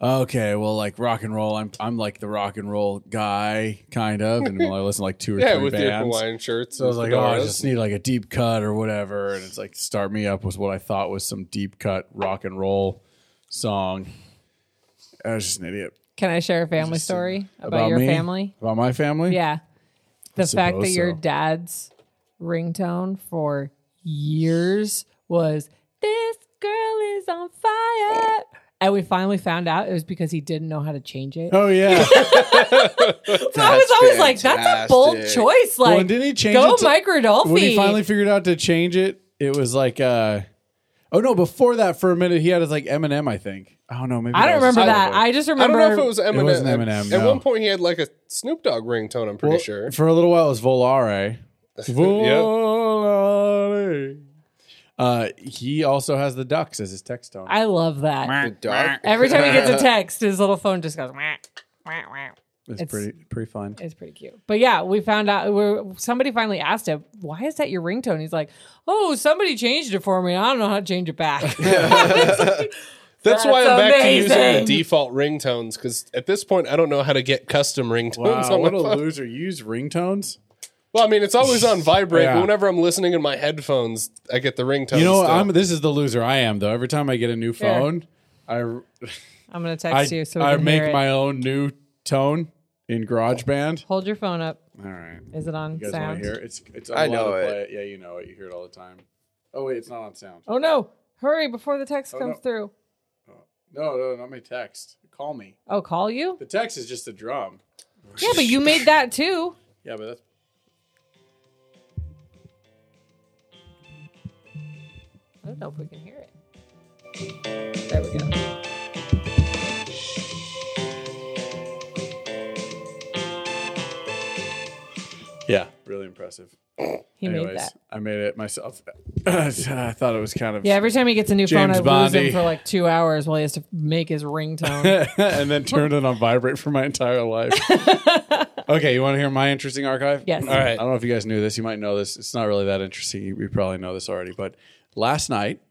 okay, well, like rock and roll. I'm I'm like the rock and roll guy, kind of. And well, I listen to like two or Yeah, three with your bands. Hawaiian shirts. So I was like, oh, I just need like a deep cut or whatever. And it's like, Start Me Up was what I thought was some deep cut rock and roll song. I was just an idiot. Can I share a family story about, your me? family? About my family? Yeah. The fact that suppose your so. dad's ringtone for years was this girl is on fire. And we finally found out it was because he didn't know how to change it. Oh, [LAUGHS] yeah. So I was that's always like, that's a bold fantastic. choice. Like, well, and didn't he change go it? to- Mike Rodolphe. when he finally figured out to change it, it was like, uh, oh, no, before that, for a minute, he had his like Eminem, I think. I don't know. Maybe I don't that was- remember that. I just I don't remember. know if it was Eminem. wasn't Eminem, At no. one point, he had like a Snoop Dogg ringtone, I'm pretty Well, [LAUGHS] sure. [LAUGHS] For a little while, it was Volare. Volare. Uh, he also has the ducks as his text tone. I love that. The dog. Every time he gets [LAUGHS] a text, his little phone just goes. Wah, wah, wah. It's, It's- pretty pretty fun. It's pretty cute. But yeah, we found out where somebody finally asked him, why is that your ringtone? He's like, oh, somebody changed it for me. I don't know how to change [LAUGHS] it back. That's, why That's I'm back to using amazing. the default ringtones because at this point, I don't know how to get custom ringtones Wow, on my what a phone. loser! You use ringtones. Well, I mean, it's always on vibrate, Yeah. but whenever I'm listening in my headphones, I get the ringtone. You know, still. I'm this is the loser I am though. Every time I get a new Fair. phone, I'm going to I text I, you so we I can make hear it. my own new tone in GarageBand. Hold your phone up. All right, you Is it on guys want to sound? hear it? It's it's I I'm allowed know to it. play Yeah, you know it. You hear it all the time. Oh wait, it's not on sound. Oh, no. Hurry before the text comes Oh, no. through. No, no, not my text. Call me. Oh, call you? The text is just a drum. Yeah, but you made that too. Yeah, but that's I don't know if we can hear it. There we go. yeah, really impressive. He made Anyways, that. I made it myself. [COUGHS] I thought it was kind of Yeah, every time he gets a new James phone, I lose Bondy. him for like two hours while he has to make [LAUGHS] his ringtone. and then turned it on vibrate for my entire life. okay, you want to hear my interesting archive? Yes. All right. I don't know if you guys knew this. You might know this. It's not really that interesting. You, you probably know this already. But last night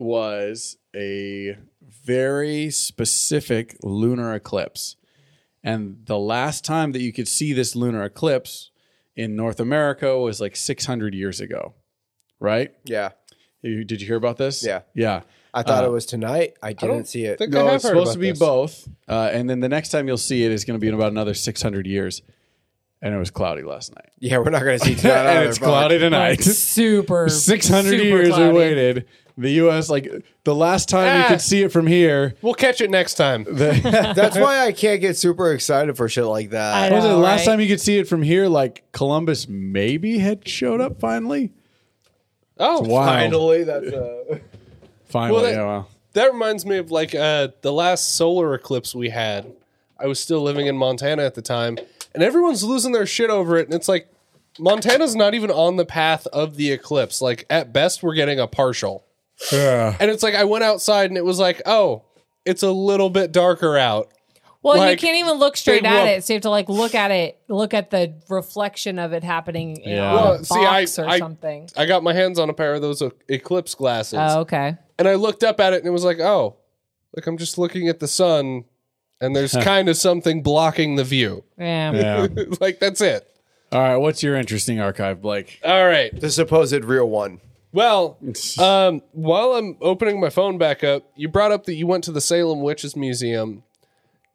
was a very specific lunar eclipse. And the last time that you could see this lunar eclipse in North America was like 600 years ago, right? Yeah. You- Did you hear about this? Yeah. Yeah. I thought Uh, it was tonight. I didn't see it. think I No, have it's heard supposed about to be this. both. Uh, and then the next time you'll see it is going to be in about another 600 years. And it was cloudy last night. Yeah, we're not going to see tonight. and either, it's but- cloudy Like, tonight. [LAUGHS] super 600 super years cloudy. we waited. The U.S., like the last time you Ah. could see it from here, We'll catch it next time. That's why I can't get super excited for shit like that. I know, was it last right? time you could see it from here? Like Columbus maybe had showed up finally. oh, wild. finally, that's uh, Finally, that- yeah, well. that reminds me of like uh, the last solar eclipse we had. I was still living in Montana at the time, and everyone's losing their shit over it. And it's like Montana's not even on the path of the eclipse. Like at best, we're getting a partial. Yeah. And it's like I went outside and it was like, oh, it's a little bit darker out. Well, Like, you can't even look straight at rub- it, so you have to like look at it, look at the reflection of it happening in Yeah. a Well, box see, I- or I- something. I got my hands on a pair of those e- eclipse glasses, Oh, okay. and I looked up at it and it was like, oh, look, I'm just looking at the sun, and there's kind of something blocking the view. [LAUGHS] Yeah. Yeah. like that's it. All right. What's your interesting archive, Blake? All right. The supposed real one. Well, um, while I'm opening my phone back up, you brought up that you went to the Salem Witches Museum.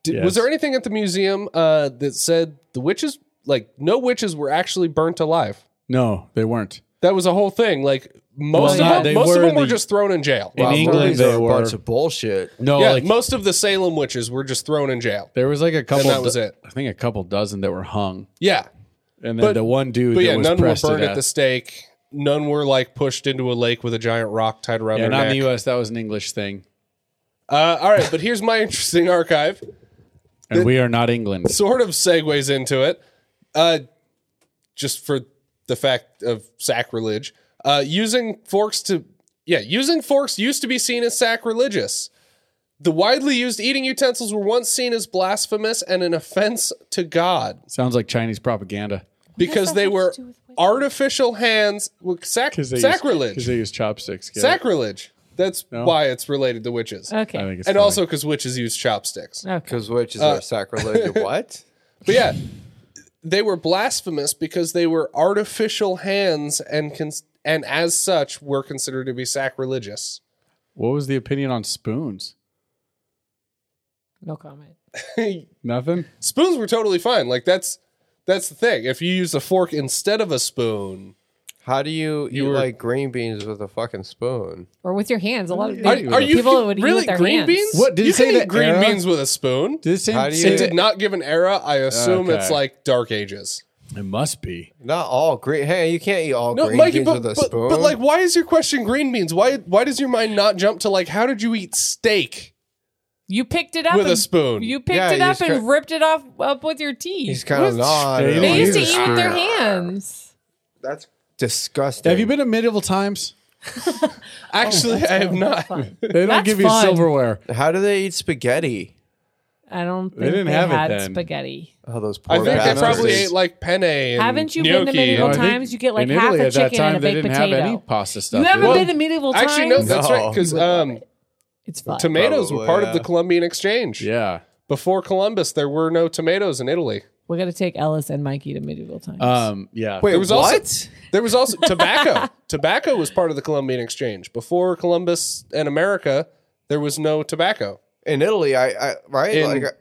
Did, Yes. Was there anything at the museum uh, that said the witches, like no witches, were actually burnt alive? No, they weren't. That was a whole thing. Like Well, most no, of they them, most were of them in were the- just thrown in jail. In England, These they are a were. bunch of bullshit. no, yeah, like most of the Salem witches were just thrown in jail. there was like a couple. that was do- it. I think a couple dozen that were hung, Yeah, and then But- the one dude but that yeah, was none were pressed to burned at death. the stake. None were like pushed into a lake with a giant rock tied around yeah, their not neck. in the U.S. That was an English thing, Uh, all right, but here's my [LAUGHS] interesting archive. and we are not England. sort of segues into it. Uh, just for the fact of sacrilege, uh, using forks to yeah, using forks used to be seen as sacrilegious. The widely used eating utensils were once seen as blasphemous and an offense to God Sounds like Chinese propaganda. because they were artificial hands. well, Sac- They use- sacrilege. 'cause they use chopsticks. get it? sacrilege. That's why it's related to witches. Okay. I think it's And funny. also because witches use chopsticks. Because which is a sacrilege. what? But yeah, they were blasphemous because they were artificial hands and cons- and as such were considered to be sacrilegious. what was the opinion on spoons? no comment. Nothing. Spoons were totally fine. Like that's that's the thing. If you use a fork instead of a spoon, How do you you were- like green beans with a fucking spoon? Or with your hands. A lot of Are- people, are you people ki- would eat really with their green hands. beans? What, did it you say can that eat green era? beans with a spoon? Did it say? How do say you- it did not give an era. I assume Okay. it's like Dark Ages. It must be. Not all green. Hey, you can't eat all No, green Mikey, beans but, with a but, spoon. but like, why is your question green beans? Why why does your mind not jump to like, how did you eat steak? You picked it up With a and- spoon. You picked Yeah, it up he's and cr- ripped it off up with your he's teeth. kind of not. uh, They They used to Jesus. eat with their hands. That's disgusting. Have you been to medieval times? Oh, Actually, I have not. They don't That's give you fun. silverware. How do they eat spaghetti? I don't think They didn't they have it had then. spaghetti. Oh, those poor I think they bastards. probably ate like penne. And Haven't you been gnocchi. to medieval I times? think you get like in half Italy a at that chicken time and a they baked didn't potato. have any pasta stuff. you did haven't they? been to medieval times? Actually, no, that's No. right. Because um, it's fun. tomatoes were Probably, part yeah. of the Columbian exchange. Yeah. Before Columbus, there were no tomatoes in Italy. We're gonna take Ellis and Mikey to medieval times. Um. Yeah. Wait, There was what? also there was also [LAUGHS] tobacco. tobacco was part of the Columbian exchange. Before Columbus and America, there was no tobacco. in Italy, I, I right? In- like, I-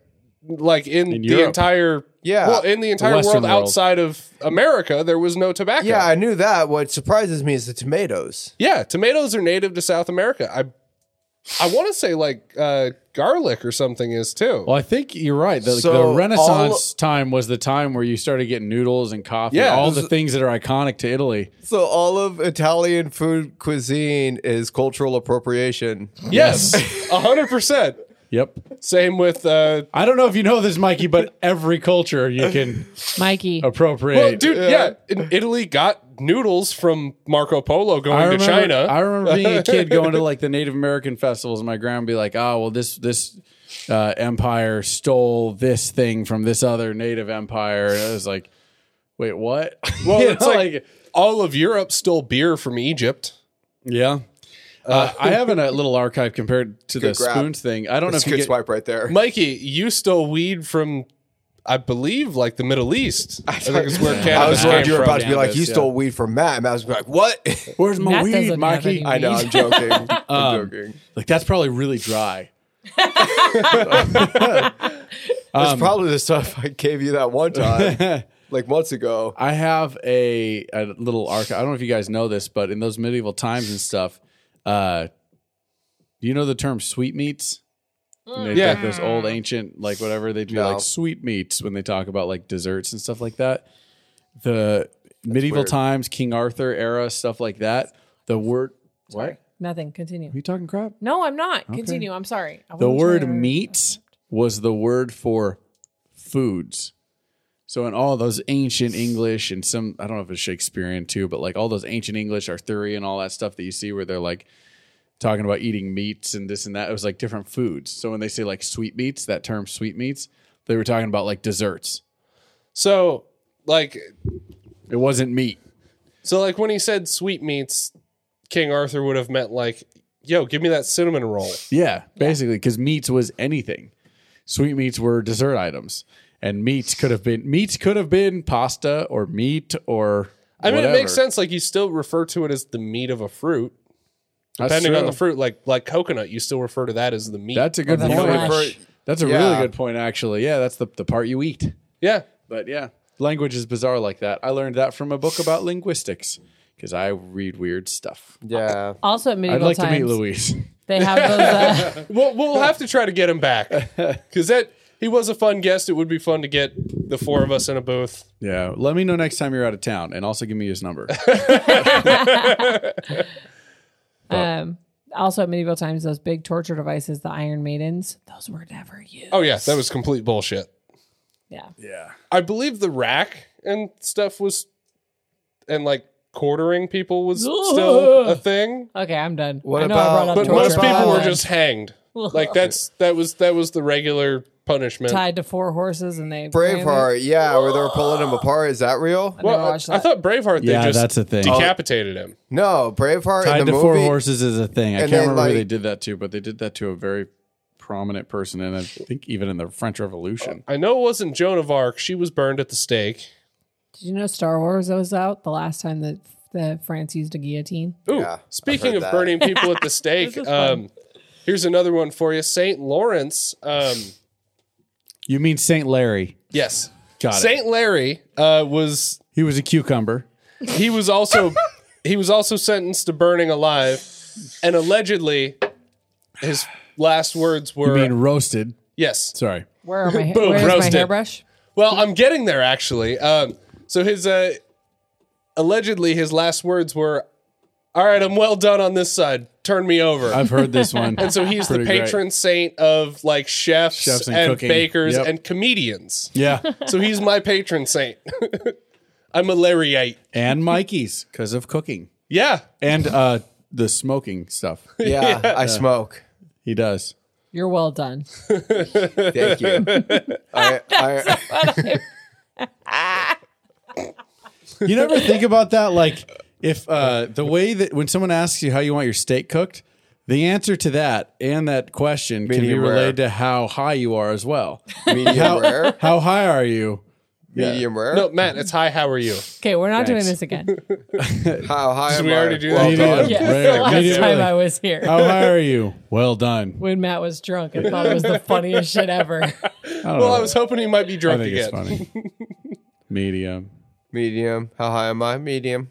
Like in, In the Europe. entire Yeah. well, in the entire Western world, world. outside of America, there was no tobacco. yeah, I knew that. What surprises me is the tomatoes. Yeah, tomatoes are native to South America. I I want to say like uh, garlic or something is too. Well, I think you're right. The, So, the Renaissance time was the time where you started getting noodles and coffee, Yeah. all the things that are iconic to Italy. So all of Italian food cuisine is cultural appropriation. Yes, [LAUGHS] a hundred percent. Yep. Same with uh, I don't know if you know this, Mikey, [LAUGHS] but every culture you can Mikey, appropriate. well, dude. Yeah, in- Italy got noodles from Marco Polo going I remember, to China. I remember being a kid going to like the Native American festivals, and my grandma would be like, "Oh, well, this this uh, empire stole this thing from this other Native empire," and I was like, "Wait, what?" [LAUGHS] well, You it's know, like, all of Europe stole beer from Egypt. yeah. Uh, I have a little archive compared to the grab. spoons thing. I don't know That's if a you good get, swipe right there. Mikey, you stole weed from I believe like the Middle East. I think it's where I was cannabis worried came you were from. about to be like, you Cannabis, yeah. stole weed from Matt. And Matt was like, what? [LAUGHS] Where's my Matt weed, doesn't have Mikey? any I know, I'm joking. I'm joking. Like that's probably really [LAUGHS] dry. It's probably the stuff I gave you that [LAUGHS] one time, like months ago. Uh, I have a, a little archive. I don't know if you guys know this, but in those medieval times and stuff, uh, do you know the term sweetmeats? And they've Yeah. got those old ancient, like whatever they do, No. like sweetmeats when they talk about like desserts and stuff like that. The medieval weird. times, King Arthur era, stuff like that. The word, what? Are Nothing. Continue. you talking crap? No, I'm not. Continue. I'm sorry. I The wasn't word sure. meat was the word for foods. So in all those ancient English and some I don't know if it's Shakespearean too, but like all those ancient English, Arthurian, all that stuff that you see where they're like talking about eating meats and this and that, it was like different foods. So when they say like sweetmeats, that term sweetmeats, they were talking about like desserts. So like It wasn't meat. so like when he said sweetmeats, King Arthur would have meant like, yo, give me that cinnamon roll. Yeah, basically, because meats was anything. Sweetmeats were dessert items, and meats could have been meats could have been pasta or meat or. I mean, it makes whatever. sense. Like you still refer to it as the meat of a fruit, That's depending on true. the fruit. Like like coconut, you still refer to that as the meat. That's a good Or the point. flesh. That's a Yeah. really good point, actually. Yeah, that's the, the part you eat. yeah. But yeah, language is bizarre like that. I learned that from a book about linguistics because I read weird stuff. Yeah. Also I'd at medieval like times, to meet Louise. [LAUGHS] they have those. Uh, We'll we'll have to try to get him back because that he was a fun guest. It would be fun to get the four of us in a booth. yeah, let me know next time you're out of town and also give me his [LAUGHS] number. [LAUGHS] [LAUGHS] um, also at medieval times, those big torture devices, the Iron Maidens, those were never used. Oh yeah, that was complete bullshit. Yeah. yeah. I believe the rack and stuff was, and like quartering people was still a thing. Okay, I'm done. What I know I about- brought up But torture most people were online. just hanged. [LAUGHS] Like that's that was that was the regular punishment. tied to four horses and they Braveheart, yeah, where they were pulling him apart. Is that real? Never Well, I, watched I that. thought Braveheart. Yeah, they just that's a thing. Decapitated him. No, Braveheart Tied in to the movie. four horses is a thing. I And can't then, remember who like- they did that to, but they did that to a very prominent person, and I think even in the French Revolution. I know it wasn't Joan of Arc. She was burned at the stake. Did you know Star Wars was out the last time that that France used a guillotine? Ooh, Yeah, I've speaking heard of that. burning people [LAUGHS] at the stake, is fun. um, here's another one for you. Saint Lawrence. Um, You mean Saint Larry? yes, Got it. Saint Larry uh, was He was a cucumber. he was also [LAUGHS] he was also sentenced to burning alive, and allegedly his last words You were mean roasted? yes. Sorry. Where [LAUGHS] are my Boom, where's my roasted. hairbrush? Well, I'm getting there actually. Um, so his uh, allegedly his last words were, "All right, I'm well done on this side. Turn me over." I've heard this [LAUGHS] one. And so he's the Pretty great. patron saint of like chefs, Chefs and and, cooking. bakers Yep. and comedians. Yeah. So he's my patron saint. [LAUGHS] I'm a Larryite. and Mikey's because of cooking Yeah. and uh, the smoking stuff. Yeah, I smoke. He does. You're well done. Thank you. I, I, You never think about that, like if uh, the way that when someone asks you how you want your steak cooked, the answer to that and that question can be Medium rare. related to how high you are as well. medium rare. How high are you? Medium rare. No, Matt, it's hi, how are you? Okay, we're not doing Thanks. this again. How high am we I? already do Well that? done. Medium Yes, rare. the last Medium time rare. I was here. Oh. How high are you? Well done. When Matt was drunk and thought it was the funniest [LAUGHS] shit ever. Well, I was hoping he might be I drunk think again. it's funny. Medium. Medium. How high am I? Medium.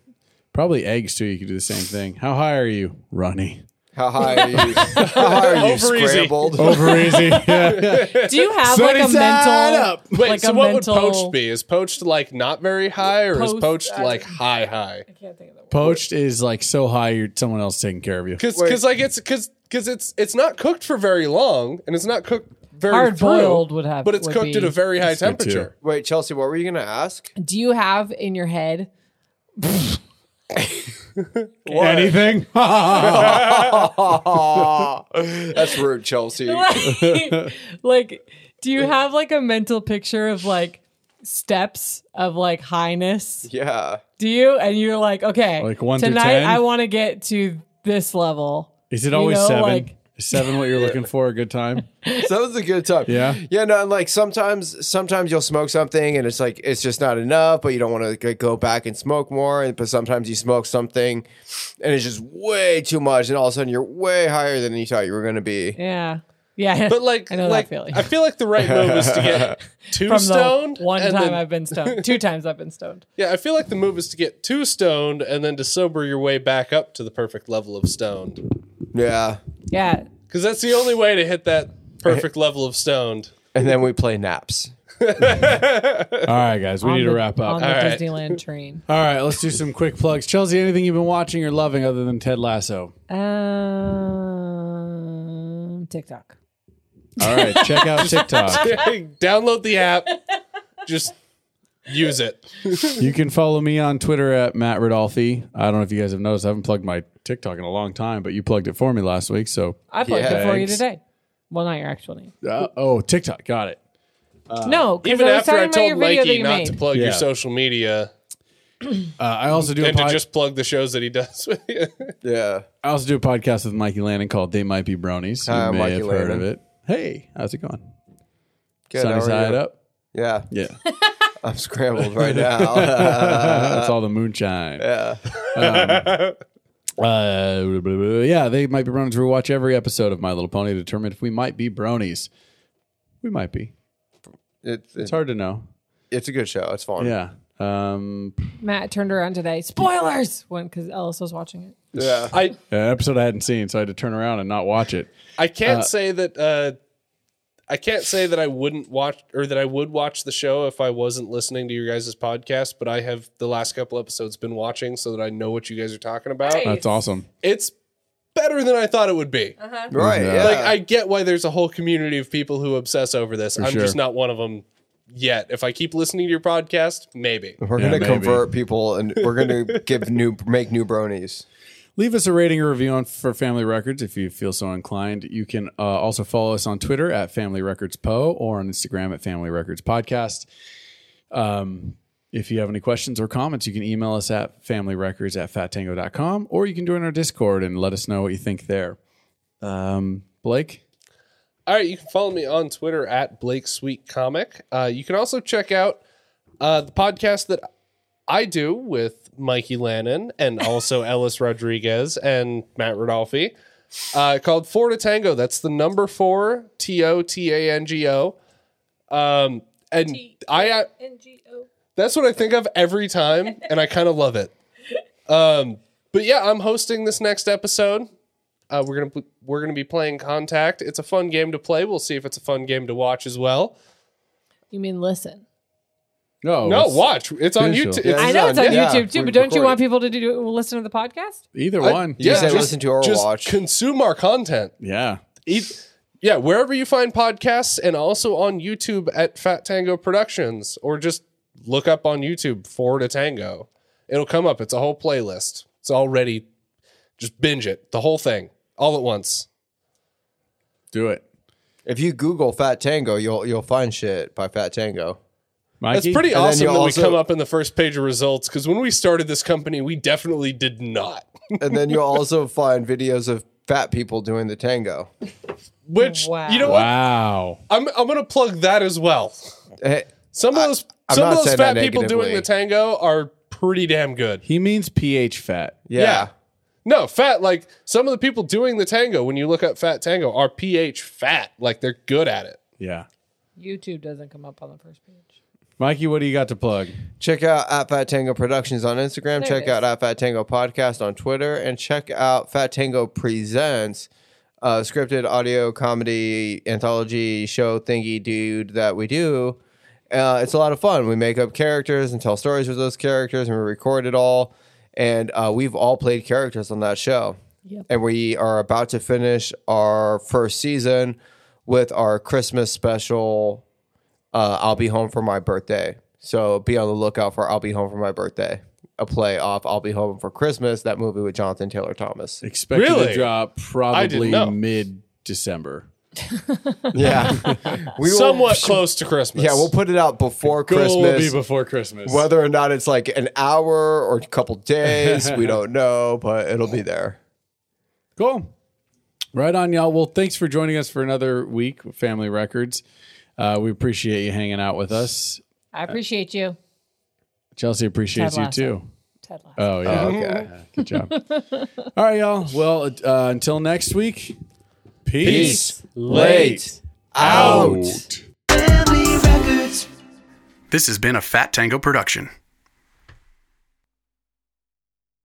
Probably eggs too. You could do the same thing. How high are you, Ronnie? How high are you? How high are you? Over easy. Scrambled. Over [LAUGHS] easy. Do you have Sunny like a mental side up. Wait, like so a what mental would poached be? Is poached like not very high or is Poached, poached I- like high high? can't think of the word. Poached is like so high, you're someone else taking care of you. Cuz Wait. like it's cuz cuz it's it's not cooked for very long and it's not cooked very Hard through, boiled would have- But it's would cooked be- at a very high good too. temperature. Wait, Chelsea, what were you going to ask? Do you have in [LAUGHS] your head Anything? [LAUGHS] That's rude, Chelsea. like, like, do you have like a mental picture of like steps of like highness? Yeah. Do you? And you're like, okay, Like one through tonight 10? I want to get to this level. Is it You always know, seven? like- Is seven what you're looking for? A good [LAUGHS] time? so that was a good time. Yeah? Yeah, no, and like sometimes sometimes you'll smoke something and it's like it's just not enough, but you don't want to go back and smoke more. And but sometimes you smoke something and it's just way too much, and all of a sudden you're way higher than you thought you were gonna be. Yeah. Yeah. But like, [LAUGHS] I know like, that feeling. I feel like the right move is to get [LAUGHS] two From stoned. the one and time then- I've been stoned. Two times I've been stoned. yeah, I feel like the move is to get two stoned and then to sober your way back up to the perfect level of stoned. Yeah. Yeah. Because that's the only way to hit that [LAUGHS] perfect level of stoned. [LAUGHS] And then we play naps. All right, guys, we on need the- to wrap On up. the All right. Disneyland train. All right, let's do some quick plugs. Chelsea, anything you've been watching or loving other than Ted Lasso? Um, TikTok. All right, check [LAUGHS] out TikTok. Download the app. Just use it. You can follow me on Twitter at Matt Rodolfi. I don't know if you guys have noticed, I haven't plugged my TikTok in a long time, but you plugged it for me last week. So, I plugged it for you Yikes. today. Well, not your actual name. uh, oh, TikTok, got it. no, because Uh, Even I was after talking I about told your video that Mikey you not made. to plug Yeah. your social media Uh, I also do a and to pod- just plug the shows that he does [LAUGHS] with you. Yeah. I also do a podcast with Mikey Lannon called They Might Be Bronies. You Hi, may Mikey have heard Lannon. of it. Hey, how's it going? Good, how Sunny are side you? up. Yeah. Yeah, [LAUGHS] I'm scrambled right now. Uh, that's all the moonshine. Yeah. Um, uh, blah, blah, blah. yeah, they might be bronies. We watch every episode of My Little Pony to determine if we might be bronies. We might be. it, it- It's hard to know. it's a good show. It's fun. Yeah. Um, Matt turned around today. Spoilers! When because Ellis was watching it. Yeah. I an episode I hadn't seen, so I had to turn around and not watch it. I can't say that uh, I can't say that I wouldn't watch or that I would watch the show if I wasn't listening to your guys' podcast, but I have the last couple episodes been watching so that I know what you guys are talking about. Hey. That's awesome. It's better than I thought it would be. Right. Yeah. Like I get why there's a whole community of people who obsess over this. I'm sure. just not one of them yet. If I keep listening to your podcast, maybe. we're Yeah, gonna maybe. convert people and we're gonna give new make new bronies. Leave us a rating or review on for Family Records if you feel so inclined. You can uh, also follow us on Twitter at Family Records Po or on Instagram at Family Records Podcast. Um, if you have any questions or comments, you can email us at familyrecords at fattango.com or you can join our Discord and let us know what you think there. Um, Blake? All right, you can follow me on Twitter at Blake Sweet Comic. Uh, you can also check out uh, the podcast that I do with Mikey Lannon and also Ellis Rodriguez and Matt Rodolfi uh, called Four to Tango. That's the number four T O T A N G O. Um, and I uh, that's what I think of every time, and I kind of love it. Um, but yeah, I'm hosting this next episode. Uh, we're gonna pl- we're gonna be playing Contact. It's a fun game to play. We'll see if it's a fun game to watch as well. You mean listen? No, Oh, no, it's- watch. It's on visual. YouTube. Yeah, It's- I is know on- it's on yeah, YouTube too, we but don't you record want it. people to do listen to the podcast? Either I- one. You said listen to or just watch. Consume our content. Yeah. Eat, yeah, wherever you find podcasts, and also on YouTube at Fat Tango Productions, or just look up on YouTube for to Tango. It'll come up. It's a whole playlist. It's already just binge it, the whole thing, all at once. Do it. If you Google Fat Tango, you'll you'll find shit by Fat Tango. Mikey? That's pretty And then awesome you that also- we come up in the first page of results because when we started this company, we definitely did not. And then you'll also find videos of fat people doing the tango. Which Wow. you know what? Wow. I'm I'm gonna plug that as well. Hey, Some of those I'm some not of those saying fat that people doing negatively. the tango are pretty damn good. He means pH fat. yeah. No, fat like some of the people doing the tango when you look up fat tango are pH fat. Like they're good at it. Yeah. YouTube doesn't come up on the first page. Mikey, what do you got to plug? Check out at Fat Tango Productions on Instagram. There check it is. out at Fat Tango Podcast on Twitter, and check out Fat Tango Presents, a scripted audio comedy anthology show thingy dude that we do. Uh, it's a lot of fun. We make up characters and tell stories with those characters, and we record it all. And uh, we've all played characters on that show. Yep. And we are about to finish our first season with our Christmas special uh, I'll be home for my birthday. So be on the lookout for I'll be home for my birthday, a play off I'll be home for Christmas, that movie with Jonathan Taylor Thomas. Expected to Really? drop probably know. mid December. [LAUGHS] Yeah. we will, Somewhat close to Christmas. Yeah, we'll put it out before will Christmas. be before Christmas. Whether or not it's like an hour [LAUGHS] or a couple days, we don't know, but it'll be there. Cool. Right on, y'all. Well, thanks for joining us for another week, with Family Records. Uh, we appreciate you hanging out with us. I appreciate you. Chelsea appreciates Ted you Lasso. too. Ted Lasso. Oh yeah, Okay. good job. All right, y'all. Well, uh, until next week. Peace. Late. Out. Family Records. This has been a Fat Tango production.